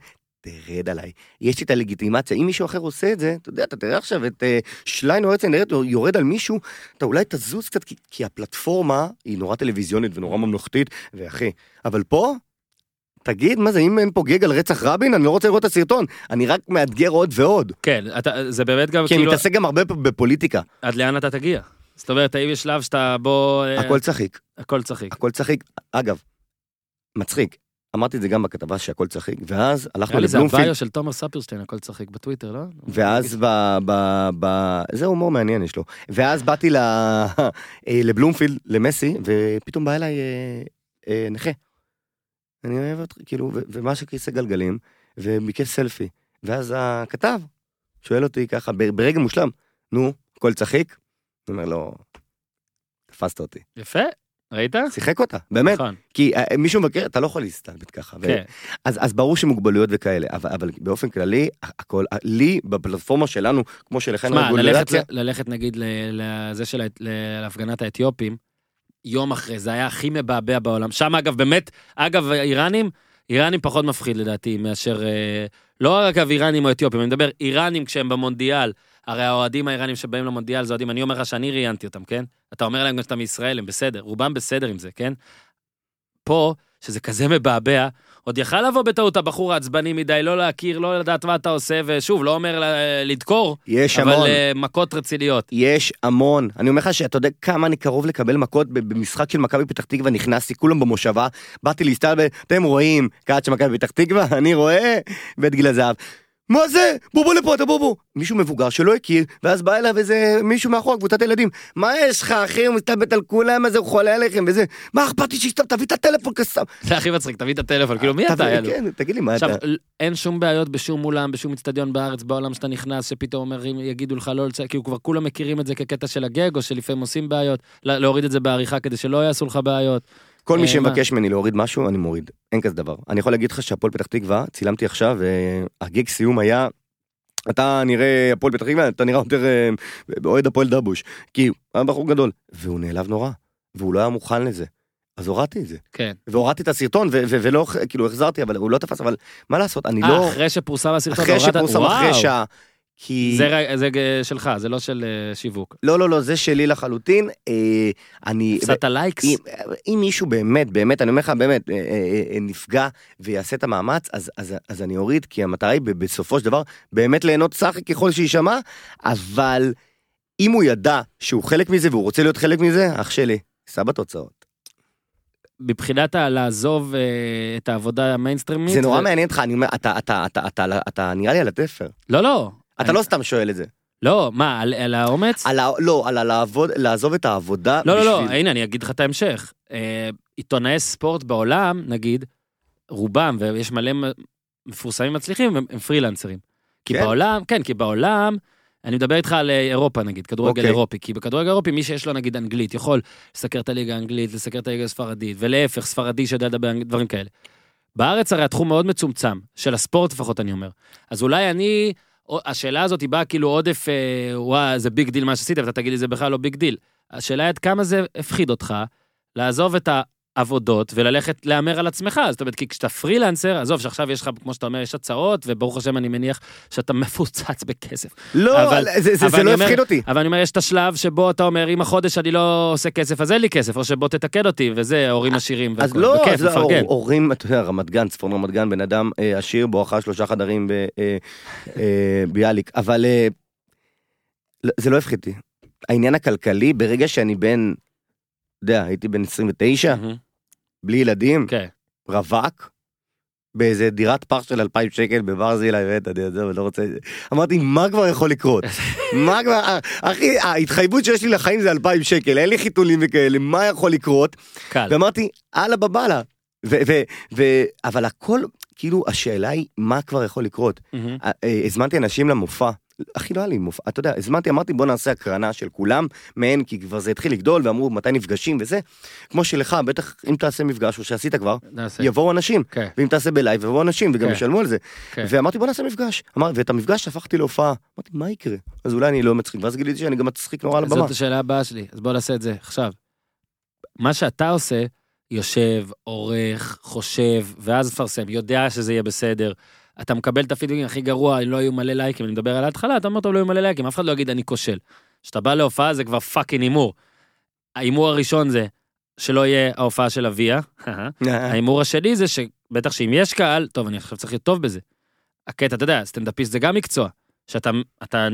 Speaker 2: תרד עליי. יש לי את הלגיטימציה. אם מישהו אחר עושה את זה, אתה יודע, אתה תראה עכשיו את אה, שליין או הרצן ירד- יורד על מישהו, אתה אולי תזוז קצת, כי, כי הפלטפורמה היא נורא טלוויזיונית ונורא ממלכתית, ואחי, אבל פה... תגיד, מה זה, אם אין פה גג על רצח רבין, אני לא רוצה לראות את הסרטון, אני רק מאתגר עוד ועוד.
Speaker 1: כן, אתה- זה באמת גם,
Speaker 2: כי אני
Speaker 1: כאילו,
Speaker 2: מתעסק גם הרבה פה בפוליטיקה.
Speaker 1: עד לאן אתה תגיע? זאת אומרת, האם יש שלב שאתה בוא... אה,
Speaker 2: הכל צחיק.
Speaker 1: הכל צחיק.
Speaker 2: הכל צחיק, אגב, מצחיק, אמרתי את זה גם בכתבה שהכל צחיק, ואז הלכנו
Speaker 1: נראה לי זה הביו
Speaker 2: לבלומפילד,
Speaker 1: של תומר ספירשטיין, הכל צחיק בטוויטר, לא?
Speaker 2: ואז ב... ב... ב... זה הומור מעניין יש לו, ואז באתי ל... אה, לבלומפילד, למסי, ופתאום בא אליי אה, אה, נכה. אני אוהב אותך, כאילו, ו- ומה שכיסא גלגלים, וביקש סלפי, ואז הכתב שואל אותי ככה, ב- ברגע מושלם, נו, הכל צחיק? אני אומר לו, תפסת אותי.
Speaker 1: יפה, ראית?
Speaker 2: שיחק אותה, באמת,
Speaker 1: נכון,
Speaker 2: כי אה, מישהו מבקר, אתה לא יכול להסתלבט ככה. ו-
Speaker 1: כן.
Speaker 2: אז, אז ברור שמוגבלויות וכאלה, אבל, אבל באופן כללי, ה- הכל, ה- לי, בפלטפורמה שלנו, כמו שלכן
Speaker 1: שמע, ללכת,
Speaker 2: הרגולציה,
Speaker 1: ללכת נגיד ל- לזה של ה- ל- להפגנת האתיופים, יום אחרי, זה היה הכי מבעבע בעולם. שם אגב, באמת, אגב, איראנים, איראנים פחות מפחיד לדעתי מאשר, אה, לא אגב איראנים או אתיופים, אני מדבר איראנים כשהם במונדיאל, הרי האוהדים האיראנים שבאים למונדיאל זה אוהדים, אני אומר לך שאני ראיינתי אותם, כן? אתה אומר להם גם שאתה מישראל, הם בסדר, רובם בסדר עם זה, כן? פה, שזה כזה מבעבע, עוד יכל לבוא בטעות הבחור העצבני מדי, לא להכיר, לא לדעת מה אתה עושה, ושוב, לא אומר ל- לדקור,
Speaker 2: יש המון,
Speaker 1: אבל אה, מכות רציניות.
Speaker 2: יש המון. אני אומר לך שאתה יודע כמה אני קרוב לקבל מכות ב- במשחק של מכבי פתח תקווה, נכנסתי, כולם במושבה, באתי להסתלבט, אתם רואים, קהד של מכבי פתח תקווה, אני רואה, בית גיל הזהב. מה זה? בוא בוא לפה, אתה בוא בוא. מישהו מבוגר שלא הכיר, ואז בא אליו איזה מישהו מאחור, קבוצת ילדים. מה יש לך, אחי, הוא מסתלבט על כולם, אז הוא חולה עליכם, וזה. מה אכפת לי שיסתם, תביא את הטלפון, קסם.
Speaker 1: זה הכי מצחיק, תביא את הטלפון, כאילו מי אתה?
Speaker 2: תביא-
Speaker 1: יאללה?
Speaker 2: כן, תגיד לי מה אתה.
Speaker 1: עכשיו, ל- אין שום בעיות בשום אולם, בשום אצטדיון בארץ, בעולם שאתה נכנס, שפתאום אומרים, יגידו לך לא לצאת, כאילו כבר כולם מכירים את זה כקטע של הגג, או שלפעמים עושים בעיות, לה- להוריד את זה בעריכה כדי שלא יעשו לך בעיות.
Speaker 2: כל
Speaker 1: אה,
Speaker 2: מי שמבקש ממני להוריד משהו, אני מוריד. אין כזה דבר. אני יכול להגיד לך שהפועל פתח תקווה, צילמתי עכשיו, והגיג סיום היה, אתה נראה הפועל פתח תקווה, אתה נראה יותר אה, אוהד הפועל דבוש. כי הוא היה בחור גדול. והוא נעלב נורא, והוא לא היה מוכן לזה. אז הורדתי את זה.
Speaker 1: כן.
Speaker 2: והורדתי את הסרטון, ו- ו- ולא, כאילו, החזרתי, אבל הוא לא תפס, אבל מה לעשות, אני
Speaker 1: אה,
Speaker 2: לא...
Speaker 1: אחרי שפורסם הסרטון,
Speaker 2: אחרי
Speaker 1: הורדת-
Speaker 2: שפורסם,
Speaker 1: וואו.
Speaker 2: אחרי שעה. כי...
Speaker 1: זה ר- זה אה, שלך, זה לא של אה, שיווק.
Speaker 2: לא, לא, לא, זה שלי לחלוטין. אה, אני...
Speaker 1: הפסדת לייקס.
Speaker 2: אם, אם מישהו באמת, באמת, אני אומר לך, באמת, אה, אה, אה, נפגע ויעשה את המאמץ, אז, אז, אז אני אוריד, כי המטרה היא ב- בסופו של דבר באמת ליהנות סך ככל שיישמע, אבל אם הוא ידע שהוא חלק מזה והוא רוצה להיות חלק מזה, אח שלי, סע בתוצאות.
Speaker 1: מבחינת ה- לעזוב אה, את העבודה המיינסטרימית.
Speaker 2: זה נורא
Speaker 1: ו-
Speaker 2: מעניין אותך, אני אומר, אתה, אתה, אתה, אתה, אתה, אתה נראה לי על התפר.
Speaker 1: לא, לא.
Speaker 2: אתה
Speaker 1: אני-
Speaker 2: לא סתם שואל את זה.
Speaker 1: לא, מה, על- על האומץ?
Speaker 2: על ה, לא, על הלעבוד, לעזוב את העבודה
Speaker 1: לא, לא,
Speaker 2: בשביל...
Speaker 1: לא, הנה, אני אגיד לך את ההמשך. אה, עיתונאי ספורט בעולם, נגיד, רובם, ויש מלא מ- מפורסמים מצליחים, הם הם פרילנסרים. כי
Speaker 2: כן?
Speaker 1: בעולם, כן, כי בעולם, אני מדבר איתך על אה, אירופה נגיד, כדורגל
Speaker 2: אוקיי.
Speaker 1: אירופי, כי בכדורגל אירופי מי שיש לו נגיד אנגלית יכול לסקר את הליגה האנגלית, לסקר את הליגה הספרדית, ולהפך, ספרדי שיודע לדבר אנגלית, דברים כאלה. בארץ הרי התחום מאוד מצומצם, של הספורט לפחות אני אומר. אז אולי אני, או- השאלה הזאת היא באה כאילו עודף, אה, וואה, זה ביג דיל מה שעשית, ואתה תגיד לי זה בכלל לא ביג דיל. השאלה היא עד כמה זה הפחיד אותך לעזוב את העבודות וללכת להמר על עצמך. זאת אומרת, כי כשאתה פרילנסר, עזוב שעכשיו יש לך, כמו שאתה אומר, יש הצעות, וברוך השם אני מניח שאתה מפוצץ בכסף.
Speaker 2: לא,
Speaker 1: אבל-
Speaker 2: זה- זה-
Speaker 1: אבל
Speaker 2: זה לא
Speaker 1: אני אומר-
Speaker 2: הפחיד אותי.
Speaker 1: אבל אני אומר, יש את השלב שבו אתה אומר, אם החודש אני לא עושה כסף, אז אין לי כסף, או שבוא תתקן אותי, וזה, הורים עשירים
Speaker 2: אז
Speaker 1: והכל.
Speaker 2: לא,
Speaker 1: בכיף,
Speaker 2: אז לא,
Speaker 1: מפרגן.
Speaker 2: הור- הורים, אתה יודע, רמת גן, צפון רמת גן, בן אדם אה, עשיר, בואכה שלושה חדרים בביאליק, אבל אה, לא, זה לא הפחיד אותי. העניין הכלכלי, ברגע שאני בן, אתה יודע, הייתי בן 29,
Speaker 1: מהמם.
Speaker 2: בלי ילדים,
Speaker 1: כן.
Speaker 2: רווק, באיזה דירת פח של 2,000 שקל בברזילה, באמת, אני עזוב, אני לא רוצה... אמרתי, מה כבר יכול לקרות? מה כבר... אה, אחי, ההתחייבות שיש לי לחיים זה 2,000 שקל, אין לי חיתולים וכאלה, מה יכול לקרות?
Speaker 1: כן, קל.
Speaker 2: ואמרתי, אללה בבאללה. ו- ו- ו- אבל הכל, כאילו, השאלה היא, מה כבר יכול לקרות?
Speaker 1: מהמם.
Speaker 2: אה, אה, הזמנתי אנשים למופע. אחי, לא היה לי מופע, אתה יודע, הזמנתי, אמרתי, בוא נעשה הקרנה של כולם, מעין, כי כבר זה התחיל לגדול, ואמרו, מתי נפגשים וזה. כמו שלך, בטח אם תעשה מפגש, או שעשית כבר,
Speaker 1: נעשה.
Speaker 2: יבואו אנשים.
Speaker 1: כן.
Speaker 2: ואם תעשה בלייב, יבואו אנשים, וגם
Speaker 1: כן.
Speaker 2: ישלמו על זה.
Speaker 1: כן.
Speaker 2: ואמרתי, בוא נעשה מפגש. אמר, ואת המפגש הפכתי להופעה. אמרתי, מה יקרה? אז אולי אני לא מצחיק, ואז גיליתי שאני גם מצחיק נורא על הבמה.
Speaker 1: זאת השאלה הבאה שלי, אז בוא נעשה את זה עכשיו. מה שאתה עושה, יושב, עורך, חושב, ואז מפרסם, יודע שזה יהיה בסדר. אתה מקבל את הפידבקים הכי גרוע, לא היו מלא לייקים, אני מדבר על ההתחלה, אתה אומר, טוב, לא היו מלא לייקים, אף אחד לא יגיד, אני כושל. כשאתה בא להופעה זה כבר פאקינג הימור. ההימור הראשון זה שלא יהיה ההופעה של אביה, ההימור השני זה שבטח שאם יש קהל, טוב, אני עכשיו צריך להיות טוב בזה. הקטע, אתה יודע, סטנדאפיסט זה גם מקצוע, שאתה אתה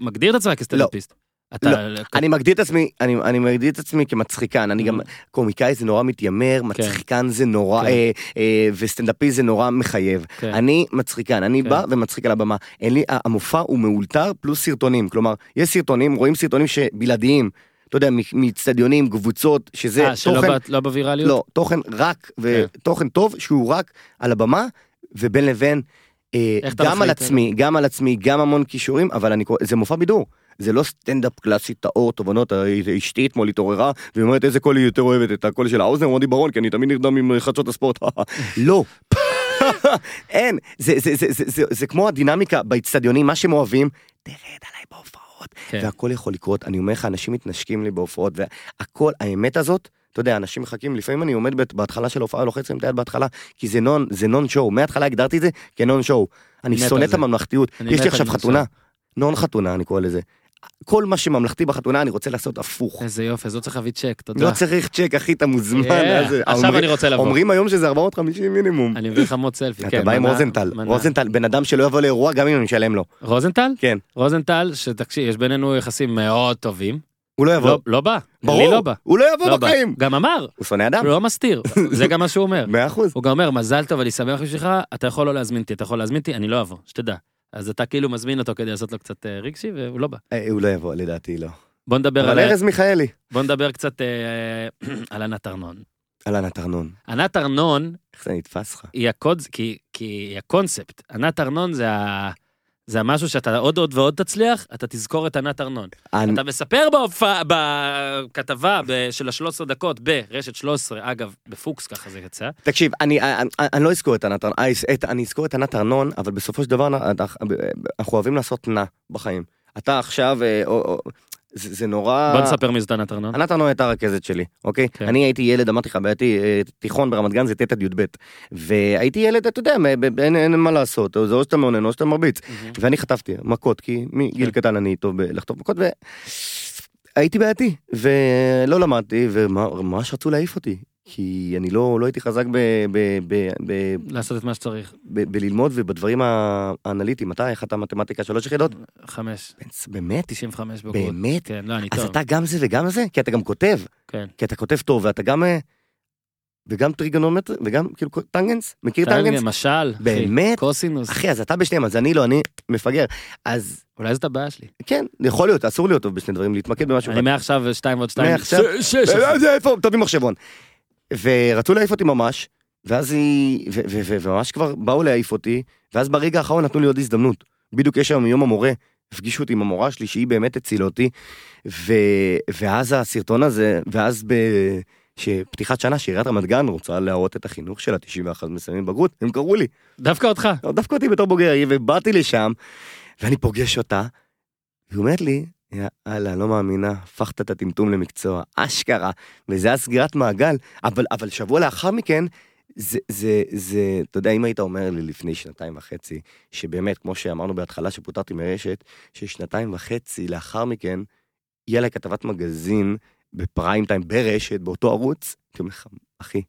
Speaker 1: מגדיר את עצמך כסטנדאפיסט. אתה,
Speaker 2: לא. אני מגדיר את עצמי, אני, אני מגדיר את עצמי כמצחיקן, אני גם, קומיקאי זה נורא מתיימר, מצחיקן זה נורא,
Speaker 1: Mm-hmm. כן.
Speaker 2: אה, אה, וסטנדאפיסט זה נורא מחייב.
Speaker 1: כן.
Speaker 2: אני מצחיקן, אני
Speaker 1: כן.
Speaker 2: בא ומצחיק על הבמה. אין לי, ה- המופע הוא מאולתר פלוס סרטונים, כלומר, יש סרטונים, רואים סרטונים שבלעדיים, אתה יודע, מ- מאצטדיונים, קבוצות, שזה
Speaker 1: אה, שלא
Speaker 2: תוכן,
Speaker 1: ב- לא בווירליות?
Speaker 2: לא, תוכן רק,
Speaker 1: כן.
Speaker 2: ותוכן טוב שהוא רק על הבמה, ובין לבין, אה,
Speaker 1: איך אתה
Speaker 2: גם על
Speaker 1: מחליט?
Speaker 2: עצמי, גם על עצמי, גם המון כישורים, אבל אני קורא, זה מופע בידור. זה לא סטנדאפ קלאסי טהור, תובנות, אה, אשתי אתמול התעוררה, והיא אומרת איזה קול היא יותר אוהבת, את הקול של האוזנר או רוני ברון, כי אני תמיד נרדם עם אה, חדשות הספורט. לא. אין, זה, זה, זה, זה, זה, זה כמו הדינמיקה באצטדיונים, מה שהם אוהבים, תרד עליי בהופעות.
Speaker 1: כן.
Speaker 2: והכל יכול לקרות, אני אומר לך, אנשים מתנשקים לי בהופעות, והכל, האמת הזאת, אתה יודע, אנשים מחכים, לפעמים אני עומד בת- בהתחלה של ההופעה, לוחץ להם את היד בהתחלה, כי זה נון, זה נון שואו, מההתחלה הגדרתי את זה כנון שואו. אני
Speaker 1: מת
Speaker 2: שונא
Speaker 1: על
Speaker 2: את
Speaker 1: זה.
Speaker 2: הממלכתיות,
Speaker 1: אני
Speaker 2: יש
Speaker 1: מת על
Speaker 2: לי עכשיו
Speaker 1: נון
Speaker 2: חתונה, נון חתונה אני קורא לזה. כל מה שממלכתי בחתונה אני רוצה לעשות הפוך.
Speaker 1: איזה יופי, אז לא צריך להביא צ'ק, תודה.
Speaker 2: לא צריך צ'ק, אחי, אתה מוזמן.
Speaker 1: אה,
Speaker 2: אז זה-
Speaker 1: עכשיו
Speaker 2: אומרים-
Speaker 1: אני רוצה לבוא.
Speaker 2: אומרים היום שזה 450 מינימום.
Speaker 1: אני מביא לך מוד סלפי, כן.
Speaker 2: אתה בא עם
Speaker 1: מנה-
Speaker 2: רוזנטל,
Speaker 1: מנה.
Speaker 2: רוזנטל, בן אדם שלא יבוא לאירוע גם אם אני משלם לו.
Speaker 1: רוזנטל?
Speaker 2: כן.
Speaker 1: רוזנטל, שתקשיב, יש בינינו יחסים מאוד טובים.
Speaker 2: הוא לא יבוא.
Speaker 1: לא- לא בא. לי
Speaker 2: ברור,
Speaker 1: לא בא.
Speaker 2: הוא לא יבוא
Speaker 1: לא בא.
Speaker 2: בחיים.
Speaker 1: גם אמר,
Speaker 2: הוא שונא אדם.
Speaker 1: הוא לא מסתיר, זה גם מה שהוא אומר.
Speaker 2: מאה אחוז.
Speaker 1: הוא גם אומר, מזל טוב, אני שמח בשבילך, אתה יכול לא להזמין אותי, אתה יכול להזמין אותי, אני לא אבוא, שתדע. אז אתה כאילו מזמין אותו כדי לעשות לו קצת אה, רגשי, והוא לא בא.
Speaker 2: אה, הוא לא יבוא, לדעתי לא.
Speaker 1: בוא נדבר
Speaker 2: אבל
Speaker 1: על...
Speaker 2: ארז מיכאלי.
Speaker 1: בוא נדבר קצת אה, על ענת ארנון.
Speaker 2: אהלן התרנון.
Speaker 1: ענת ארנון
Speaker 2: איך זה נתפס לך?
Speaker 1: היא הקוד, כי, כי היא הקונספט. ענת ארנון זה ה... זה המשהו שאתה עוד עוד ועוד תצליח, אתה תזכור את ענת ארנון.
Speaker 2: אני-
Speaker 1: אתה מספר בהופעה, בכתבה ב- של ה-13 דקות ברשת 13, אגב, בפוקס ככה זה יצא.
Speaker 2: תקשיב, אני אני- אני לא אזכור את ענת ארנון, אה, את- אני אזכור את ענת ארנון, אבל בסופו של דבר אנחנו- אה, אנחנו אוהבים לעשות נע בחיים. אתה עכשיו, אה, או- או- זה זה נורא...
Speaker 1: בוא נספר מי זאת ענת ארנון.
Speaker 2: ענת ארנון הייתה הרכזת שלי, אוקיי?
Speaker 1: כן.
Speaker 2: אני הייתי ילד, אמרתי לך, הייתי אה, תיכון ברמת גן, זה ט' עד י"ב. והייתי ילד, אתה יודע, מ- ב- אין אין מה לעשות, זה או שאתה מאונן או שאתה מרביץ. ואני חטפתי מכות, כי מגיל
Speaker 1: כן.
Speaker 2: קטן אני טוב בלחטוף מכות, והייתי בעייתי, ולא למדתי, וממש רצו להעיף אותי. כי אני לא, לא הייתי חזק ב, ב, ב, ב,
Speaker 1: לעשות את מה שצריך.
Speaker 2: ב, בללמוד ובדברים האנליטיים. אתה, איך אתה מתמטיקה שלוש יחידות?
Speaker 1: חמש,
Speaker 2: באמת?
Speaker 1: 95 בגרות.
Speaker 2: באמת?
Speaker 1: כן, לא, אני
Speaker 2: אז
Speaker 1: טוב.
Speaker 2: אתה גם זה וגם זה? כי אתה גם כותב.
Speaker 1: כן.
Speaker 2: כי אתה כותב טוב ואתה גם אה, וגם טריגונומטר וגם כאילו טנגנס מכיר טנגנס
Speaker 1: טנגן, משל. אחי.
Speaker 2: באמת?
Speaker 1: קוסינוס.
Speaker 2: אחי אז אתה בשניהם אז אני לא אני מפגר אז
Speaker 1: אולי זאת הבעיה שלי.
Speaker 2: כן יכול להיות אסור להיות טוב בשני דברים להתמקד במשהו.
Speaker 1: אני
Speaker 2: אחד.
Speaker 1: מעכשיו 2 ועוד 2.
Speaker 2: מעכשיו? אה, זה איפה טוב עם מחשבון. ורצו להעיף אותי ממש ואז היא ו- ו- ו- וממש כבר באו להעיף אותי ואז ברגע האחרון נתנו לי עוד הזדמנות בדיוק יש היום יום המורה. הפגישו אותי עם המורה שלי שהיא באמת הצילה אותי ו... ואז הסרטון הזה ואז ב... שפתיחת שנה שעיריית רמת גן רוצה להראות את החינוך שלה, 91 מסיימים בגרות, הם קראו לי,
Speaker 1: דווקא אותך.
Speaker 2: לא, דווקא אותי בתור בוגר, ובאתי לשם, ואני פוגש אותה, והיא אומרת לי, יאללה, לא מאמינה, הפכת את הטמטום למקצוע, אשכרה, וזה היה סגירת מעגל, אבל, אבל שבוע לאחר מכן, זה, זה, זה, אתה יודע, אם היית אומר לי לפני שנתיים וחצי, שבאמת, כמו שאמרנו בהתחלה שפוטרתי מרשת, ששנתיים וחצי לאחר מכן, יהיה לה כתבת מגזין בפריים טיים ברשת, באותו ערוץ, הייתי אומר לך, אחי.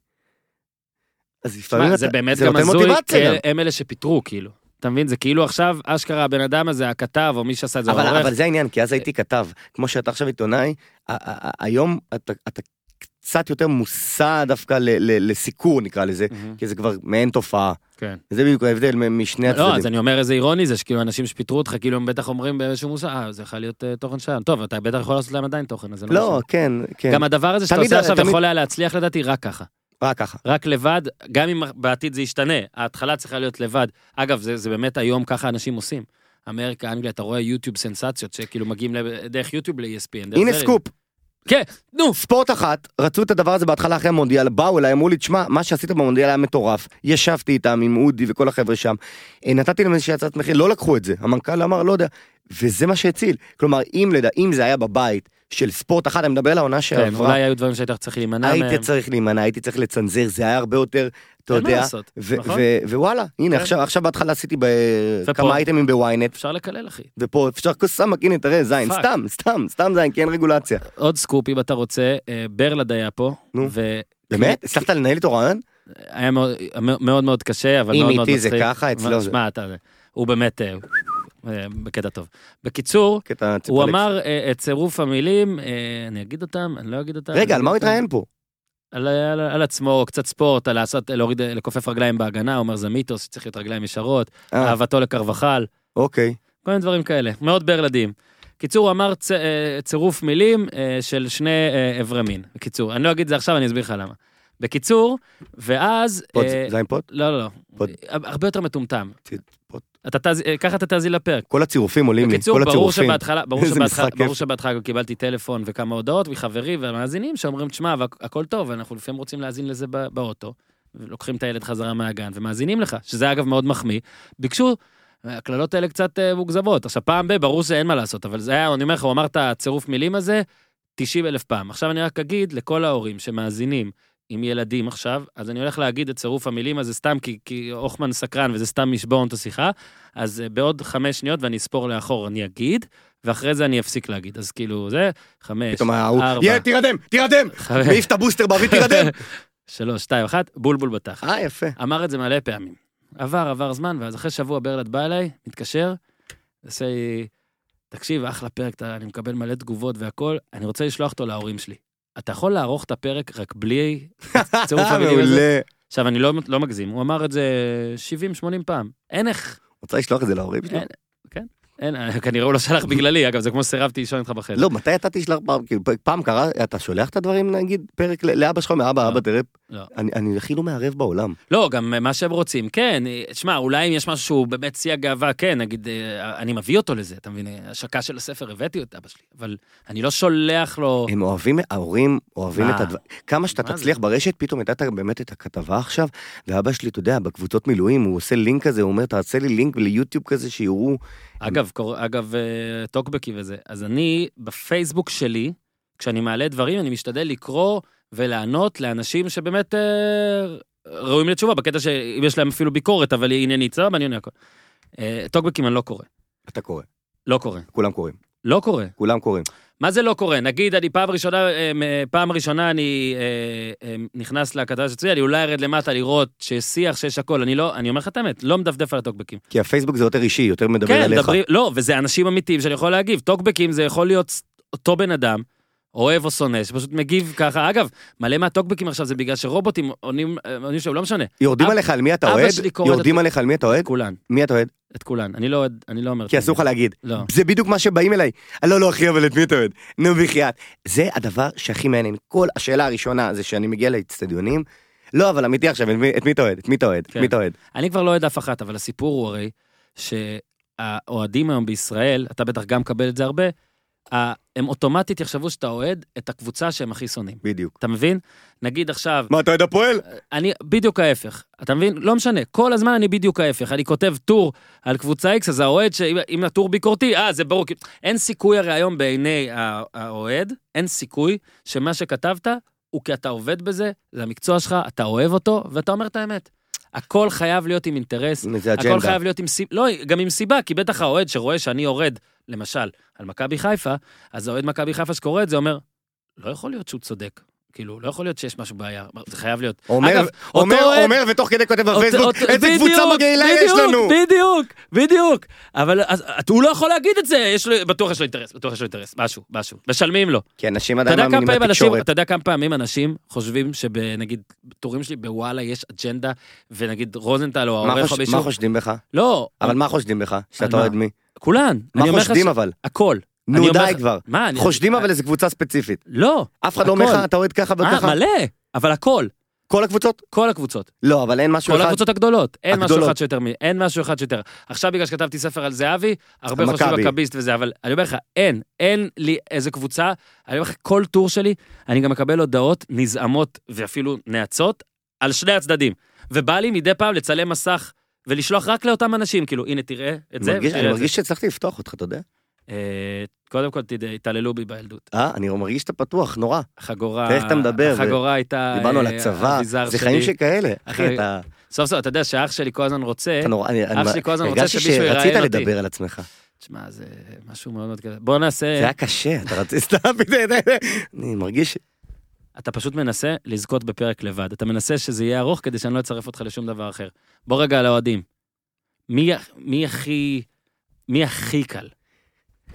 Speaker 2: אז לפעמים
Speaker 1: שמע,
Speaker 2: אתה-
Speaker 1: זה באמת
Speaker 2: זה
Speaker 1: גם
Speaker 2: נותן
Speaker 1: הזוי,
Speaker 2: מוטיבציה גם.
Speaker 1: כי הם אלה שפיטרו, כאילו. אתה מבין? זה כאילו עכשיו, אשכרה הבן אדם הזה, הכתב, או מי שעשה את זה, אה.
Speaker 2: אבל,
Speaker 1: העורך,
Speaker 2: אבל זה העניין, כי אז הייתי כתב, כמו שאתה עכשיו עיתונאי, ה- ה- ה- היום אתה, אתה קצת יותר מושא דווקא ל, ל, לסיקור נקרא לזה,
Speaker 1: מהמם.
Speaker 2: כי זה כבר מעין תופעה.
Speaker 1: כן.
Speaker 2: זה בדיוק ההבדל מ- משני
Speaker 1: לא,
Speaker 2: הצדדים.
Speaker 1: אז אני אומר איזה אירוני זה, שכאילו אנשים שפיטרו אותך, כאילו הם בטח אומרים באיזשהו מושג, אה, זה יכול להיות אה, תוכן שם. טוב, אתה בטח יכול לעשות להם עדיין תוכן, אז זה לא
Speaker 2: לא,
Speaker 1: משנה.
Speaker 2: כן, כן,
Speaker 1: גם הדבר הזה שאתה
Speaker 2: תמיד-
Speaker 1: עושה עכשיו
Speaker 2: תמיד-
Speaker 1: יכול היה להצליח לדעתי רק ככה.
Speaker 2: רק ככה.
Speaker 1: רק לבד, גם אם בעתיד זה ישתנה, ההתחלה צריכה להיות לבד. אגב, זה, זה באמת היום ככה אנשים עושים. אמריקה, אנגליה, אתה רואה יוטיוב סנסציות שכאילו מגיעים ל- דרך יוטיוב ל-ESPN. דרך
Speaker 2: הנה
Speaker 1: זה.
Speaker 2: סקופ,
Speaker 1: כן, נו.
Speaker 2: ספורט אחת, רצו את הדבר הזה בהתחלה אחרי המונדיאל, באו אליי, אמרו לי, תשמע, מה שעשית במונדיאל היה מטורף. ישבתי איתם עם אודי וכל החבר'ה שם, אה, נתתי להם איזושהי הצעת מחיר, לא לקחו את זה. המנכ"ל אמר, לא יודע, וזה מה שהציל. כלומר, אם לדע, אם זה היה בבית של ספורט אחת, אני מדבר על העונה
Speaker 1: כן,
Speaker 2: שעברה,
Speaker 1: אולי היו דברים שהיית צריך להימנע מהם.
Speaker 2: הייתי צריך להימנע, הייתי צריך לצנזר, זה היה הרבה יותר, אתה
Speaker 1: אין מה
Speaker 2: יודע,
Speaker 1: לעשות,
Speaker 2: ו-
Speaker 1: נכון?
Speaker 2: ו- ווואלה, הנה,
Speaker 1: כן.
Speaker 2: עכשיו- עכשיו בהתחלה עשיתי ב-
Speaker 1: ופה?
Speaker 2: כמה אייטמים בוויינט,
Speaker 1: אפשר לקלל, אחי.
Speaker 2: ופה אפשר כוס סמק, הנה, תראה, זין,
Speaker 1: פאק.
Speaker 2: סתם, סתם, סתם זין, כי אין רגולציה.
Speaker 1: עוד סקופ, אם אתה רוצה, אה, ברלד היה פה.
Speaker 2: נו.
Speaker 1: והיה
Speaker 2: באמת? הצלחת לנהל איתו רעיון?
Speaker 1: מאוד אה, מאוד מאוד קשה, אבל
Speaker 2: אם
Speaker 1: מאוד מאוד
Speaker 2: איתי זה
Speaker 1: מצחיק.
Speaker 2: ככה, אצלו זה-
Speaker 1: שמע, אתה... הוא באמת... אה, אה, בקטע טוב. בקיצור,
Speaker 2: קטע
Speaker 1: הוא
Speaker 2: ציפרלקס.
Speaker 1: אמר אה, את צירוף המילים, אה, אני אגיד אותם, אני לא אגיד אותם. אני
Speaker 2: רגע, על מה הוא
Speaker 1: אגיד אותם.
Speaker 2: התראיין פה?
Speaker 1: על, על, על עצמו, קצת ספורט, על לעשות, להוריד, לכופף רגליים בהגנה, הוא אומר זה מיתוס, שצריך להיות רגליים ישרות,
Speaker 2: אה, אוקיי.
Speaker 1: אהבתו לקרבחל,
Speaker 2: אוקידים.
Speaker 1: כל מיני דברים כאלה, מאוד ברלדים. קיצור, הוא אמר צ, אה, צירוף מילים אה, של שני אה, אברי מין. בקיצור, אני לא אגיד את זה עכשיו, אני אסביר לך למה. בקיצור, ואז...
Speaker 2: פוט,
Speaker 1: אה,
Speaker 2: זין פוט?
Speaker 1: לא, לא, לא.
Speaker 2: פוד.
Speaker 1: הרבה יותר מטומטם.
Speaker 2: צי- פוד.
Speaker 1: אתה תז... אה, ככה אתה תאזין לפרק.
Speaker 2: כל הצירופים עולים לי,
Speaker 1: בקיצור,
Speaker 2: כל
Speaker 1: ברור
Speaker 2: הצירופים.
Speaker 1: שבהתחלה, ברור
Speaker 2: איזה
Speaker 1: שבהתחלה,
Speaker 2: משחק כיף.
Speaker 1: ברור שבהתחלה גם קיבלתי טלפון וכמה הודעות מחברים ומאזינים שאומרים, תשמע, והכ- הכל טוב, אנחנו לפעמים רוצים להאזין לזה בא- באוטו, ולוקחים את הילד חזרה מהגן ומאזינים לך, שזה אגב מאוד מחמיא. ביקשו, הקללות האלה קצת אה, מוגזמות. עכשיו, פעם ב, ברור שאין מה לעשות, אבל זה היה, אני אומר לך, הוא אמר את הצירוף מילים הזה 90 אלף פעם. עכשיו אני רק אגיד לכל ההורים שמאזינים, עם ילדים עכשיו, אז אני הולך להגיד את צירוף המילים הזה סתם, כי, כי הוכמן סקרן וזה סתם ישבור את השיחה, אז אה, בעוד חמש שניות ואני אספור לאחור, אני אגיד, ואחרי זה אני אפסיק להגיד. אז כאילו, זה חמש,
Speaker 2: פתאום ההוא,
Speaker 1: ארבע.
Speaker 2: יא, תירדם, תירדם!
Speaker 1: חמש.
Speaker 2: מעיף את הבוסטר באוויר, תירדם!
Speaker 1: שלוש, שתיים, אחת, בולבול בתחת.
Speaker 2: אה, יפה.
Speaker 1: אמר את זה מלא פעמים. עבר, עבר זמן, ואז אחרי שבוע ברלד בא אליי, מתקשר, עושה לי, תקשיב, אחלה פרק, אתה, אני מקבל מלא תגובות והכול, אני רוצה לשלוח אותו להורים שלי. אתה יכול לערוך את הפרק רק בלי צירוף המילים הזה?
Speaker 2: אה, מעולה.
Speaker 1: עכשיו, אני לא, לא מגזים, הוא אמר את זה 70-80 פעם. אין איך,
Speaker 2: רוצה לשלוח את זה להורים שלו?
Speaker 1: אין, כן, אין, כנראה הוא לא שלח בגללי, אגב, זה כמו שסירבתי לישון איתך בחדר.
Speaker 2: לא, מתי אתה תשלח פעם, כאילו, פ- פעם קרה, אתה שולח את הדברים, נגיד, פרק ל- לאבא שלך, אומר, אבא,
Speaker 1: לא.
Speaker 2: אבא, תראה,
Speaker 1: לא.
Speaker 2: אני- אני הכי לא מערב בעולם.
Speaker 1: לא, גם מה שהם רוצים, כן, תשמע, אולי אם יש משהו שהוא באמת שיא הגאווה, כן, נגיד, אה, אני מביא אותו לזה, אתה מבין? השקה של הספר, הבאתי את אבא שלי, אבל אני לא שולח לו...
Speaker 2: הם אוהבים, ההורים אוהבים
Speaker 1: מה?
Speaker 2: את הדבר... כמה שאתה
Speaker 1: אה. מה זה?
Speaker 2: תצליח ברשת, פתאום הייתה באמת את הכתבה עכשיו, ואבא שלי, אתה יודע, בקבוצות מילואים, הוא עושה לינק כזה, הוא אומר, תעשה לי לינק ליוטיוב כזה שיראו...
Speaker 1: אגב, קור... אגב, אה, טוקבקי וזה. אז אני, בפייסבוק שלי, כשאני מעלה דברים, אני משתדל לקרוא ולענות לאנשים שבאמת אה, ראויים לתשובה, בקטע שאם יש להם אפילו ביקורת, אבל היא עניינית, סבבה, אני עונה הכל. אה, טוקבקים אני לא קורא.
Speaker 2: אתה קורא,
Speaker 1: לא קורא.
Speaker 2: כולם קוראים,
Speaker 1: לא קורא.
Speaker 2: כולם קוראים.
Speaker 1: מה זה לא קורה? נגיד, אני פעם ראשונה, אה, אה, פעם ראשונה אני אה, אה, נכנס לכתבה של צבי, אני אולי ארד למטה לראות שיש שיח, שיש הכל, אני לא, אני אומר לך את האמת, לא מדפדף על הטוקבקים.
Speaker 2: כי הפייסבוק זה יותר אישי, יותר מדבר
Speaker 1: כן,
Speaker 2: עליך.
Speaker 1: מדברים, לא, וזה אנשים אמיתיים שאני יכול להגיב. טוקבקים זה יכול להיות ס- אותו בן אדם, אוהב או שונא, שפשוט מגיב ככה. אגב, מלא מהטוקבקים עכשיו זה בגלל שרובוטים עונים, אה, עונים שם, לא משנה,
Speaker 2: יורדים
Speaker 1: אב-
Speaker 2: עליך על מי אתה
Speaker 1: אבא
Speaker 2: אוהד?
Speaker 1: שלי קורא את
Speaker 2: יורדים
Speaker 1: הטוק-
Speaker 2: עליך על מי אתה אוהד?
Speaker 1: את כולן,
Speaker 2: מי אתה אוהד?
Speaker 1: את כולן. אני לא, אוהד- אני לא אומר...
Speaker 2: כי אסור לך להגיד.
Speaker 1: לא.
Speaker 2: זה בדיוק מה שבאים אליי. "אה, לא, לא, אחי, אבל את מי אתה אוהד? נו, בחייאת. זה הדבר שהכי מעניין. כל השאלה הראשונה זה שאני מגיע לאצטדיונים, לא, אבל אמיתי עכשיו, את מי- את מי אתה אוהד? את מי אתה אוהד? את
Speaker 1: כן.
Speaker 2: מי אתה אוהד?
Speaker 1: אני כבר לא אוהד אף אחת, אבל הסיפור הוא הרי שהאוהדים היום בישראל, אתה בטח גם מקבל את זה הרבה, ה- הם אוטומטית יחשבו שאתה אוהד את הקבוצה שהם הכי שונאים.
Speaker 2: בדיוק.
Speaker 1: אתה מבין? נגיד עכשיו,
Speaker 2: מה, אתה אוהד הפועל?
Speaker 1: אני בדיוק ההפך, אתה מבין? לא משנה, כל הזמן אני בדיוק ההפך, אני כותב טור על קבוצה X, אז האוהד, שאם- אם הטור ביקורתי, אה, זה ברור, כי- אין סיכוי הרי היום בעיני הא- האוהד, אין סיכוי שמה שכתבת הוא כי אתה עובד בזה, זה המקצוע שלך, אתה אוהב אותו, ואתה אומר את האמת. הכל חייב להיות עם אינטרס,
Speaker 2: זה
Speaker 1: הכל
Speaker 2: אג'נדה.
Speaker 1: חייב להיות עם סיבה, לא, גם עם סיבה, כי בטח האוהד שרואה שאני יורד, למשל, על מכבי חיפה, אז האוהד מכבי חיפה שקורא את זה אומר, לא יכול להיות שהוא צודק. כאילו, לא יכול להיות שיש משהו בעיה, זה חייב להיות.
Speaker 2: אומר-
Speaker 1: אגב, אותו
Speaker 2: אומר,
Speaker 1: אוהד-
Speaker 2: אומר, ותוך כדי כותב
Speaker 1: אותו-
Speaker 2: בפייסבוק,
Speaker 1: אותו-
Speaker 2: איזה
Speaker 1: בדיוק,
Speaker 2: קבוצה מגעילה יש
Speaker 1: בדיוק,
Speaker 2: לנו!
Speaker 1: בדיוק, בדיוק. אבל אז- הוא לא יכול להגיד את זה, יש לו, בטוח יש לו אינטרס, בטוח יש לו אינטרס, משהו, משהו. משלמים לו.
Speaker 2: כי אנשים
Speaker 1: אתה
Speaker 2: עדיין
Speaker 1: יודע, כמה
Speaker 2: מאמינים
Speaker 1: פעמים אנשים,
Speaker 2: לתקשורת.
Speaker 1: אתה יודע כמה פעמים אנשים חושבים שבנגיד, בטורים שלי בוואלה יש אג'נדה, ונגיד רוזנטל או
Speaker 2: מה
Speaker 1: העורך או
Speaker 2: חוש- מה
Speaker 1: מישהו,
Speaker 2: חושדים בך?
Speaker 1: לא,
Speaker 2: אבל מה חושדים בך? שאתה
Speaker 1: מה?
Speaker 2: אוהד מי?
Speaker 1: כולן.
Speaker 2: מה
Speaker 1: אני אומר לך
Speaker 2: חושדים
Speaker 1: ש-
Speaker 2: אבל?
Speaker 1: הכל. אני
Speaker 2: נו
Speaker 1: אומר
Speaker 2: די
Speaker 1: לך-
Speaker 2: כבר.
Speaker 1: מה, אה, אני...
Speaker 2: חושדים אבל איזה קבוצה ספציפית.
Speaker 1: לא.
Speaker 2: אף אחד לא אומר
Speaker 1: הכל.
Speaker 2: לך, אתה אוהד ככה
Speaker 1: אה,
Speaker 2: וככה.
Speaker 1: מלא, אבל הכל,
Speaker 2: כל הקבוצות?
Speaker 1: כל הקבוצות.
Speaker 2: לא, אבל אין משהו
Speaker 1: כל
Speaker 2: אחד.
Speaker 1: הקבוצות הגדולות, אין משהו
Speaker 2: הגדולות.
Speaker 1: אחד שיותר מ... אין משהו אחד שיותר. עכשיו בגלל שכתבתי ספר על זהבי, הרבה
Speaker 2: המכבי.
Speaker 1: חושבים מכביסט וזה, אבל אני אומר לך, אין, אין לי איזה קבוצה, אני אומר לך, כל טור שלי, אני גם מקבל הודעות נזעמות ואפילו נאצות על שני הצדדים. ובא לי מדי פעם לצלם מסך ולשלוח רק לאותם אנשים, כאילו, הנה, תראה את זה,
Speaker 2: אני מרגיש-
Speaker 1: ותראה
Speaker 2: אני
Speaker 1: את זה.
Speaker 2: מרגיש שהצלחתי לפתוח אותך, אתה יודע?
Speaker 1: אה, קודם כל, תדע, התעללו בי בילדות.
Speaker 2: אה, אני מרגיש שאתה פתוח, נורא.
Speaker 1: החגורה...
Speaker 2: תראה איך אתה מדבר,
Speaker 1: החגורה הייתה...
Speaker 2: דיברנו על
Speaker 1: אה,
Speaker 2: הצבא,
Speaker 1: האביזר
Speaker 2: זה
Speaker 1: שלי.
Speaker 2: חיים שכאלה. אחי,
Speaker 1: אחי,
Speaker 2: אתה
Speaker 1: סוף סוף, אתה יודע שאח שלי כל הזמן רוצה...
Speaker 2: אתה נורא... אני- אני-
Speaker 1: אח שלי כל הזמן רוצה
Speaker 2: הרגשתי
Speaker 1: שמישהו יראיין אותי. אה.
Speaker 2: שרצית לדבר על עצמך.
Speaker 1: תשמע, זה משהו מאוד מאוד כזה. בוא נעשה...
Speaker 2: זה היה קשה, אתה רצית... סתם, אני מרגיש...
Speaker 1: אתה פשוט מנסה לזכות בפרק לבד. אתה מנסה שזה יהיה ארוך כדי שאני לא אצרף אותך לשום דבר אחר. בוא רגע על האוהדים. מי, מי הכי... מי הכי קל?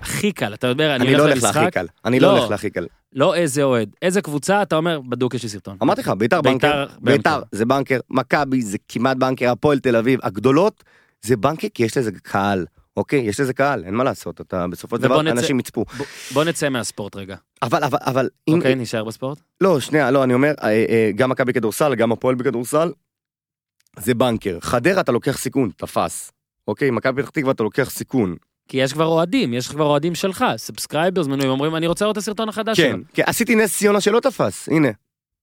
Speaker 1: הכי קל, אתה אומר, אני,
Speaker 2: אני לא הולך
Speaker 1: למשחק,
Speaker 2: להכי קל. אני לא
Speaker 1: לא.
Speaker 2: הולך להכי קל.
Speaker 1: לא איזה אוהד, איזה קבוצה, אתה אומר, בדוק יש לי סרטון.
Speaker 2: אמרתי לך, ביתר
Speaker 1: ביתר,
Speaker 2: בנקר, ביתר
Speaker 1: בנקר.
Speaker 2: זה בנקר, מכבי זה כמעט בנקר, הפועל תל אביב, הגדולות זה בנקר כי יש לזה קהל, אוקיי? יש לזה קהל, אין מה לעשות, אתה בסופו של
Speaker 1: ובוא
Speaker 2: דבר
Speaker 1: נצא-
Speaker 2: אנשים יצפו.
Speaker 1: ב- בוא נצא מהספורט רגע.
Speaker 2: אבל, אבל, אבל, אם,
Speaker 1: אוקיי, נשאר בספורט?
Speaker 2: לא, שנייה, לא, אני אומר, אה, אה, גם מכבי כדורסל, גם הפועל בכדורסל, זה בנקר. חדרה אתה לוקח סיכון, תפס. אוקיי, מכבי פתח תקווה אתה לוקח סיכון.
Speaker 1: כי יש כבר אוהדים, יש כבר אוהדים שלך, סאבסקרייברס, מנויים, אומרים, אני רוצה לראות את הסרטון החדש לא שלו.
Speaker 2: כן, כן, עשיתי נס ציונה שלא תפס, הנה.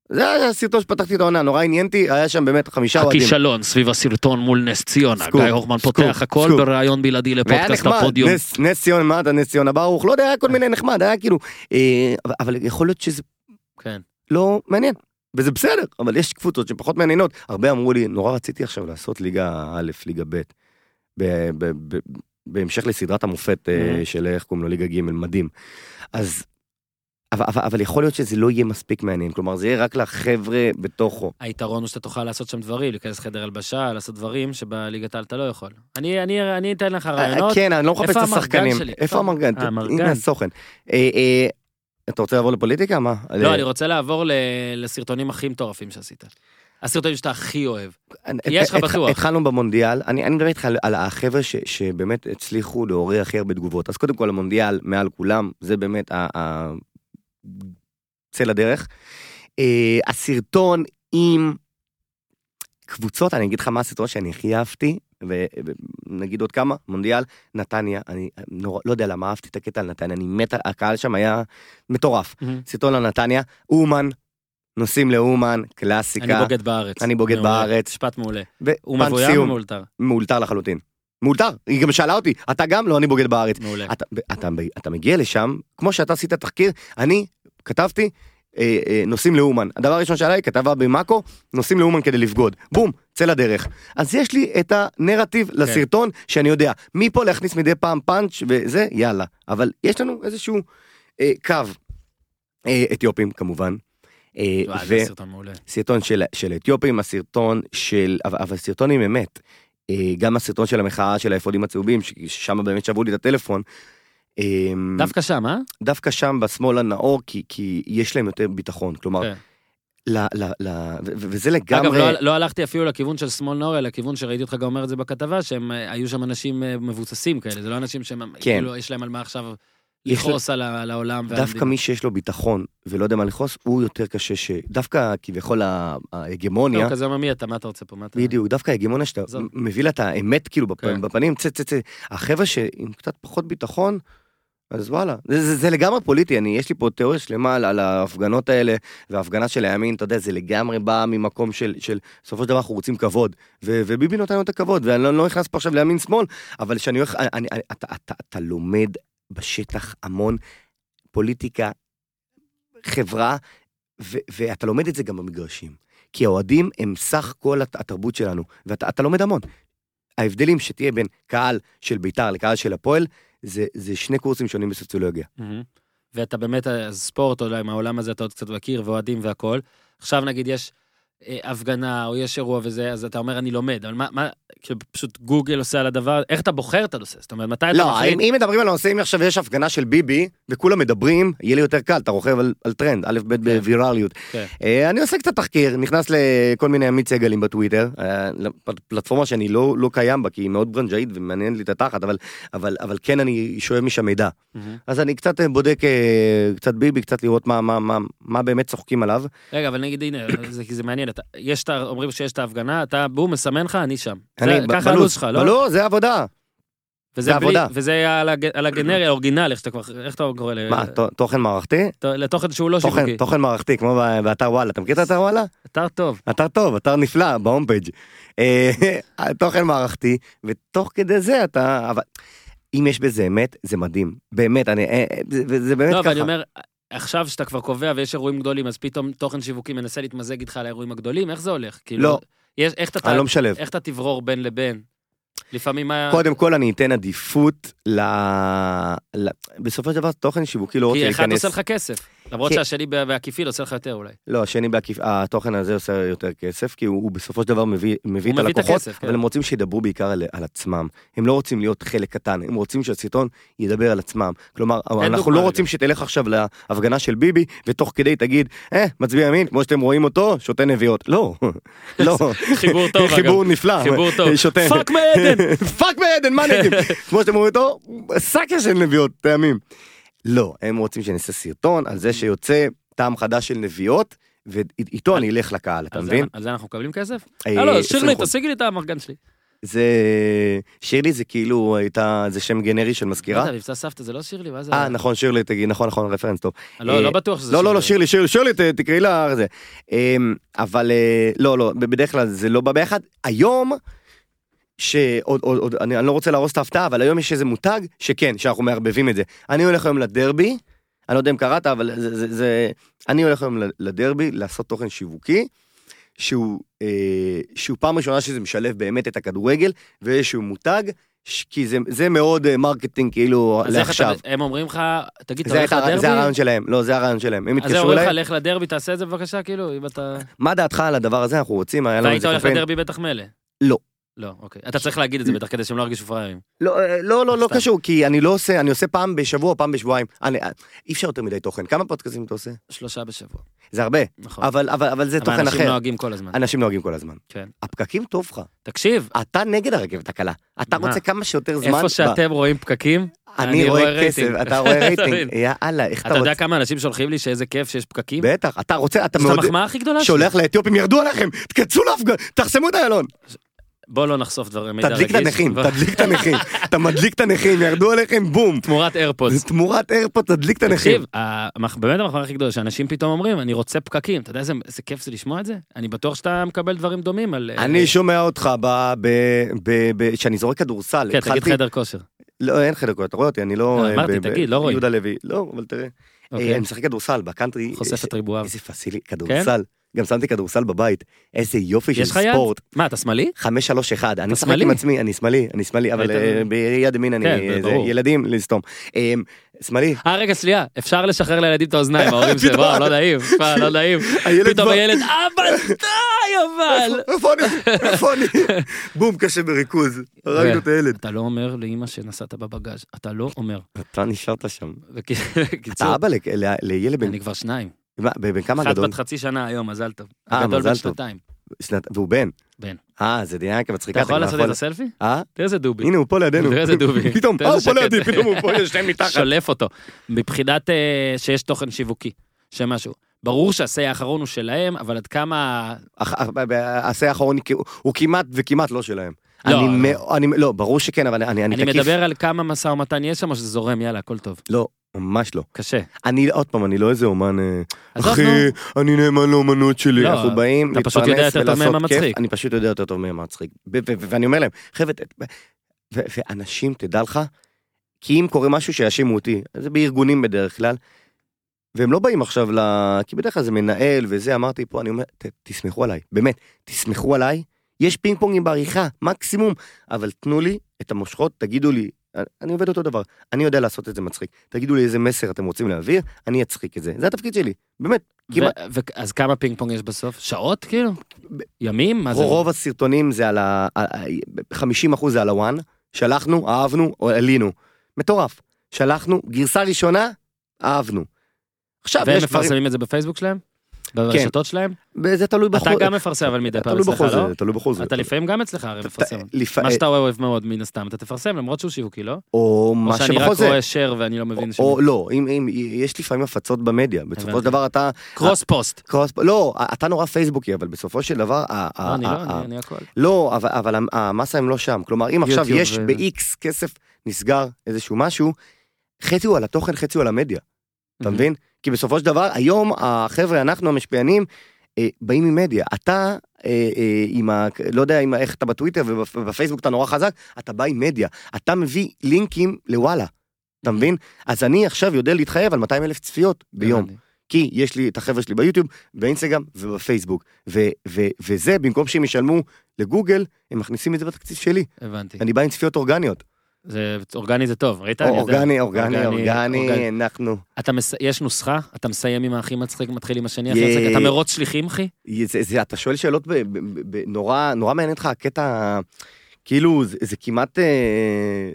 Speaker 2: זה היה הסרטון שפתחתי את העונה, נורא עניין אותי, היה שם באמת חמישה אוהדים.
Speaker 1: הכישלון סביב הסרטון מול נס ציונה,
Speaker 2: סקופ,
Speaker 1: גיא הורמן
Speaker 2: סקופ,
Speaker 1: פותח הכל
Speaker 2: סקופ.
Speaker 1: בריאיון בלעדי
Speaker 2: והיה
Speaker 1: לפודקאסט
Speaker 2: נחמד,
Speaker 1: הפודיום.
Speaker 2: נס, נס ציון מטה, נס ציונה ברוך, לא יודע, היה כל מיני נחמד, היה כאילו, אה, אבל, אבל יכול להיות שזה
Speaker 1: כן.
Speaker 2: לא מעניין, וזה בסדר, אבל יש קבוצות שפחות מעניינות. הרבה אמרו לי, נורא רציתי עכשיו לעשות ליגה א', ליגה ב', ב- ב- ב- בהמשך לסדרת המופת אה,
Speaker 1: Mhm.
Speaker 2: של איך קוראים לו, ליגה ג', מדהים. אז, אבל, אבל, אבל יכול להיות שזה לא יהיה מספיק מעניין, כלומר זה יהיה רק לחבר'ה בתוכו.
Speaker 1: היתרון הוא שאתה תוכל לעשות שם דברים, להיכנס לחדר הלבשה, לעשות דברים שבליגת העל אתה לא יכול. אני, אני, אני אתן לך
Speaker 2: אה,
Speaker 1: רעיונות.
Speaker 2: כן, אני לא מחפש את
Speaker 1: איפה המרגן
Speaker 2: השחקנים.
Speaker 1: שלי?
Speaker 2: איפה המרגן?
Speaker 1: אה, המרגן.
Speaker 2: הנה הסוכן. אה, אה, אתה רוצה לעבור לפוליטיקה? מה? אה,
Speaker 1: לא, אני רוצה לעבור ל- לסרטונים הכי מטורפים שעשית. הסרטונים שאתה הכי אוהב.
Speaker 2: אני-
Speaker 1: יש לך
Speaker 2: התח-
Speaker 1: בטוח.
Speaker 2: התחלנו במונדיאל, אני אני מדבר איתך על- על החבר'ה ש- שבאמת הצליחו לעורר הכי הרבה תגובות. אז קודם כל המונדיאל מעל כולם, זה באמת ה- ה- צא לדרך. אה, הסרטון עם קבוצות, אני אגיד לך מה הסרטון שאני הכי אהבתי, ו- ונגיד עוד כמה, מונדיאל, נתניה, אני נורא, לא יודע למה אהבתי את הקטע על נתניה, אני מת, על- הקהל שם היה מטורף. סרטון על נתניה, אומן, נוסעים לאומן,
Speaker 1: אני
Speaker 2: קלאסיקה.
Speaker 1: בוגד בארץ.
Speaker 2: אני בוגד
Speaker 1: מעולה.
Speaker 2: בארץ.
Speaker 1: משפט מעולה. הוא
Speaker 2: ופאנק
Speaker 1: מבוים
Speaker 2: סיום,
Speaker 1: ומאולתר.
Speaker 2: מאולתר לחלוטין. מאולתר, היא גם שאלה אותי, אתה גם? לא, אני בוגד בארץ.
Speaker 1: מעולה.
Speaker 2: אתה, אתה, אתה מגיע לשם, כמו שאתה עשית תחקיר, אני כתבתי, אה, אה, נוסעים לאומן. הדבר הראשון שעלה היא כתבה במאקו, נוסעים לאומן כדי לבגוד. בום, צא לדרך. אז יש לי את הנרטיב
Speaker 1: כן.
Speaker 2: לסרטון שאני יודע. מפה להכניס מדי פעם פאנץ' וזה, יאללה. אבל יש לנו איזשהו אה, קו. אה, אתיופים כמובן. אה,
Speaker 1: וואי,
Speaker 2: ו-
Speaker 1: זה סרטון מעולה.
Speaker 2: סרטון של, של אתיופים, הסרטון של, אבל, אבל סרטון עם אמת. אה, גם הסרטון של המחאה של האפודים הצהובים, ש- ששם באמת שברו לי את הטלפון. אה,
Speaker 1: דווקא שם, אה?
Speaker 2: דווקא שם בשמאל הנאור, כי, כי יש להם יותר ביטחון. כלומר,
Speaker 1: כן.
Speaker 2: ל, ל, ל, ו, ו- וזה
Speaker 1: אגב,
Speaker 2: לגמרי...
Speaker 1: לא, לא הלכתי אפילו לכיוון של שמאל נאור, אלא לכיוון שראיתי אותך גם אומר את זה בכתבה, שהם אה, היו שם אנשים אה, מבוססים כאלה, זה לא אנשים שהם,
Speaker 2: כן.
Speaker 1: כאילו, יש להם על מה עכשיו
Speaker 2: יש לו-
Speaker 1: לכעוס על ה- על העולם. ועל
Speaker 2: דווקא
Speaker 1: המדינה.
Speaker 2: מי שיש לו ביטחון ולא יודע מה לכעוס, הוא יותר קשה ש... דווקא כביכול ה- ההגמוניה,
Speaker 1: טוב, לא כזה אומר מי אתה, מה אתה רוצה פה, מה אתה...
Speaker 2: בדיוק, דווקא ההגמוניה שאתה
Speaker 1: עזוב.
Speaker 2: מביא לה את האמת כאילו בפנים,
Speaker 1: כן.
Speaker 2: בפנים, צא צא צא. החבר'ה שעם קצת פחות ביטחון, אז וואלה, זה, זה, זה לגמרי פוליטי, אני, יש לי פה תיאוריה שלמה על, על ההפגנות האלה, וההפגנה של הימין, אתה יודע, זה לגמרי בא ממקום של, של בסופו של דבר אנחנו רוצים כבוד, ו, וביבי נותן לנו את הכבוד, ואני לא, לא נכנס פה עכשיו לימין-שמאל, אבל שאני הולך, אני, אני, אתה, אתה, אתה לומד בשטח המון פוליטיקה, חברה, ו, ואתה לומד את זה גם במגרשים. כי האוהדים הם סך כל הת- התרבות שלנו, ואתה אתה לומד המון. ההבדלים שתהיה בין קהל של בית"ר לקהל של הפועל, זה, זה שני קורסים שונים בסוציולוגיה.
Speaker 1: מהמם. ואתה באמת, אז ספורט, אתה יודע, עם העולם הזה אתה עוד קצת מכיר, ואוהדים והכול. עכשיו נגיד יש אה, הפגנה, או יש אירוע וזה, אז אתה אומר, אני לומד. אבל מה, מה, כאילו, פשוט גוגל עושה על הדבר, איך אתה בוחר את הנושא? זאת אומרת, מתי אתה
Speaker 2: לא,
Speaker 1: מחליט?
Speaker 2: אם, אם מדברים על הנושא, אם עכשיו יש הפגנה של ביבי, וכולם מדברים, יהיה לי יותר קל, אתה רוכב על, על טרנד, א', ב', בווירליות.
Speaker 1: כן.
Speaker 2: אה, אני עושה קצת תחקיר, נכנס לכל מיני עמית סגלים בטוויטר, אה, לפ- פלטפורמה שאני לא, לא קיים בה, כי היא מאוד ברנג'אית ומעניין לי את התחת, אבל, אבל, אבל כן אני שואב משם מידע.
Speaker 1: מהמם.
Speaker 2: אז אני קצת אה, בודק אה, קצת ביבי, קצת לראות מה, מה, מה, מה באמת צוחקים עליו.
Speaker 1: רגע, אבל נגיד, הנה, זה, כי זה מעניין, אתה, יש את, ה- אומרים שיש את ההפגנה, אתה, בום, מסמן לך, אני שם.
Speaker 2: אני
Speaker 1: זה,
Speaker 2: ב-
Speaker 1: ככה
Speaker 2: בלוץ.
Speaker 1: הלו"ז שלך, לא?
Speaker 2: אבל לא, זה עבודה.
Speaker 1: וזה
Speaker 2: זה
Speaker 1: בלי-
Speaker 2: עבודה.
Speaker 1: וזה היה על הג- על הגנרי, האורגינל, איך שאתה כבר, איך אתה קורא ל...
Speaker 2: מה, ת- תוכן מערכתי?
Speaker 1: ת- לתוכן שהוא לא
Speaker 2: תוכן,
Speaker 1: שיווקי.
Speaker 2: תוכן מערכתי, כמו ב- באתר וואלה. אתה מכיר את האתר וואלה?
Speaker 1: אתר טוב.
Speaker 2: אתר טוב, אתר נפלא, בהום פייג'. אה, תוכן מערכתי, ותוך כדי זה אתה... אבל אם יש בזה אמת, זה מדהים. באמת, אני... אה, אה, זה- זה באמת
Speaker 1: לא, אבל
Speaker 2: ככה.
Speaker 1: אני אומר, עכשיו שאתה כבר קובע ויש אירועים גדולים, אז פתאום תוכן שיווקי מנסה להתמזג איתך על האירועים הגדולים, איך זה הולך? כאילו,
Speaker 2: לא.
Speaker 1: יש, איך, אתה,
Speaker 2: אני לא משלב.
Speaker 1: איך אתה תברור בין לבין? לפעמים מה...
Speaker 2: קודם כל אני אתן עדיפות ל... ל- בסופו של דבר תוכן שיווקי לא רוצה
Speaker 1: כי
Speaker 2: להיכנס.
Speaker 1: אחד עושה לך כסף, למרות
Speaker 2: כן.
Speaker 1: שהשני ב- בעקיפין עושה לך יותר אולי.
Speaker 2: לא, השני בעקיף, התוכן הזה עושה יותר כסף, כי הוא, הוא בסופו של דבר מביא, מביא את
Speaker 1: מביא את
Speaker 2: הלקוחות,
Speaker 1: הכסף, כן.
Speaker 2: אבל הם רוצים שידברו בעיקר על, על עצמם. הם לא רוצים להיות חלק קטן, הם רוצים שהסרטון ידבר על עצמם. כלומר, אנחנו
Speaker 1: דוגמה,
Speaker 2: לא
Speaker 1: רגע.
Speaker 2: רוצים שתלך עכשיו להפגנה של ביבי, ותוך כדי תגיד, אה, מצביע ימין, כמו שאתם רואים אותו, שותה נביעות. לא, לא.
Speaker 1: חיבור טוב, אגב.
Speaker 2: חיבור נפלא.
Speaker 1: חיבור טוב.
Speaker 2: שותה.
Speaker 1: פאק מעדן!
Speaker 2: פאק מעדן, מה נגיד? כמו שאתם רואים אותו, סאקה של נביעות, טעמים. לא, הם רוצים שנעשה סרטון
Speaker 1: Mm-hmm.
Speaker 2: על זה שיוצא טעם חדש של נביעות,
Speaker 1: אה,
Speaker 2: ואיתו אני אלך לקהל, אתה
Speaker 1: על זה-
Speaker 2: מבין?
Speaker 1: על זה אנחנו מקבלים כסף?
Speaker 2: אה,
Speaker 1: הלו,
Speaker 2: 20%.
Speaker 1: שירלי, תשיגי לא, לי את המרגן שלי.
Speaker 2: זה... שירלי זה כאילו הייתה, זה שם גנרי של
Speaker 1: מה
Speaker 2: מזכירה.
Speaker 1: זה, מבצע סבתא זה לא שירלי? מה זה?
Speaker 2: אה, נכון, שירלי, תגיד, נכון, נכון, רפרנס טוב.
Speaker 1: לא, לא
Speaker 2: אה,
Speaker 1: בטוח שזה
Speaker 2: לא, לא, לא, שירלי, שירלי, שירלי, ת- תקראי לה זה. אמ, אבל אה, לא, לא, ב- בדרך כלל זה לא בא ביחד. היום, שעוד, עוד, עוד, אני אני לא רוצה להרוס את ההפתעה, אבל היום יש איזה מותג שכן, שאנחנו מערבבים את זה. אני הולך היום לדרבי, אני לא יודע אם קראת, אבל זה, זה, זה אני הולך היום ל- לדרבי לעשות תוכן שיווקי. שהוא, אה, שהוא פעם ראשונה שזה משלב באמת את הכדורגל ואיזשהו מותג, ש- כי זה, זה מאוד אה, מרקטינג כאילו
Speaker 1: אז איך אתה-
Speaker 2: לעכשיו.
Speaker 1: הם אומרים לך, תגיד, אתה
Speaker 2: זה,
Speaker 1: הולך
Speaker 2: ה- זה
Speaker 1: לדרבי?
Speaker 2: הרעיון שלהם, לא זה הרעיון שלהם, הם
Speaker 1: אז הם
Speaker 2: התקשרו
Speaker 1: אומרים
Speaker 2: אליי,
Speaker 1: לך, לך לדרבי, תעשה את זה בבקשה, כאילו, אם אתה...
Speaker 2: מה דעתך על הדבר הזה, אנחנו רוצים, היה לנו
Speaker 1: והיית
Speaker 2: איזה
Speaker 1: הולך
Speaker 2: קמפיין,
Speaker 1: לדרבי בטח מילא.
Speaker 2: לא.
Speaker 1: לא, אוקיי. אתה צריך להגיד את זה בטח כדי שהם לא ירגישו פראיירים.
Speaker 2: לא, אה, לא, לא, לא
Speaker 1: סתם.
Speaker 2: קשור, כי אני לא עושה, אני עושה פעם בשבוע, פעם בשבועיים, אני- אה, אי אפשר יותר מדי תוכן, כמה פודקאסים אתה עושה?
Speaker 1: שלושה בשבוע,
Speaker 2: זה הרבה,
Speaker 1: נכון.
Speaker 2: אבל אבל- אבל זה
Speaker 1: אבל
Speaker 2: תוכן
Speaker 1: אנשים
Speaker 2: אחר,
Speaker 1: נוהגים כל הזמן.
Speaker 2: אנשים נוהגים כל הזמן,
Speaker 1: כן.
Speaker 2: הפקקים טוב לך,
Speaker 1: תקשיב,
Speaker 2: אתה נגד הרכבת הקלה, אתה
Speaker 1: מה?
Speaker 2: רוצה כמה שיותר זמן,
Speaker 1: איפה
Speaker 2: ב-
Speaker 1: שאתם רואים פקקים,
Speaker 2: אני רואה כסף,
Speaker 1: רייטינג.
Speaker 2: אתה רואה
Speaker 1: אתה
Speaker 2: רייטינג,
Speaker 1: מבין?
Speaker 2: יאללה, איך אתה
Speaker 1: אתה
Speaker 2: רוצה,
Speaker 1: יודע כמה אנשים שולחים לי שאיזה כיף שיש פקקים?
Speaker 2: בטח, אתה רוצה, אתה
Speaker 1: זאת
Speaker 2: מאוד,
Speaker 1: המחמאה הכי גדולה שלי.
Speaker 2: שולח לאתיופים, ירדו עליכם, תקצו להפגנה, תחסמו את איילון.
Speaker 1: בוא לא נחשוף דברים, מידע
Speaker 2: תדליק את
Speaker 1: רגיש.
Speaker 2: הנכים, תדליק את הנכים, אתה מדליק את הנכים, ירדו עליכם, בום.
Speaker 1: תמורת איירפודס.
Speaker 2: זה תמורת איירפוד, תדליק את הנכים.
Speaker 1: תקשיב, המח- באמת המחמאה הכי גדולה, שאנשים פתאום אומרים, אני רוצה פקקים, אתה יודע איזה איזה כיף זה לשמוע את זה? אני בטוח שאתה מקבל דברים דומים על... אה,
Speaker 2: אני שומע אותך ב- ב- ב- ב- שאני זורק כדורסל.
Speaker 1: כן, תגיד
Speaker 2: התחלתי-
Speaker 1: חדר כושר.
Speaker 2: לא, אין חדר כושר, אתה רואה אותי, אני לא...
Speaker 1: אה, אמרתי,
Speaker 2: ב- ב-
Speaker 1: תגיד, לא רואים.
Speaker 2: יהודה לוי. לא, אבל תראה.
Speaker 1: אוקיי.
Speaker 2: אה, אני משחק כדורסל בקאנטרי.
Speaker 1: חושף את ריבועיו. כן?
Speaker 2: איזה פסילי, כדורסל. גם שמתי כדורסל בבית. איזה יופי של
Speaker 1: יש לך יד?
Speaker 2: ספורט.
Speaker 1: מה, אתה שמאלי?
Speaker 2: 531, אני משחק
Speaker 1: שמאלי?
Speaker 2: עם עצמי, אני שמאלי, אני שמאלי, אבל
Speaker 1: היית-
Speaker 2: אה, ביד ימין אני...
Speaker 1: כן, זה
Speaker 2: אה, זה-
Speaker 1: ברור.
Speaker 2: ילדים, לסתום. אה, שמאלי,
Speaker 1: אה, רגע, סליחה, אפשר לשחרר לילדים את האוזניים, ההורים שלי,
Speaker 2: פתאום.
Speaker 1: וואו, לא נעים, כבר לא נעים.
Speaker 2: הילד
Speaker 1: פתאום
Speaker 2: בא-
Speaker 1: הילד, אבא, די, אבל.
Speaker 2: איפה אני? איפה אני? בום, קשה בריכוז. הרגנו את הילד.
Speaker 1: אתה לא אומר לאימא שנסעת בבגאז', אתה לא אומר.
Speaker 2: אתה נשארת שם.
Speaker 1: בקיצור,
Speaker 2: אתה אבא לק- ל- לילד בן
Speaker 1: אני כבר שניים.
Speaker 2: מה, ב- בן כמה
Speaker 1: אחת
Speaker 2: גדול?
Speaker 1: בת חצי שנה היום, מזל טוב.
Speaker 2: אה,
Speaker 1: הגדול
Speaker 2: מזל
Speaker 1: בן
Speaker 2: טוב.
Speaker 1: שנתיים.
Speaker 2: שנת- והוא בן.
Speaker 1: בן.
Speaker 2: אה, זה דינמיקה מצחיקה.
Speaker 1: אתה יכול
Speaker 2: גם
Speaker 1: לעשות את הסלפי?
Speaker 2: אה?
Speaker 1: תראה איזה דובי.
Speaker 2: הנה, הוא פה לידינו.
Speaker 1: תראה איזה דובי.
Speaker 2: פתאום,
Speaker 1: תראה
Speaker 2: אה, הוא
Speaker 1: איזה
Speaker 2: פה
Speaker 1: שקט.
Speaker 2: לידי, פתאום הוא פה, יש להם מתחת.
Speaker 1: שולף אותו. מבחינת אה, שיש תוכן שיווקי, שמשהו. ברור שהסיי האחרון הוא שלהם, אבל עד כמה...
Speaker 2: הח- ה- ב- ב- השה האחרון הוא כ- הוא כמעט וכמעט לא שלהם.
Speaker 1: לא,
Speaker 2: אני
Speaker 1: לא.
Speaker 2: מאו- אני- לא, ברור שכן, אבל אני
Speaker 1: אני
Speaker 2: אני תקיף.
Speaker 1: מדבר על כמה משא ומתן יש שם, או שזה זורם, יאללה, הכל טוב.
Speaker 2: לא, ממש לא.
Speaker 1: קשה.
Speaker 2: אני, עוד פעם, אני לא איזה אומן, אה,
Speaker 1: עזוב,
Speaker 2: אחי, אני נאמן לאומנות שלי.
Speaker 1: לא,
Speaker 2: אנחנו באים
Speaker 1: אתה פשוט יודע
Speaker 2: להתפרנס
Speaker 1: יותר טוב מהם
Speaker 2: ולעשות כיף.
Speaker 1: המצחיק.
Speaker 2: אני פשוט יודע יותר טוב מהם המצחיק. ו- ו- ו- ואני אומר להם, חבר'ה, ת- ו- ו- ואנשים, תדע לך, כי אם קורה משהו שיאשימו אותי, זה בארגונים בדרך כלל, והם לא באים עכשיו ל... כי בדרך כלל זה מנהל וזה, אמרתי פה, אני אומר, ת- תסמכו עליי, באמת, תסמכו עליי, יש פינג פונגים בעריכה, מקסימום, אבל תנו לי את המושכות, תגידו לי, אני עובד אותו דבר, אני יודע לעשות את זה מצחיק, תגידו לי איזה מסר אתם רוצים להעביר, אני אצחיק את זה, זה התפקיד שלי, באמת. כמעט-
Speaker 1: ו- ו- אז כמה פינג פונג יש בסוף? שעות, כאילו?
Speaker 2: ב-
Speaker 1: ימים? מה זה?
Speaker 2: רוב הסרטונים זה על ה... על ה- 50% זה על הוואן, שלחנו, אהבנו, או עלינו. מטורף. שלחנו, גרסה ראשונה, אהבנו. עכשיו
Speaker 1: והם
Speaker 2: יש דברים...
Speaker 1: מפרסמים את זה בפייסבוק שלהם? ברשתות שלהם?
Speaker 2: זה תלוי
Speaker 1: אתה
Speaker 2: בחוזה.
Speaker 1: גם מפרסם, אבל מדי פעם
Speaker 2: תלוי
Speaker 1: אצלך,
Speaker 2: בחוזה,
Speaker 1: לא?
Speaker 2: תלוי אה- בחוזה.
Speaker 1: אתה לפעמים גם אצלך הרי
Speaker 2: ת-
Speaker 1: מפרסם.
Speaker 2: ת- לפ-
Speaker 1: מה שאתה אוהב מאוד, מן הסתם, אתה תפרסם, למרות שהוא שיווקי, לא?
Speaker 2: או
Speaker 1: או
Speaker 2: מה
Speaker 1: שאני רק
Speaker 2: שבחוזה.
Speaker 1: רואה שר ואני לא מבין ש...
Speaker 2: או לא, אם, אם, יש לפעמים הפצות במדיה, בסופו של
Speaker 1: הבנתי.
Speaker 2: דבר אתה,
Speaker 1: קרוס פוסט.
Speaker 2: קרוס, לא, אתה נורא פייסבוקי, אבל בסופו של דבר, ה-
Speaker 1: לא,
Speaker 2: ה-
Speaker 1: אני
Speaker 2: ה-
Speaker 1: לא,
Speaker 2: ה-
Speaker 1: אני- אני הכל.
Speaker 2: לא, אבל, אבל המ- המסה הם לא שם. כלומר, אם עכשיו
Speaker 1: יוטיוב
Speaker 2: יש
Speaker 1: ו-
Speaker 2: ב-X כסף נסגר איזשהו משהו, חצי הוא על התוכן, חצי הוא על המדיה. אתה
Speaker 1: Mhm.
Speaker 2: מבין? כי בסופו של דבר, היום החבר'ה, אנחנו המשפיענים, אה, באים ממדיה. אתה, אה, אה, עם ה... לא יודע עם ה- איך אתה בטוויטר ובפ- ובפייסבוק אתה נורא חזק, אתה בא עם מדיה. אתה מביא לינקים לוואלה. אתה מבין? אז אני עכשיו יודע להתחייב על 200 אלף צפיות ביום.
Speaker 1: הבנתי.
Speaker 2: כי יש לי את החבר'ה שלי ביוטיוב, באינסטגרם ובפייסבוק. ו- ו- וזה, במקום שהם ישלמו לגוגל, הם מכניסים את זה בתקציב שלי.
Speaker 1: הבנתי.
Speaker 2: אני בא עם צפיות אורגניות.
Speaker 1: זה- אורגני זה טוב, ראית?
Speaker 2: או,
Speaker 1: אני יודע.
Speaker 2: אורגני, אורגני, אורגני,
Speaker 1: אורגני.
Speaker 2: אנחנו...
Speaker 1: אתה מס... יש נוסחה? אתה מסיים עם האחי מצחיק, מתחיל עם השני,
Speaker 2: יא.
Speaker 1: אחי מצחיק, אתה מרוץ שליחים, אחי?
Speaker 2: זה, זה, אתה שואל שאלות ב, ב, ב, ב, נורא, נורא מעניין אותך הקטע, כאילו, זה, זה כמעט אה,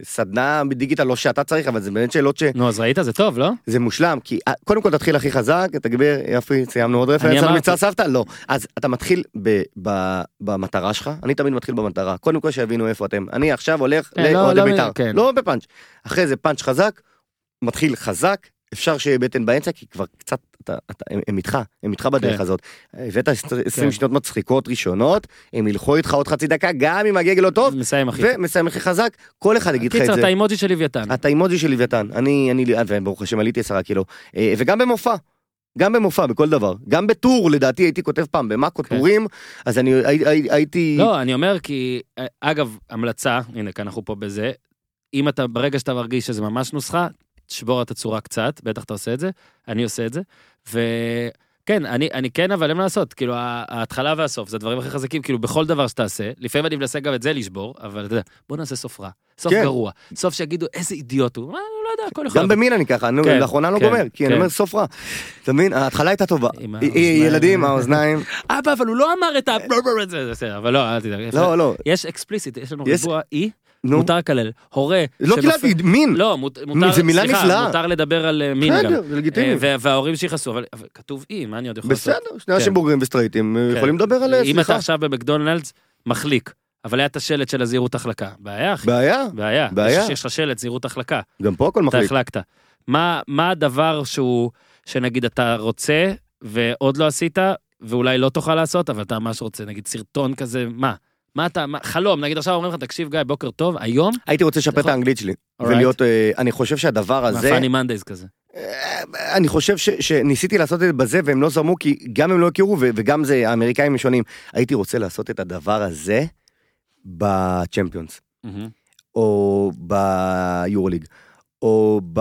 Speaker 2: סדנה בדיגיטל, לא שאתה צריך, אבל זה באמת שאלות
Speaker 1: נו, אז ראית? זה טוב, לא?
Speaker 2: שזה מושלם, כי אה, קודם כל תתחיל הכי חזק, תגביר, יפי, סיימנו עוד
Speaker 1: אני
Speaker 2: רפרנס על
Speaker 1: אמרתי.
Speaker 2: מצד סבתא? לא. אז אתה מתחיל ב, ב, במטרה שלך, אני תמיד מתחיל במטרה, קודם כל שיבינו איפה אתם. אני עכשיו הולך
Speaker 1: כן, לא-
Speaker 2: לאוהדי
Speaker 1: לא מ-
Speaker 2: בית"ר,
Speaker 1: כן.
Speaker 2: לא בפאנץ'. אחרי זה פאנץ' חזק, מתחיל חזק, אפשר שיהיה בטן באמצע, כי כבר קצת, אתה, אתה, הם, הם איתך, הם איתך בדרך
Speaker 1: כן.
Speaker 2: הזאת. הבאת 20 שניות מצחיקות ראשונות, הם ילכו איתך עוד חצי דקה, גם אם הגגל לא טוב,
Speaker 1: מסיים, אחי.
Speaker 2: ומסיים הכי חזק, כל אחד יגיד לך את
Speaker 1: קיצר,
Speaker 2: זה.
Speaker 1: אתה אימוג'י של לוויתן.
Speaker 2: אתה אימוג'י של לוויתן, אני, אני, אה, וברוך השם עליתי עשרה קילו, אה, וגם במופע. גם במופע, בכל דבר. גם בטור, לדעתי, הייתי כותב פעם במאקו
Speaker 1: כן.
Speaker 2: טורים, אז אני הי- הי- הייתי...
Speaker 1: לא, אני אומר כי, אה, אגב, המלצה, הנה, כי אנחנו פה בזה, אם אתה, ברגע שאתה מרגיש שזה ממש נוסחה, תשבור את הצורה קצת, בטח אתה עושה את זה, אני עושה את זה, וכן, אני, אני כן, אבל אין מה לעשות, כאילו, ה- ההתחלה והסוף, זה הדברים הכי חזקים, כאילו, בכל דבר שתעשה, לפעמים אני מנסה גם את זה לשבור, אבל אתה יודע, בוא נעשה סוף רע, סוף
Speaker 2: כן.
Speaker 1: גרוע, סוף שיגידו, איזה אידיוט הוא, מה, הוא לא יודע, הכל יכול
Speaker 2: גם במין אני ככה, אני
Speaker 1: כן,
Speaker 2: לאחרונה לא
Speaker 1: כן,
Speaker 2: גומר, כי אני
Speaker 1: כן.
Speaker 2: אומר סוף רע. אתה מבין? ההתחלה הייתה טובה.
Speaker 1: עם
Speaker 2: אה,
Speaker 1: האוזניים.
Speaker 2: ילדים, האוזניים.
Speaker 1: אבא, אבל הוא לא אמר את ה... זה, זה, זה, אבל לא, אל תדאג.
Speaker 2: אה. לא, לא.
Speaker 1: יש אקספליסיט, יש לנו
Speaker 2: יש-
Speaker 1: ריבוע אי,
Speaker 2: נו.
Speaker 1: מותר לקלל. הורה
Speaker 2: לא
Speaker 1: שנופל-
Speaker 2: קיללתי, מין.
Speaker 1: לא, מות- מותר,
Speaker 2: זה מילה
Speaker 1: סליחה,
Speaker 2: נפלאה.
Speaker 1: מותר לדבר על אה, מין גם.
Speaker 2: בסדר, זה לגיטימי.
Speaker 1: אה, וה- וההורים שיכעסו, אבל אבל כתוב אי, מה אני עוד יכול לעשות?
Speaker 2: בסדר, שני אנשים
Speaker 1: כן.
Speaker 2: בוגרים וסטרייטים, אה,
Speaker 1: כן.
Speaker 2: יכולים לדבר על...
Speaker 1: אם
Speaker 2: סליחה.
Speaker 1: אתה עכשיו במקדונלדס, מחליק, אבל היה את השלט של הזהירות החלקה. בעיה, אחי.
Speaker 2: בעיה,
Speaker 1: בעיה.
Speaker 2: בעיה.
Speaker 1: יש- יש לך שלט, זהירות החלקה.
Speaker 2: גם פה הכל
Speaker 1: אתה
Speaker 2: מחליק.
Speaker 1: החלקת. מה מה הדבר שהוא, שנגיד אתה רוצה, ועוד לא עשית, ואולי לא תוכל לעשות, אבל אתה ממש רוצה, נגיד סרטון כזה, מה? מה אתה, מה- חלום, נגיד עכשיו אומרים לך, תקשיב גיא, בוקר טוב, היום,
Speaker 2: הייתי רוצה לשפר את
Speaker 1: נכון.
Speaker 2: האנגלית שלי,
Speaker 1: Alright.
Speaker 2: ולהיות, אה, אני חושב שהדבר הזה,
Speaker 1: מהפאני מנדייז כזה.
Speaker 2: אה, אני חושב ש, שניסיתי לעשות את זה בזה והם לא זרמו כי גם הם לא הכירו ו, וגם זה האמריקאים הם שונים. הייתי רוצה לעשות את הדבר הזה בצ'מפיונס
Speaker 1: מהמם.
Speaker 2: או ביורוליג או ב...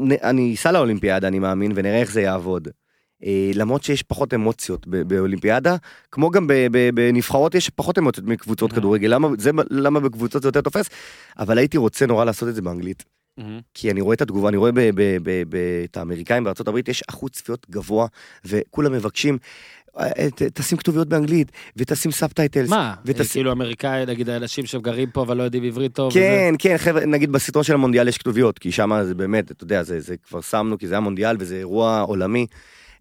Speaker 2: נ- אני אסע לאולימפיאדה אני מאמין ונראה איך זה יעבוד. אה, למרות שיש פחות אמוציות ב- באולימפיאדה, כמו גם ב- ב- בנבחרות יש פחות אמוציות מקבוצות
Speaker 1: נכון.
Speaker 2: כדורגל, למה, זה, למה בקבוצות זה יותר תופס? אבל הייתי רוצה נורא לעשות את זה באנגלית.
Speaker 1: מהמם.
Speaker 2: כי אני רואה את התגובה, אני רואה ב- ב- ב- ב- את האמריקאים בארצות הברית, יש אחוז צפיות גבוה, וכולם מבקשים, "אה, ת- תשים כתוביות באנגלית, ותשים סאבטייטלס.
Speaker 1: מה?
Speaker 2: ותס-
Speaker 1: כאילו אמריקאי, נגיד האנשים שגרים פה אבל לא יודעים עברית טוב.
Speaker 2: כן, כן, חבר'ה, נגיד בסרטון של המונדיאל יש כתוביות, כי שם זה באמת, אתה יודע, זה, זה כבר שמנו, כי זה היה מונדיאל וזה אירוע עולמי.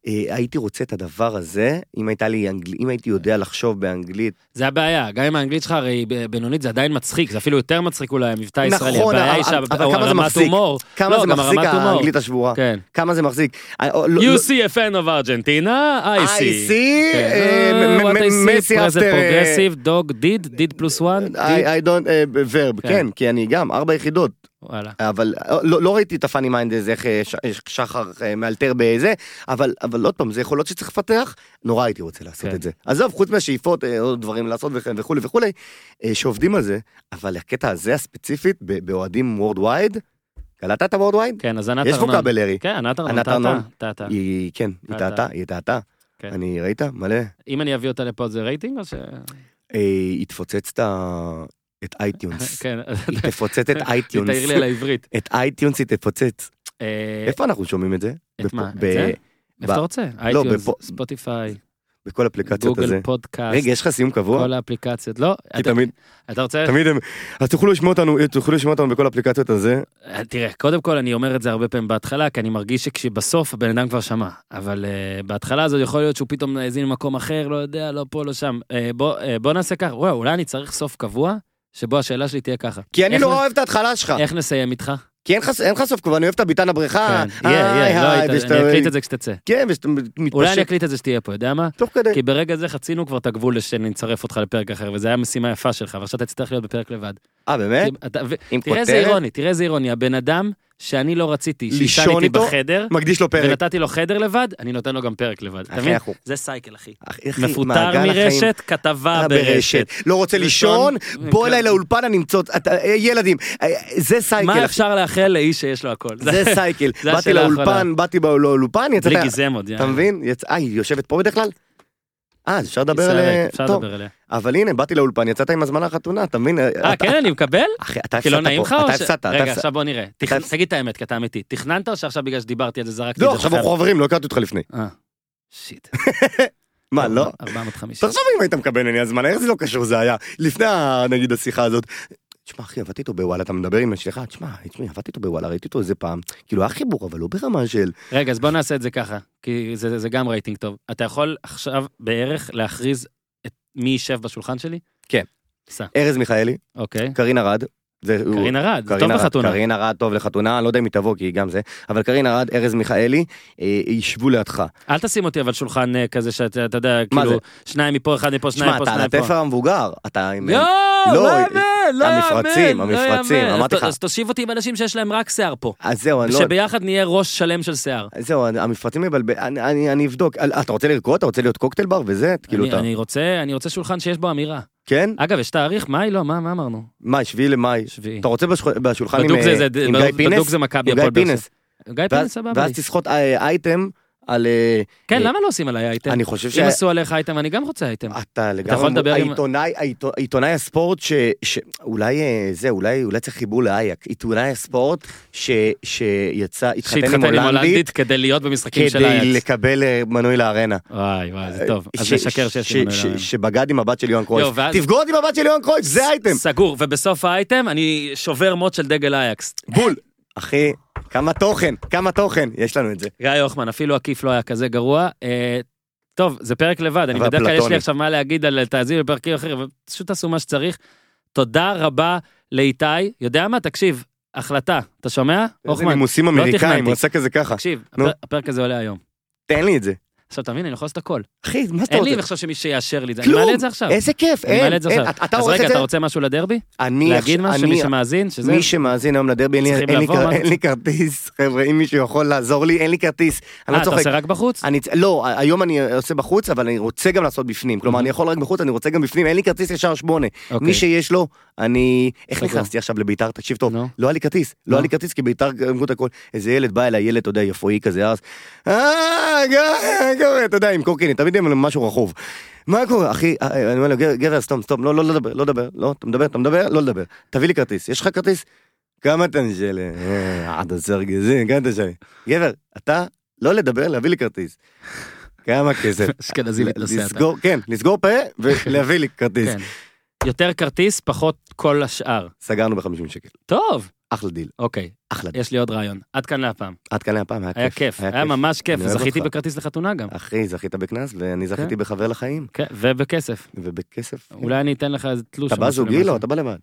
Speaker 2: אה, הייתי רוצה את הדבר הזה, אם הייתה לי אנגל... אם הייתי יודע לחשוב באנגלית.
Speaker 1: זה הבעיה, גם אם האנגלית שלך הרי ב- בינונית זה עדיין מצחיק, זה אפילו יותר מצחיק אולי, המבטא
Speaker 2: נכון,
Speaker 1: הישראלי, הבעיה היא
Speaker 2: אבל- אבל כמה זה
Speaker 1: שהרמת
Speaker 2: מחזיק?
Speaker 1: הומור,
Speaker 2: כמה
Speaker 1: לא,
Speaker 2: זה
Speaker 1: גם
Speaker 2: מחזיק
Speaker 1: הרמת הומור.
Speaker 2: האנגלית השבורה?
Speaker 1: כן.
Speaker 2: כמה זה מחזיק? אה, לא- לא-
Speaker 1: You see a fan of Argentina, I
Speaker 2: I
Speaker 1: see.
Speaker 2: see,
Speaker 1: כן.
Speaker 2: אה,
Speaker 1: אה,
Speaker 2: מ-
Speaker 1: what
Speaker 2: מ-
Speaker 1: I see,
Speaker 2: מסי
Speaker 1: present
Speaker 2: after, אה,
Speaker 1: progressive, dog did, did plus one, did,
Speaker 2: I, I don't, uh, verb,
Speaker 1: כן.
Speaker 2: כן. כן, כי אני גם, ארבע יחידות,
Speaker 1: וואלה.
Speaker 2: אבל אה, לא, לא ראיתי את הפאני מיינד הזה, איך אה, ש- איך שחר אה, מאלתר בזה, אבל, אבל עוד פעם, זה יכולות שצריך לפתח, נורא הייתי רוצה לעשות
Speaker 1: כן.
Speaker 2: כן. את זה. עזוב, חוץ מהשאיפות, אה, עוד דברים לעשות וכן- וכולי וכולי, אה, שעובדים על זה, אבל הקטע הזה הספציפית, ב- באוהדים וורד וייד, קלטת את הוורד וייד?
Speaker 1: כן, אז ענת
Speaker 2: יש
Speaker 1: ארנון.
Speaker 2: פה כבל ארי.
Speaker 1: כן, ענת ארנון,
Speaker 2: ענת
Speaker 1: טעתה,
Speaker 2: ארנון.
Speaker 1: טעתה.
Speaker 2: היא, כן, היא
Speaker 1: טעתה.
Speaker 2: טעתה, היא טעתה.
Speaker 1: כן.
Speaker 2: אני, ראית? מלא.
Speaker 1: אם אני אביא אותה לפה זה רייטינג או ש...
Speaker 2: אה, היא תפוצץ את ה- את אייטיונס.
Speaker 1: כן,
Speaker 2: היא תפוצץ את אייטיונס.
Speaker 1: תעיר לי על העברית.
Speaker 2: את אייטיונס היא תפוצץ.
Speaker 1: אה,
Speaker 2: איפה אנחנו שומעים את זה?
Speaker 1: את
Speaker 2: בפ-
Speaker 1: מה? את
Speaker 2: ב-
Speaker 1: זה? איפה אתה
Speaker 2: ב- לא,
Speaker 1: רוצה? אייטיונס,
Speaker 2: בפו-
Speaker 1: ספוטיפיי,
Speaker 2: בכל אפליקציות הזה.
Speaker 1: גוגל פודקאסט,
Speaker 2: רגע, יש לך סיום קבוע?
Speaker 1: כל האפליקציות. לא,
Speaker 2: כי
Speaker 1: אתה-
Speaker 2: תמיד,
Speaker 1: אתה רוצה...
Speaker 2: תמיד הם... אז תוכלו לשמוע אותנו, תוכלו לשמוע אותנו בכל האפליקציות הזה.
Speaker 1: אה, תראה, קודם כל אני אומר את זה הרבה פעמים בהתחלה, כי אני מרגיש שכשבסוף הבן אדם כבר שמע. אבל uh, בהתחלה זה יכול להיות שהוא פתאום האזין למקום אחר, לא יודע, לא פה, לא שם. Uh, בוא, uh, בוא נעשה ככה, וואו, אולי אני צריך סוף קבוע, שבו השאלה שלי תהיה ככה.
Speaker 2: כי אני
Speaker 1: איך
Speaker 2: נורא
Speaker 1: נ-
Speaker 2: אוהב את ההתחלה שלך.
Speaker 1: איך נסיים איתך?
Speaker 2: כי אין לך- אין לך סוף כבר, אני אוהב את הביתן הבריכה.
Speaker 1: כן, יהיה,
Speaker 2: אה, היי,
Speaker 1: יהיה, לא,
Speaker 2: היי,
Speaker 1: היית-
Speaker 2: ושאתה-
Speaker 1: אני אקליט את זה כשתצא.
Speaker 2: כן, ושאתה
Speaker 1: אולי אני
Speaker 2: מתפשט כן.
Speaker 1: אקליט את זה שתהיה פה, יודע מה?
Speaker 2: תוך כדי.
Speaker 1: כי ברגע זה חצינו כבר את הגבול שנצרף אותך לפרק אחר, וזו הייתה משימה יפה שלך, ועכשיו אתה תצטרך להיות בפרק לבד.
Speaker 2: אה, באמת?
Speaker 1: כי אתה- ו-
Speaker 2: עם
Speaker 1: תראה איזה
Speaker 2: כותרת?
Speaker 1: אירוני, תראה איזה אירוני, הבן אדם שאני לא רציתי, שישן
Speaker 2: לישון
Speaker 1: איתי
Speaker 2: איתו?
Speaker 1: בחדר,
Speaker 2: מקדיש לו פרק.
Speaker 1: ונתתי לו חדר לבד, אני נותן לו גם פרק לבד. אתה
Speaker 2: אחי,
Speaker 1: מבין?
Speaker 2: אנחנו-
Speaker 1: זה סייקל, אחי.
Speaker 2: אחי, אחי,
Speaker 1: מפוטר
Speaker 2: מעגל החיים.
Speaker 1: מרשת, כתבה אה, ברשת. נכון? כן.
Speaker 2: לא רוצה לישון, בוא אליי לאולפן, אני אמצוא... אתה- אה, ילדים, אה, זה
Speaker 1: מה
Speaker 2: סייקל, אחי.
Speaker 1: אפשר לאחל לאיש שיש לו הכל?
Speaker 2: זה סייקל.
Speaker 1: זה
Speaker 2: באתי
Speaker 1: השאלה האחרונה.
Speaker 2: לאולפן, באתי בא- לאולפן, יצאת...
Speaker 1: בלי גיזמות,
Speaker 2: אתה
Speaker 1: יאללה.
Speaker 2: מבין? יצ- אה, היא יושבת פה בדרך כלל? אה, אז אפשר לדבר
Speaker 1: ישראל
Speaker 2: על...
Speaker 1: ריק, אפשר
Speaker 2: טוב,
Speaker 1: לדבר עליה.
Speaker 2: אבל הנה, באתי לאולפן, יצאת עם הזמנה לחתונה, אתה מבין?
Speaker 1: אה, כן, אני מקבל?
Speaker 2: אחי, אתה
Speaker 1: כי
Speaker 2: הפסדת
Speaker 1: לא נעים לך
Speaker 2: פה,
Speaker 1: או
Speaker 2: אתה
Speaker 1: ש...
Speaker 2: הפסדת, אתה
Speaker 1: רגע,
Speaker 2: הפסדת.
Speaker 1: עכשיו בוא נראה. תכנ-
Speaker 2: הפס-
Speaker 1: תגיד את האמת, כי אתה אמיתי. תכננת או שעכשיו בגלל שדיברתי על זה זרקתי את
Speaker 2: לא,
Speaker 1: זה?
Speaker 2: עכשיו אנחנו חברים, לא הכרתי אותך לפני.
Speaker 1: חבר. שיט.
Speaker 2: מה, לא?
Speaker 1: 450.
Speaker 2: תחשוב אם היית מקבל ממני הזמנה, איך זה לא קשור זה היה? לפני, ה- נגיד, השיחה הזאת. תשמע, אחי, עבדתי איתו בוואלה, אתה מדבר עם אשתך, תשמע, תשמע, עבדתי איתו בוואלה, ראיתי אותו איזה פעם. כאילו, היה חיבור, אבל לא ברמה של...
Speaker 1: רגע, אז בוא נעשה את זה ככה, כי זה זה גם רייטינג טוב. אתה יכול עכשיו בערך להכריז את מי יישב בשולחן שלי?
Speaker 2: כן.
Speaker 1: סע,
Speaker 2: ארז מיכאלי,
Speaker 1: אוקיי.
Speaker 2: קרין ארד. זה- הוא-
Speaker 1: קרין ארד, זה טוב
Speaker 2: קרינה-
Speaker 1: בחתונה.
Speaker 2: קרינה ארד טוב לחתונה, אני לא יודע אם היא תבוא כי היא גם זה, אבל קרינה ארד, ארז מיכאלי, אה, ישבו לידך.
Speaker 1: אל תשים אותי אבל שולחן אה, כזה שאתה אתה יודע,
Speaker 2: מה
Speaker 1: כאילו, שניים מפה, אחד מפה, שניים
Speaker 2: שמע,
Speaker 1: מפה,
Speaker 2: אתה על
Speaker 1: שניים מפה.
Speaker 2: התפר המבוגר, אתה עם...
Speaker 1: יואו,
Speaker 2: לא,
Speaker 1: לא
Speaker 2: אה,
Speaker 1: יאמן, לא יאמן.
Speaker 2: המפרצים,
Speaker 1: לא
Speaker 2: המפרצים,
Speaker 1: יאמן.
Speaker 2: אמרתי
Speaker 1: אז ת-
Speaker 2: לך.
Speaker 1: אז תושיב אותי עם אנשים שיש להם רק שיער פה.
Speaker 2: אז זהו, אני לא...
Speaker 1: שביחד נהיה ראש שלם של שיער.
Speaker 2: זהו, המפרצים מבלבל, אני- אני אני אבדוק. אל- אתה רוצה לרקוד? אתה רוצה להיות קוקטייל בר וזה? כאילו
Speaker 1: אני-
Speaker 2: אתה...
Speaker 1: אני אה- רוצה אני רוצה שולחן שיש בו אמירה.
Speaker 2: כן?
Speaker 1: אגב, יש תאריך? מאי? לא, מה מה אמרנו?
Speaker 2: מאי, שביעי למאי.
Speaker 1: שביעי.
Speaker 2: אתה רוצה בשכו- בשולחן עם
Speaker 1: כן. בדוק זה-
Speaker 2: אה,
Speaker 1: זה- לא,
Speaker 2: עם
Speaker 1: בדוק-
Speaker 2: גיא פינס?
Speaker 1: בדוק זה מכבי
Speaker 2: עם גיא
Speaker 1: הפועל באר
Speaker 2: פינס.
Speaker 1: גיא פינס,
Speaker 2: ואז-
Speaker 1: סבבה. לי.
Speaker 2: ואז תסחוט אה, אייטם על... אה,
Speaker 1: כן,
Speaker 2: אה,
Speaker 1: למה לא עושים עליי אייטם?
Speaker 2: אני חושב ש... אה,
Speaker 1: אם עשו עליך אייטם, אני גם רוצה אייטם.
Speaker 2: אתה
Speaker 1: יכול לדבר
Speaker 2: לגמרי,
Speaker 1: עם-
Speaker 2: העיתונאי, העיתונאי, העיתונאי הספורט ש... ש... אולי אה, זה, אולי, אולי צריך חיבור לאייק, עיתונאי הספורט ש... שיצא, התחתן עם
Speaker 1: שהתחתן עם
Speaker 2: הולנדית
Speaker 1: הולנדית כדי להיות במשחקים של
Speaker 2: כדי
Speaker 1: האייטס.
Speaker 2: לקבל אה, מנוי לארנה.
Speaker 1: וואי, וואי, זה טוב. אז
Speaker 2: ש-
Speaker 1: נשקר שיש
Speaker 2: ש-
Speaker 1: לי
Speaker 2: ש-
Speaker 1: מנוי לארנה.
Speaker 2: שבגד עם הבת של יוהאן
Speaker 1: יו,
Speaker 2: קרויף.
Speaker 1: ואז-
Speaker 2: תבגוד עם הבת של יוהאן קרויף, זה אייטם.
Speaker 1: סגור, ובסוף האייטם אני שובר מוט של דגל אייקס.
Speaker 2: בול. אחי, כמה תוכן, כמה תוכן, יש לנו את זה.
Speaker 1: גיא הוחמן, אפילו עקיף לא היה כזה גרוע. אה, טוב, זה פרק לבד, אני
Speaker 2: אבל
Speaker 1: בדרך כלל יש לי
Speaker 2: אפלטוני.
Speaker 1: עכשיו מה להגיד על תאזין בפרקים אחרים, אבל פשוט תעשו מה שצריך. תודה רבה לאיתי. יודע מה? תקשיב, החלטה. אתה שומע?
Speaker 2: איזה
Speaker 1: הוחמן,
Speaker 2: נימוסים
Speaker 1: לא תכננתי.
Speaker 2: אמריקאים, הוא עשה כזה ככה.
Speaker 1: תקשיב,
Speaker 2: נו.
Speaker 1: הפר- הפרק הזה עולה היום.
Speaker 2: תן לי את זה.
Speaker 1: עכשיו תבין, אני יכול לעשות הכל.
Speaker 2: אחי, מה שאתה
Speaker 1: אין לי
Speaker 2: רוצה?
Speaker 1: עכשיו שמי שיאשר לי את זה, אני
Speaker 2: כלום.
Speaker 1: מעלה את זה עכשיו.
Speaker 2: איזה כיף,
Speaker 1: אני
Speaker 2: אין,
Speaker 1: מעלה את זה
Speaker 2: אין,
Speaker 1: עכשיו.
Speaker 2: אתה- אתה
Speaker 1: אז
Speaker 2: עורך
Speaker 1: רגע,
Speaker 2: את זה?
Speaker 1: אתה רוצה משהו לדרבי?
Speaker 2: אני
Speaker 1: להגיד
Speaker 2: עכשיו-
Speaker 1: משהו,
Speaker 2: אני-
Speaker 1: מי שמאזין, שזה...
Speaker 2: מי שמאזין היום לדרבי, אין לי-
Speaker 1: צריכים
Speaker 2: אין לי
Speaker 1: לבוא,
Speaker 2: כר-
Speaker 1: מה?
Speaker 2: אין לי כרטיס, חבר'ה, אם מישהו יכול לעזור לי, אין לי כרטיס. אני
Speaker 1: אה,
Speaker 2: לא
Speaker 1: אתה
Speaker 2: צוחק.
Speaker 1: עושה רק בחוץ?
Speaker 2: אני, צ- לא, היום אני עושה בחוץ, אבל אני רוצה גם לעשות בפנים. כלומר, אני יכול רק בחוץ, אני רוצה גם בפנים, אין לי כרטיס ישר שמונה.
Speaker 1: אוקיי.
Speaker 2: מי שיש לו, אני... איך
Speaker 1: סגור.
Speaker 2: נכנסתי עכשיו לביתר? תקשיב טוב,
Speaker 1: נו.
Speaker 2: לא היה לי כרטיס,
Speaker 1: נו.
Speaker 2: לא היה לי כרטיס, כי ביתר גמרו את הכל. איזה ילד בא אליי, ילד, אתה יודע, יפואי כזה, אז... אה, גר- גר- אתה יודע, עם קורקינט, תמיד הם משהו רכוב. מה קורה, אחי? אה, אני אומר לו, "גר- גבר, סתום, סתום, לא, לא לא לדבר, לא לדבר, לא, אתה מדבר, אתה מדבר, לא לדבר. תביא לי כרטיס, יש לך כרטיס? כמה אתה נשאלה? אה, עד עשר גזים, כמה אתה נשאלה? גבר, אתה לא לדבר, להביא לי כרטיס. כמה כסף?
Speaker 1: אשכנזי מתנשא אתה.
Speaker 2: לסגור, כן, לסגור פה ולהביא לי כרטיס.
Speaker 1: כן. יותר כרטיס, פחות כל השאר.
Speaker 2: סגרנו ב-50 שקל.
Speaker 1: טוב,
Speaker 2: אחלה דיל,
Speaker 1: אוקיי,
Speaker 2: אחלה דיל.
Speaker 1: יש לי עוד רעיון. עד כאן להפעם.
Speaker 2: עד כאן להפעם, היה כיף.
Speaker 1: היה כיף, היה ממש כיף.
Speaker 2: אני אוהב
Speaker 1: זכיתי
Speaker 2: אותך.
Speaker 1: בכרטיס לחתונה גם.
Speaker 2: אחי, זכית בקנס, ואני זכיתי בחבר לחיים,
Speaker 1: כן, ובכסף.
Speaker 2: ובכסף.
Speaker 1: כן. אולי אני אתן לך איזה תלוש.
Speaker 2: אתה
Speaker 1: או
Speaker 2: בא
Speaker 1: משהו
Speaker 2: זוגי?
Speaker 1: למשהו.
Speaker 2: לא, אתה בא לבד.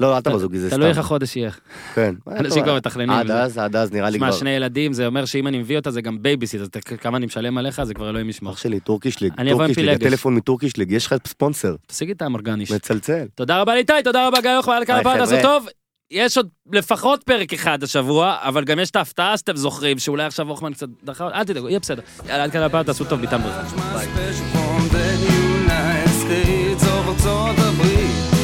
Speaker 2: לא, אל תבוא זוגי, זה סתם.
Speaker 1: תלוי איך החודש יהיה.
Speaker 2: כן.
Speaker 1: אנשים כבר מתכננים.
Speaker 2: עד
Speaker 1: זה.
Speaker 2: אז, עד אז, נראה לי
Speaker 1: שמע,
Speaker 2: כבר.
Speaker 1: שני ילדים, זה אומר שאם אני מביא אותה זה גם בייביסיט, אז אתה- כמה אני משלם עליך, זה כבר לא אלוהים ישמור.
Speaker 2: אח שלי, טורקיש ליג.
Speaker 1: אני אבוא עם
Speaker 2: טורקיש ליג,
Speaker 1: פילגש.
Speaker 2: הטלפון מטורקיש ליג, יש לך ספונסר,
Speaker 1: תשיג את האמרגניש.
Speaker 2: מצלצל.
Speaker 1: תודה רבה לאיתי, תודה רבה גיא יוחמן, על כאן
Speaker 2: היי,
Speaker 1: הפרק הזה
Speaker 2: חבר'ה.
Speaker 1: טוב. יש עוד לפחות פרק אחד השבוע, אבל גם יש את ההפתעה שאתם זוכרים, שאולי עכשיו הוחמן קצת דחה, אל תדאגו, יהיה בסדר. יאללה, עד כאן הפעם, תעשו טוב, ביטן ברכה.
Speaker 3: My special from the United States of South Africa. כן,